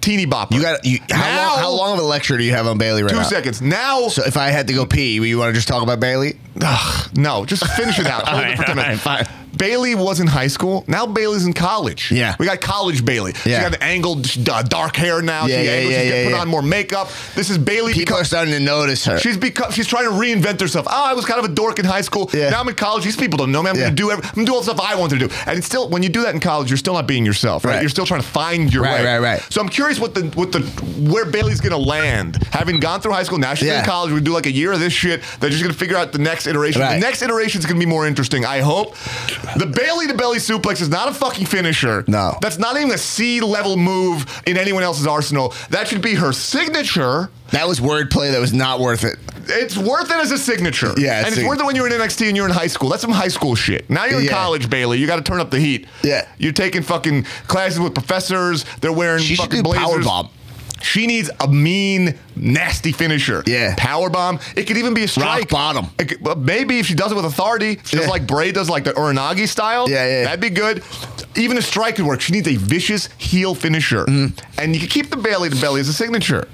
Speaker 2: Teeny bopper.
Speaker 1: You got you, how, long,
Speaker 2: Now-
Speaker 1: how long of a lecture do you have on Bailey right
Speaker 2: Two
Speaker 1: now?
Speaker 2: seconds. Now,
Speaker 1: So if I had to go pee, you want to just talk about Bailey?
Speaker 2: Ugh, no, just finish it out. Hold it for 10 minutes.
Speaker 1: fine.
Speaker 2: Bailey was in high school. Now Bailey's in college.
Speaker 1: Yeah.
Speaker 2: we got college Bailey.
Speaker 1: Yeah.
Speaker 2: she got angled, sh- uh, dark hair now.
Speaker 1: Yeah,
Speaker 2: she
Speaker 1: yeah,
Speaker 2: angled.
Speaker 1: yeah,
Speaker 2: she's
Speaker 1: yeah,
Speaker 2: put
Speaker 1: yeah.
Speaker 2: on more makeup. This is Bailey.
Speaker 1: People
Speaker 2: become-
Speaker 1: are starting to notice her.
Speaker 2: She's become. She's trying to reinvent herself. Oh, I was kind of a dork in high school.
Speaker 1: Yeah.
Speaker 2: Now I'm in college. These people don't know me. I'm
Speaker 1: Yeah.
Speaker 2: gonna do. Every, I'm gonna do all the stuff I wanted to do. And it's still when you do that in college, you're still not being yourself. Right.
Speaker 1: Right.
Speaker 2: You're still trying to find your
Speaker 1: Right,
Speaker 2: way.
Speaker 1: right, right.
Speaker 2: So I'm curious what the what the where Bailey's gonna land. Having gone through high school, now she's
Speaker 1: Yeah.
Speaker 2: in college. We do like a year of this shit. They're just gonna figure out the next iteration.
Speaker 1: Right.
Speaker 2: The next iteration is gonna be more interesting. I hope. The Bailey to Belly suplex is not a fucking finisher.
Speaker 1: No.
Speaker 2: That's not even a C level move in anyone else's arsenal. That should be her signature.
Speaker 1: that was wordplay that was not worth it.
Speaker 2: It's worth it as a signature.
Speaker 1: Yeah, it's
Speaker 2: and it's
Speaker 1: sig-
Speaker 2: worth it when you're in NXT and you're in high school. That's some high school shit. Now you're in
Speaker 1: Yeah.
Speaker 2: college, Bailey. You got to turn up the heat.
Speaker 1: Yeah.
Speaker 2: you're taking fucking classes with professors. They're wearing
Speaker 1: She should
Speaker 2: fucking
Speaker 1: do
Speaker 2: blazers.
Speaker 1: powerbomb.
Speaker 2: She needs a mean, nasty finisher.
Speaker 1: Yeah.
Speaker 2: power bomb. It could even be a strike.
Speaker 1: bottom.
Speaker 2: It could- but maybe if she does it with authority, just
Speaker 1: Yeah.
Speaker 2: like Bray does, like the Uranagi style.
Speaker 1: Yeah, yeah, yeah.
Speaker 2: that'd be good. Even a strike could work. She needs a vicious heel finisher,
Speaker 1: Mm-hmm.
Speaker 2: and you can keep the Bailey to Bailey as a signature.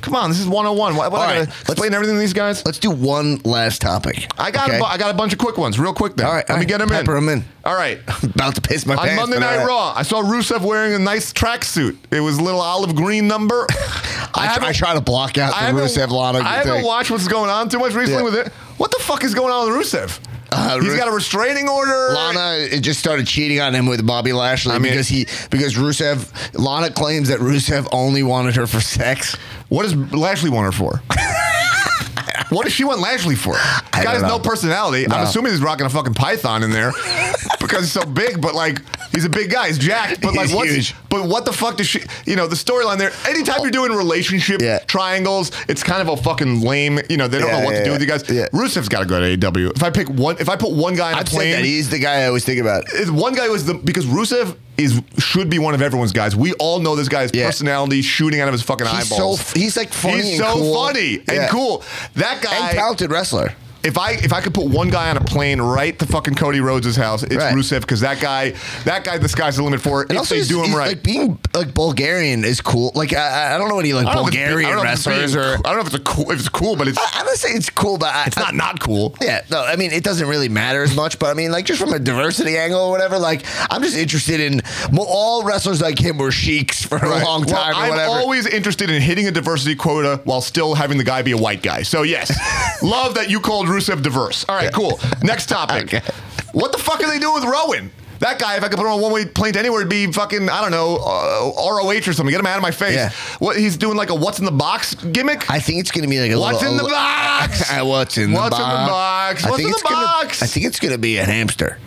Speaker 2: Come on, this is 101. Why, why
Speaker 1: All
Speaker 2: I gotta
Speaker 1: right, let's-
Speaker 2: explain everything to these guys?
Speaker 1: Let's do one last topic.
Speaker 2: I got
Speaker 1: okay?
Speaker 2: a bu- I got a bunch of quick ones, real quick. Then
Speaker 1: All right,
Speaker 2: let
Speaker 1: all
Speaker 2: me
Speaker 1: right.
Speaker 2: get them
Speaker 1: Pepper
Speaker 2: in.
Speaker 1: 'em in.
Speaker 2: All right.
Speaker 1: about to piss my
Speaker 2: On
Speaker 1: pants.
Speaker 2: Monday
Speaker 1: but all
Speaker 2: Night
Speaker 1: right.
Speaker 2: Raw, I saw Rusev wearing a nice tracksuit. It was a little olive green number.
Speaker 1: I, tr- I
Speaker 2: haven't-
Speaker 1: try to block out
Speaker 2: I
Speaker 1: the
Speaker 2: haven't-
Speaker 1: Rusev Lana
Speaker 2: I haven't
Speaker 1: thing.
Speaker 2: watched what's going on too much recently
Speaker 1: Yeah.
Speaker 2: with it. What the fuck is going on with Rusev?
Speaker 1: Uh,
Speaker 2: He's
Speaker 1: Ru-
Speaker 2: got a restraining order.
Speaker 1: Lana it just started cheating on him with Bobby Lashley
Speaker 2: mean-
Speaker 1: because he because Rusev Lana claims that Rusev only wanted her for sex.
Speaker 2: What does Lashley want her for? what does she want Lashley for? The
Speaker 1: don't
Speaker 2: guy has
Speaker 1: know.
Speaker 2: no personality.
Speaker 1: No.
Speaker 2: I'm assuming he's rocking a fucking python in there because he's so big. But like, he's a big guy. He's jacked. But like,
Speaker 1: He's
Speaker 2: what's
Speaker 1: huge.
Speaker 2: But what the fuck does she? You know, the storyline there. Anytime you're doing relationship
Speaker 1: Yeah.
Speaker 2: triangles, it's kind of a fucking lame. You know, they don't
Speaker 1: Yeah,
Speaker 2: know what
Speaker 1: yeah,
Speaker 2: to do with you
Speaker 1: yeah.
Speaker 2: guys.
Speaker 1: Yeah.
Speaker 2: Rusev's got to go to AEW. If I pick one, if I put one guy on a
Speaker 1: I've said
Speaker 2: plane,
Speaker 1: that he's the guy I always think about.
Speaker 2: is- one guy was the because Rusev is should be one of everyone's guys. We all know this guy's
Speaker 1: Yeah.
Speaker 2: personality shooting out of his fucking
Speaker 1: He's so
Speaker 2: eyeballs.
Speaker 1: f- he's like funny
Speaker 2: He's
Speaker 1: and
Speaker 2: so
Speaker 1: cool.
Speaker 2: funny and
Speaker 1: Yeah.
Speaker 2: cool. That
Speaker 1: And
Speaker 2: guy.
Speaker 1: talented wrestler.
Speaker 2: If I if I could put one guy on a plane right to fucking Cody Rhodes' house, it's
Speaker 1: Right.
Speaker 2: Rusev because that guy that guy the sky's the limit for. If
Speaker 1: And also,
Speaker 2: they
Speaker 1: he's-
Speaker 2: do him
Speaker 1: he's,
Speaker 2: right.
Speaker 1: Like being like Bulgarian is cool. Like I, I- I don't know any like
Speaker 2: I don't know if it's- I
Speaker 1: Bulgarian
Speaker 2: don't know if it's
Speaker 1: wrestlers
Speaker 2: being
Speaker 1: or
Speaker 2: cool- I don't know if it's a cool if it's cool, but it's
Speaker 1: I, I'm gonna say it's cool, but I,
Speaker 2: it's not not cool.
Speaker 1: Yeah, no, I mean it doesn't really matter as much, but I mean like just from a diversity angle or whatever. Like I'm just interested in well, all wrestlers like him were sheiks for a
Speaker 2: Right.
Speaker 1: long
Speaker 2: Well,
Speaker 1: time
Speaker 2: I'm
Speaker 1: or whatever.
Speaker 2: always interested in hitting a diversity quota while still having the guy be a white guy. So yes, love that you called Rusev diverse. All right, cool. Next topic.
Speaker 1: Okay.
Speaker 2: What the fuck are they doing with Rowan? That guy, if I could put him on a one-way plane to anywhere, it'd be fucking I don't know uh, ROH or something. Get him out of my face.
Speaker 1: Yeah.
Speaker 2: What he's doing like a what's in the box gimmick?
Speaker 1: I think it's gonna be like a
Speaker 2: What's
Speaker 1: little,
Speaker 2: in the
Speaker 1: a li-
Speaker 2: box?
Speaker 1: I- what's in
Speaker 2: What's
Speaker 1: the
Speaker 2: in the
Speaker 1: box?
Speaker 2: box? What's in
Speaker 1: it's
Speaker 2: the
Speaker 1: gonna-
Speaker 2: box?
Speaker 1: I think it's gonna be a hamster.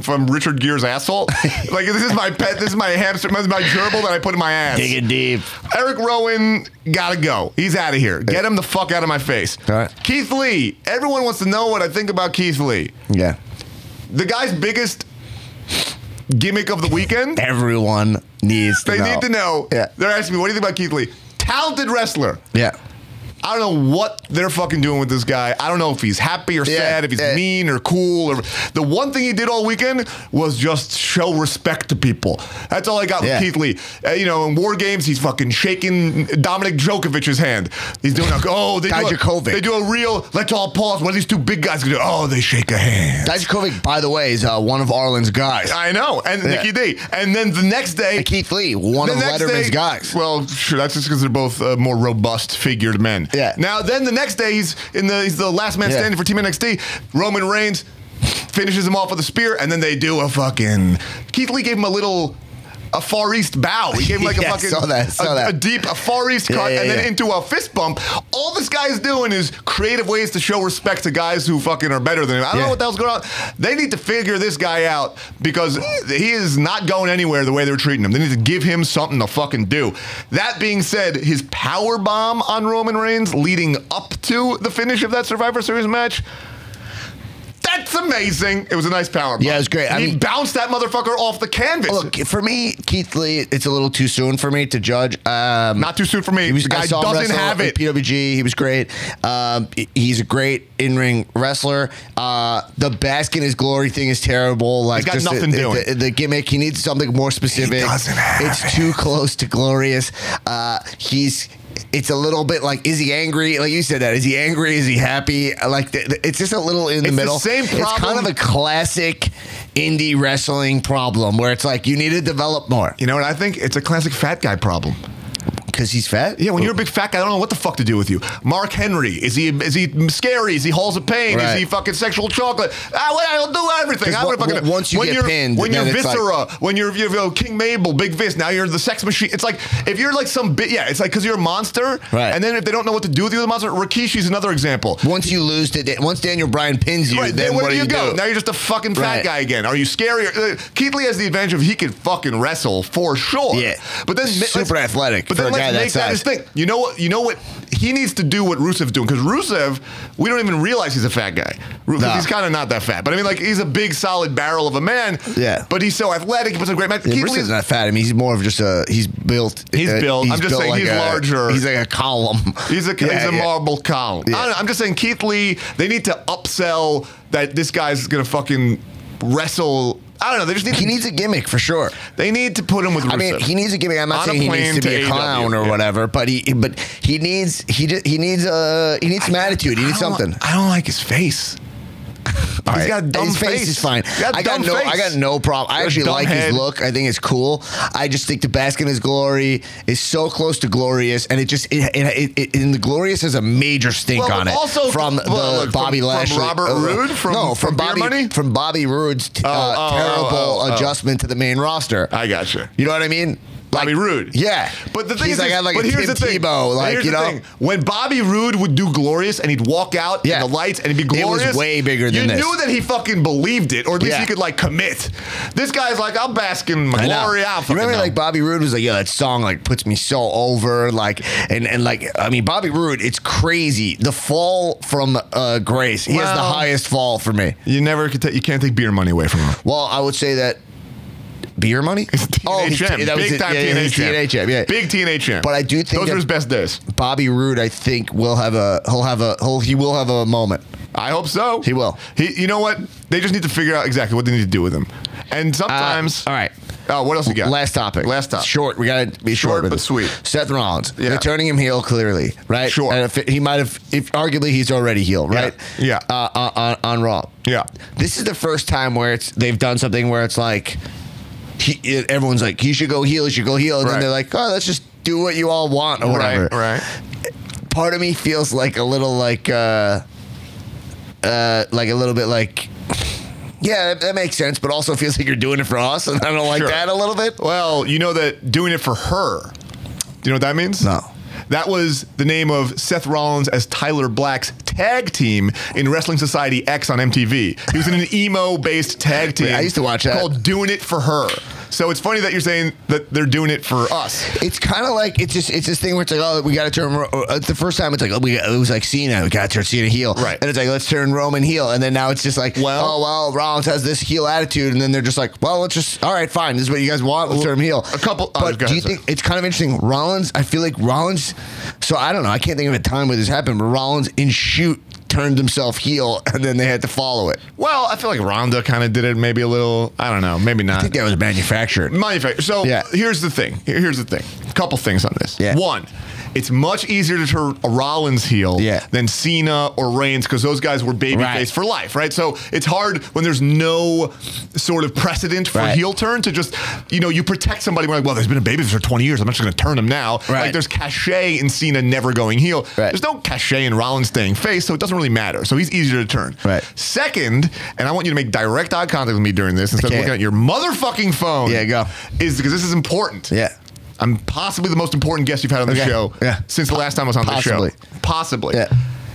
Speaker 2: From Richard Gere's asshole. like this is my pet. This is my hamster. This is my gerbil that I put in my ass.
Speaker 1: Digging deep.
Speaker 2: Eric Rowan gotta go. He's out of here. Get him the fuck out of my face.
Speaker 1: All right.
Speaker 2: Keith Lee. Everyone wants to know what I think about Keith Lee.
Speaker 1: Yeah,
Speaker 2: The guy's biggest gimmick of the weekend.
Speaker 1: everyone needs.
Speaker 2: they
Speaker 1: to know.
Speaker 2: need to know.
Speaker 1: Yeah,
Speaker 2: They're asking me, what do you think about Keith Lee? Talented wrestler.
Speaker 1: yeah.
Speaker 2: I don't know what they're fucking doing with this guy. I don't know if he's happy or
Speaker 1: Yeah,
Speaker 2: sad, if he's
Speaker 1: yeah.
Speaker 2: mean or cool. Or the one thing he did all weekend was just show respect to people. That's all I got
Speaker 1: Yeah.
Speaker 2: with Keith Lee. Uh, you know, in war games, he's fucking shaking Dominic Djokovic's hand. He's doing like, oh, they do, a,
Speaker 1: Dijakovic.
Speaker 2: they do a real. Let's all pause. What are these two big guys gonna do? Oh, they shake a hand.
Speaker 1: Dijakovic, by the way, is uh, one of Arlen's guys.
Speaker 2: I know. And
Speaker 1: Yeah.
Speaker 2: Nikki D. And then the next day,
Speaker 1: Keith Lee, one
Speaker 2: the
Speaker 1: of
Speaker 2: next
Speaker 1: Letterman's
Speaker 2: day-
Speaker 1: guys.
Speaker 2: Well, sure, that's just because they're both uh, more robust figured men.
Speaker 1: Yeah.
Speaker 2: Now, then the next day he's in the he's the last man
Speaker 1: Yeah.
Speaker 2: standing for Team NXT. Roman Reigns finishes him off with a spear, and then they do a fucking Keith Lee gave him a little. A far east bow. He gave him like
Speaker 1: Yeah,
Speaker 2: a fucking
Speaker 1: saw that, saw
Speaker 2: a,
Speaker 1: that.
Speaker 2: a deep, a far east cut,
Speaker 1: yeah,
Speaker 2: and then
Speaker 1: yeah.
Speaker 2: into a fist bump. All this guy's doing is creative ways to show respect to guys who fucking are better than him. I don't
Speaker 1: Yeah.
Speaker 2: know what the hell's going on. They need to figure this guy out because he is not going anywhere the way they're treating him. They need to give him something to fucking do. That being said, his power bomb on Roman Reigns leading up to the finish of that Survivor Series match. That's amazing. It was a nice power. Bomb.
Speaker 1: Yeah, it was great. I
Speaker 2: he
Speaker 1: mean-
Speaker 2: bounced that motherfucker off the canvas.
Speaker 1: Look, for me, Keith Lee, it's a little too soon for me to judge. Um,
Speaker 2: Not too soon for me.
Speaker 1: He was,
Speaker 2: The
Speaker 1: I
Speaker 2: guy
Speaker 1: saw him
Speaker 2: doesn't
Speaker 1: wrestle
Speaker 2: have
Speaker 1: at
Speaker 2: it.
Speaker 1: PWG. He was great. Um, he- he's a great in-ring wrestler. Uh, the bask in his glory thing is terrible. Like
Speaker 2: got
Speaker 1: just
Speaker 2: nothing
Speaker 1: the,
Speaker 2: doing.
Speaker 1: The, the gimmick. He needs something more specific.
Speaker 2: doesn't have
Speaker 1: it's
Speaker 2: it.
Speaker 1: too close to glorious. Uh, he's. It's a little bit like, is he angry? Like you said that. Is he angry? Is he happy? Like th- th- it's just a little in the
Speaker 2: It's the
Speaker 1: middle.
Speaker 2: same
Speaker 1: It's kind
Speaker 2: problem-
Speaker 1: of a classic indie wrestling problem where it's like you need to develop more
Speaker 2: you know what I think? It's a classic fat guy problem.
Speaker 1: because he's fat.
Speaker 2: Yeah, when you're a big fat guy, I don't know what the fuck to do with you. Mark Henry, is he is he scary? Is he halls of pain?
Speaker 1: Right.
Speaker 2: Is he fucking sexual chocolate? I, would- I'll do everything.
Speaker 1: 'Cause
Speaker 2: I would
Speaker 1: on-
Speaker 2: fucking
Speaker 1: once you
Speaker 2: when
Speaker 1: get
Speaker 2: you're,
Speaker 1: pinned,
Speaker 2: when you're
Speaker 1: then it's like-
Speaker 2: viscera, when you're, you're, you're King Mabel, Big Fist. Now you're the sex machine. It's like if you're like some bit, yeah. It's like because you're a monster,
Speaker 1: Right.
Speaker 2: And then if they don't know what to do with you, the monster, Rikishi's another example.
Speaker 1: Once you lose to Dan- once Daniel Bryan pins you,
Speaker 2: Right,
Speaker 1: then what do you,
Speaker 2: go?
Speaker 1: do?
Speaker 2: Now you're just a fucking fat
Speaker 1: Right.
Speaker 2: guy again. Are you scary? Uh, Keith Lee has the advantage of he can fucking wrestle for sure.
Speaker 1: Yeah.
Speaker 2: but then ma-
Speaker 1: Super
Speaker 2: let's-
Speaker 1: athletic
Speaker 2: But
Speaker 1: for
Speaker 2: then
Speaker 1: a
Speaker 2: let's
Speaker 1: guy that
Speaker 2: make that his
Speaker 1: size.
Speaker 2: thing. You know what? You know what? He needs to do what Rusev's doing because Rusev, we don't even realize he's a fat guy. Ru-
Speaker 1: No.
Speaker 2: He's kind of not that fat, but I mean, like he's a big, solid barrel of a man.
Speaker 1: Yeah.
Speaker 2: but he's so athletic. He puts a great match.
Speaker 1: Yeah,
Speaker 2: Keith
Speaker 1: Bruce
Speaker 2: Lee's
Speaker 1: is not fat. I mean, he's more of just a. He's built.
Speaker 2: He's built. I'm just saying he's larger.
Speaker 1: He's like a column.
Speaker 2: He's a
Speaker 1: Yeah,
Speaker 2: he's a
Speaker 1: yeah.
Speaker 2: marble column. I don't know, I'm just saying Keith Lee. They need to upsell that this guy's gonna fucking wrestle. I don't know. They just need
Speaker 1: He
Speaker 2: to
Speaker 1: needs a gimmick for sure.
Speaker 2: They need to put him with Rusev.
Speaker 1: I mean, he needs a gimmick. I'm not
Speaker 2: On a
Speaker 1: saying he
Speaker 2: plane
Speaker 1: needs to be
Speaker 2: to
Speaker 1: a clown
Speaker 2: AEW,
Speaker 1: or
Speaker 2: yeah.
Speaker 1: whattever, but he but he needs he just, he needs a he needs some attitude. He needs
Speaker 2: I don't-
Speaker 1: something.
Speaker 2: I don't like his face.
Speaker 1: All
Speaker 2: He's got a dumb
Speaker 1: his face.
Speaker 2: face.
Speaker 1: is fine.
Speaker 2: He's got a
Speaker 1: I got
Speaker 2: dumb
Speaker 1: no.
Speaker 2: face.
Speaker 1: I got no problem. I
Speaker 2: He's got a
Speaker 1: actually
Speaker 2: dumb
Speaker 1: like
Speaker 2: head.
Speaker 1: his look. I think it's cool. I just think the bask in his glory is so close to glorious, and it just it, it, it, it and the glorious has a major stink
Speaker 2: Well,
Speaker 1: on it.
Speaker 2: also-
Speaker 1: from the
Speaker 2: well, look, from-
Speaker 1: Bobby
Speaker 2: from
Speaker 1: Lashley, Uh,
Speaker 2: Robert Roode? From-
Speaker 1: no,
Speaker 2: from
Speaker 1: from,
Speaker 2: Beer
Speaker 1: Bobby
Speaker 2: Money?
Speaker 1: from Bobby Roode's t- uh,
Speaker 2: oh, oh,
Speaker 1: terrible
Speaker 2: oh, oh.
Speaker 1: adjustment to the main roster.
Speaker 2: I gotcha.
Speaker 1: you know what I mean?
Speaker 2: Bobby Roode.
Speaker 1: Yeah,
Speaker 2: But the thing
Speaker 1: He's
Speaker 2: is,
Speaker 1: like,
Speaker 2: is-
Speaker 1: I had like
Speaker 2: but
Speaker 1: a
Speaker 2: here's
Speaker 1: Tim
Speaker 2: the thing.
Speaker 1: Tebow,
Speaker 2: But
Speaker 1: like
Speaker 2: here's
Speaker 1: you
Speaker 2: the
Speaker 1: know.
Speaker 2: thing. when Bobby Roode would do glorious and he'd walk out
Speaker 1: Yeah.
Speaker 2: in the lights and it'd be
Speaker 1: It was
Speaker 2: glorious,
Speaker 1: way bigger than
Speaker 2: you
Speaker 1: this.
Speaker 2: knew that he fucking believed it, or at least
Speaker 1: Yeah.
Speaker 2: he could like commit. This guy's like, I'll bask in my
Speaker 1: I know.
Speaker 2: glory. I
Speaker 1: You
Speaker 2: fucking
Speaker 1: remember,
Speaker 2: know.
Speaker 1: like Bobby Roode was like, "Yo, that song like puts me so over." Like, and and like, I mean, Bobby Roode, it's crazy. The fall from uh, grace, he has the
Speaker 2: Well-
Speaker 1: highest fall for me.
Speaker 2: you never could. ta- you can't take beer money away from him.
Speaker 1: Well, I would say that beer money. he's-
Speaker 2: TNHM,
Speaker 1: Oh, that was
Speaker 2: big
Speaker 1: it.
Speaker 2: time
Speaker 1: yeah, yeah, he's
Speaker 2: TNHM,
Speaker 1: TNHM, yeah.
Speaker 2: big TNHM.
Speaker 1: But I do think
Speaker 2: those
Speaker 1: that-
Speaker 2: are his best days.
Speaker 1: Bobby Roode, I think, will have a he'll have a he'll, he will have a moment.
Speaker 2: I hope so.
Speaker 1: He will.
Speaker 2: He, you know what? They just need to figure out exactly what they need to do with him. And sometimes,
Speaker 1: Uh, all right.
Speaker 2: Oh, what else you got?
Speaker 1: Last topic.
Speaker 2: Last topic.
Speaker 1: Short. We gotta be short,
Speaker 2: Short
Speaker 1: with
Speaker 2: but
Speaker 1: it.
Speaker 2: sweet.
Speaker 1: Seth Rollins.
Speaker 2: Yeah.
Speaker 1: They're turning him heel clearly, right?
Speaker 2: Sure.
Speaker 1: And if it- he might have. If arguably he's already heel, right?
Speaker 2: Yeah.
Speaker 1: Uh, on, on, on Raw.
Speaker 2: Yeah.
Speaker 1: This is the first time where it's they've done something where it's like, he, it, everyone's like, he should go heel, he should go heel, and
Speaker 2: Right.
Speaker 1: then they're like, oh, let's just do what you all want or whatever.
Speaker 2: Right. Right.
Speaker 1: Part of me feels like a little like, uh, uh, like a little bit like. Yeah, that, that makes sense, but also feels like you're doing it for us, and I don't like
Speaker 2: Sure.
Speaker 1: that a little bit.
Speaker 2: Well, you know that doing it for her. Do you know what that means?
Speaker 1: No.
Speaker 2: That was the name of Seth Rollins as Tyler Black's tag team in Wrestling Society X on MTV. He was in an emo-based tag team.
Speaker 1: I used to watch that.
Speaker 2: Called "Doing It for Her." So it's funny that you're saying that they're doing it for us.
Speaker 1: It's kind of like it's just it's this thing where it's like oh we got to turn Ro- uh, the first time it's like oh we it was like Cena we got to turn Cena heel
Speaker 2: Right.
Speaker 1: and it's like let's turn Roman heel and then now it's just like
Speaker 2: Well-
Speaker 1: oh well Rollins has this heel attitude and then they're just like well let's just all right fine this is what you guys want let's turn him heel
Speaker 2: a couple- oh,
Speaker 1: but
Speaker 2: go
Speaker 1: do
Speaker 2: ahead,
Speaker 1: you
Speaker 2: sorry.
Speaker 1: think it's kind of interesting Rollins I feel like Rollins so I don't know I can't think of a time where this happened but Rollins in shoot turned himself heel and then they had to follow it
Speaker 2: Well, I feel like Rhonda kind of did it maybe a little. I don't know. Maybe not.
Speaker 1: I think that was manufactured
Speaker 2: Manufacturer. So
Speaker 1: Yeah.
Speaker 2: here's the thing. Here- Here's the thing. A couple things on this.
Speaker 1: Yeah.
Speaker 2: One, it's much easier to turn a Rollins heel
Speaker 1: Yeah.
Speaker 2: than Cena or Reigns because those guys were babyface
Speaker 1: Right.
Speaker 2: for life, right? So it's hard when there's no sort of precedent for
Speaker 1: Right.
Speaker 2: heel turn to just, you know, you protect somebody. We're like, well, there's been a babyface for 20 years. I'm not just going to turn him now. Like
Speaker 1: Right.
Speaker 2: there's cachet in Cena never going heel.
Speaker 1: Right.
Speaker 2: There's no cachet in Rollins staying face, so it doesn't really matter. So he's easier to turn.
Speaker 1: Right.
Speaker 2: Second, and I want you to make direct eye contact with me during this instead of
Speaker 1: can't.
Speaker 2: looking at your motherfucking phone
Speaker 1: Yeah, go.
Speaker 2: is because this is important.
Speaker 1: yeah
Speaker 2: I'm possibly the most important guest you've had on the
Speaker 1: Okay.
Speaker 2: show
Speaker 1: Yeah.
Speaker 2: since the last time I was on the show.
Speaker 1: Possibly.
Speaker 2: Possibly.
Speaker 1: Yeah.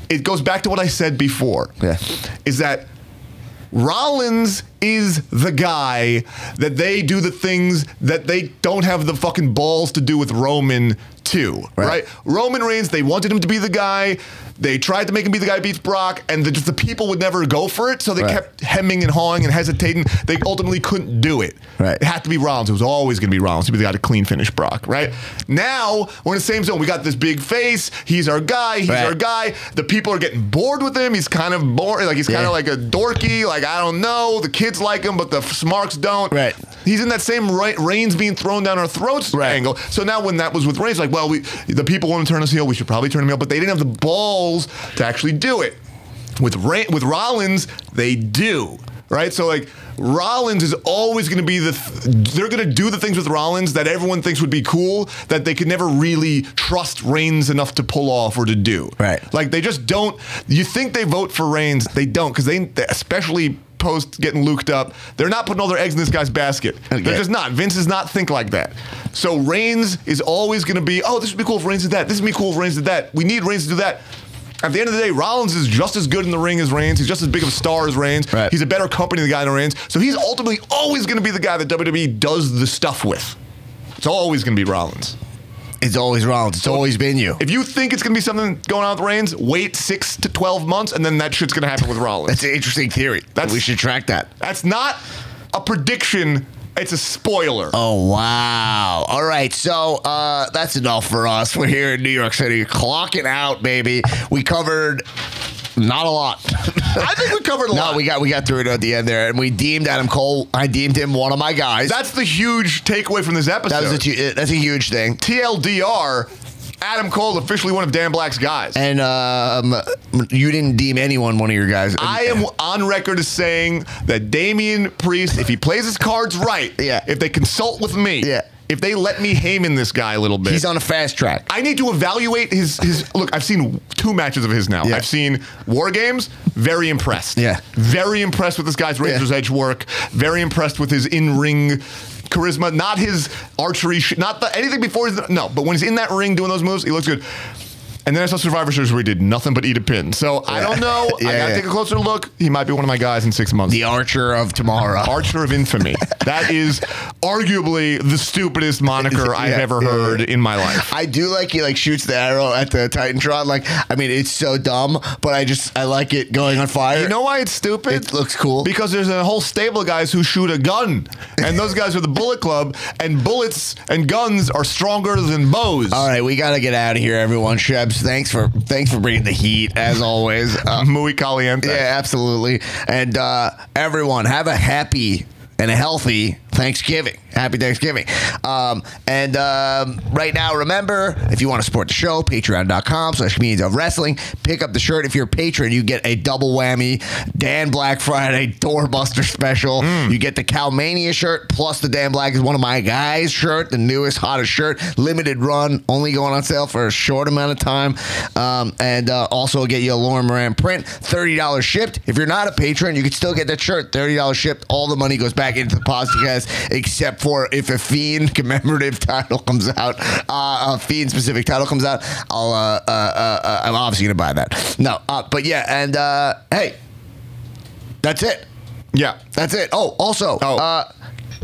Speaker 2: It goes back to what I said before.
Speaker 1: Yeah.
Speaker 2: Is that Rollins is the guy that they do the things that they don't have the fucking balls to do with Roman too, right?
Speaker 1: Right.
Speaker 2: Roman Reigns, they wanted him to be the guy. They tried to make him be the guy who beats Brock, and the, just the people would never go for it, so they
Speaker 1: Right.
Speaker 2: kept hemming and hawing and hesitating. They ultimately couldn't do it.
Speaker 1: Right.
Speaker 2: It had to be Rollins. It was always going to be Rollins. He'd be the guy to clean finish Brock, right? Now we're in the same zone. We got this big face. He's our guy. He's
Speaker 1: Right.
Speaker 2: our guy. The people are getting bored with him. He's kind of boring. Like he's kind
Speaker 1: Yeah.
Speaker 2: of like a dorky. Like I don't know. The kids like him, but the smarks don't.
Speaker 1: Right.
Speaker 2: He's in that same ra- reins being thrown down our throats
Speaker 1: Right.
Speaker 2: angle. So now when that was with Reigns, like, well, we the people want to turn us heel. We should probably turn him heel, but they didn't have the balls to actually do it. With Ra- with Rollins, they do. Right, so like Rollins is always going to be the th- they're going to do the things with Rollins that everyone thinks would be cool that they could never really trust Reigns enough to pull off or to do.
Speaker 1: Right.
Speaker 2: like they just don't. You think they vote for Reigns, they don't because they especially post getting luked up. They're not putting all their eggs in this guy's basket.
Speaker 1: Okay.
Speaker 2: They're just not. Vince does not think like that. So Reigns is always going to be, oh, this would be cool if Reigns did that. This would be cool if Reigns did that. We need Reigns to do that. At the end of the day, Rollins is just as good in the ring as Reigns. He's just as big of a star as Reigns.
Speaker 1: Right.
Speaker 2: He's a better company than the guy in Reigns. So he's ultimately always going to be the guy that WWE does the stuff with. It's always going to be Rollins.
Speaker 1: It's always Rollins. It's always been you.
Speaker 2: If you think it's going to be something going on with Reigns, wait six to 12 months, and then that shit's going to happen with Rollins.
Speaker 1: That's an interesting theory.
Speaker 2: That's-
Speaker 1: we should track that.
Speaker 2: That's not a prediction, it's a spoiler.
Speaker 1: Oh wow! All right, so uh, that's enough for us. We're here in New York City, clocking out, baby. We covered not a lot.
Speaker 2: I think we covered a lot.
Speaker 1: no, we got we got through it at the end there, and we deemed Adam Cole. I deemed him one of my guys.
Speaker 2: That's the huge takeaway from this episode.
Speaker 1: that was a tu- that's a huge thing.
Speaker 2: TLDR, Adam Cole officially one of Dan Black's guys.
Speaker 1: And um, you didn't deem anyone one of your guys.
Speaker 2: I am on record as saying that Damian Priest, if he plays his cards right,
Speaker 1: Yeah.
Speaker 2: if they consult with me,
Speaker 1: Yeah.
Speaker 2: if they let me Heyman this guy a little bit,
Speaker 1: He's on a fast track.
Speaker 2: I need to evaluate his his look. I've seen two matches of his now.
Speaker 1: Yeah.
Speaker 2: I've seen War Games. Very impressed.
Speaker 1: Yeah.
Speaker 2: Very impressed with this guy's Razor's Edge work. Very impressed with his in ring charisma. Not his archery. Sh- not the, anything before. His, no, but when he's in that ring doing those moves, he looks good. And then I saw Survivor Series where he did nothing but eat a pin. So I don't know.
Speaker 1: Yeah,
Speaker 2: I gotta
Speaker 1: yeah.
Speaker 2: take a closer look. He might be one of my guys in six months.
Speaker 1: the Archer of tomorrow.
Speaker 2: Archer of Infamy. that is arguably the stupidest moniker I've
Speaker 1: Yeah,
Speaker 2: ever
Speaker 1: yeah,
Speaker 2: heard in my life.
Speaker 1: I do like he like shoots the arrow at the Titantron. Like, I mean, it's so dumb, but I just I like it going on fire.
Speaker 2: You know why it's stupid?
Speaker 1: It looks cool.
Speaker 2: Because there's a whole stable of guys who shoot a gun. And those guys are the Bullet Club, and bullets and guns are stronger than bows.
Speaker 1: All right, we gotta get out of here, everyone. Shebs, thanks for thanks for bringing the heat as always. Uh,
Speaker 2: Muy caliente.
Speaker 1: yeah, absolutely. And uh, everyone, have a happy and a healthy Thanksgiving. Happy Thanksgiving. Um, and um, right now, remember, if you want to support the show, patreon.com slash comedians of wrestling. Pick up the shirt. If you're a patron, you get a double whammy Dan Black Friday doorbuster special. You get the Calmania shirt plus the Dan Black is one of my guys shirt, the newest, hottest shirt. Limited run, only going on sale for a short amount of time. Um, and uh, also get you a Lauren Moran print, $30 shipped. If you're not a patron, you can still get that shirt, $30 shipped. All the money goes back into the podcast, except for if a Fiend commemorative title comes out, uh, a Fiend specific title comes out, I'll, uh, uh, uh, uh, I'm obviously going to buy that. No, uh, but yeah, and uh, hey, that's it.
Speaker 2: Yeah.
Speaker 1: That's it. Oh, also,
Speaker 2: Oh.
Speaker 1: Uh,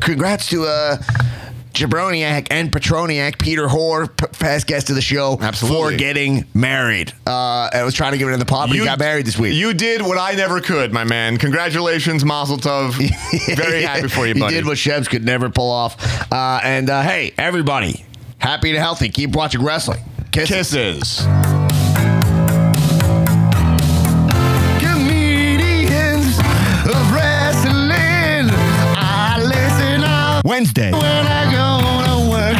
Speaker 1: congrats to uh, Jabroniac and Petroniac, Peter Hoare, p- past guest of the show,
Speaker 2: Absolutely.
Speaker 1: for getting married. Uh, I was trying to give it in the pop, but he got married this week.
Speaker 2: You did what I never could, my man. Congratulations, Mazel Tov. Very happy for you,
Speaker 1: He
Speaker 2: buddy.
Speaker 1: did what Shebs could never pull off. Uh, and uh, hey, everybody, happy and healthy. Keep watching wrestling. Kisses.
Speaker 2: Kisses.
Speaker 1: Comedians of wrestling. I listen up.
Speaker 3: Wednesday.
Speaker 1: when I go to work.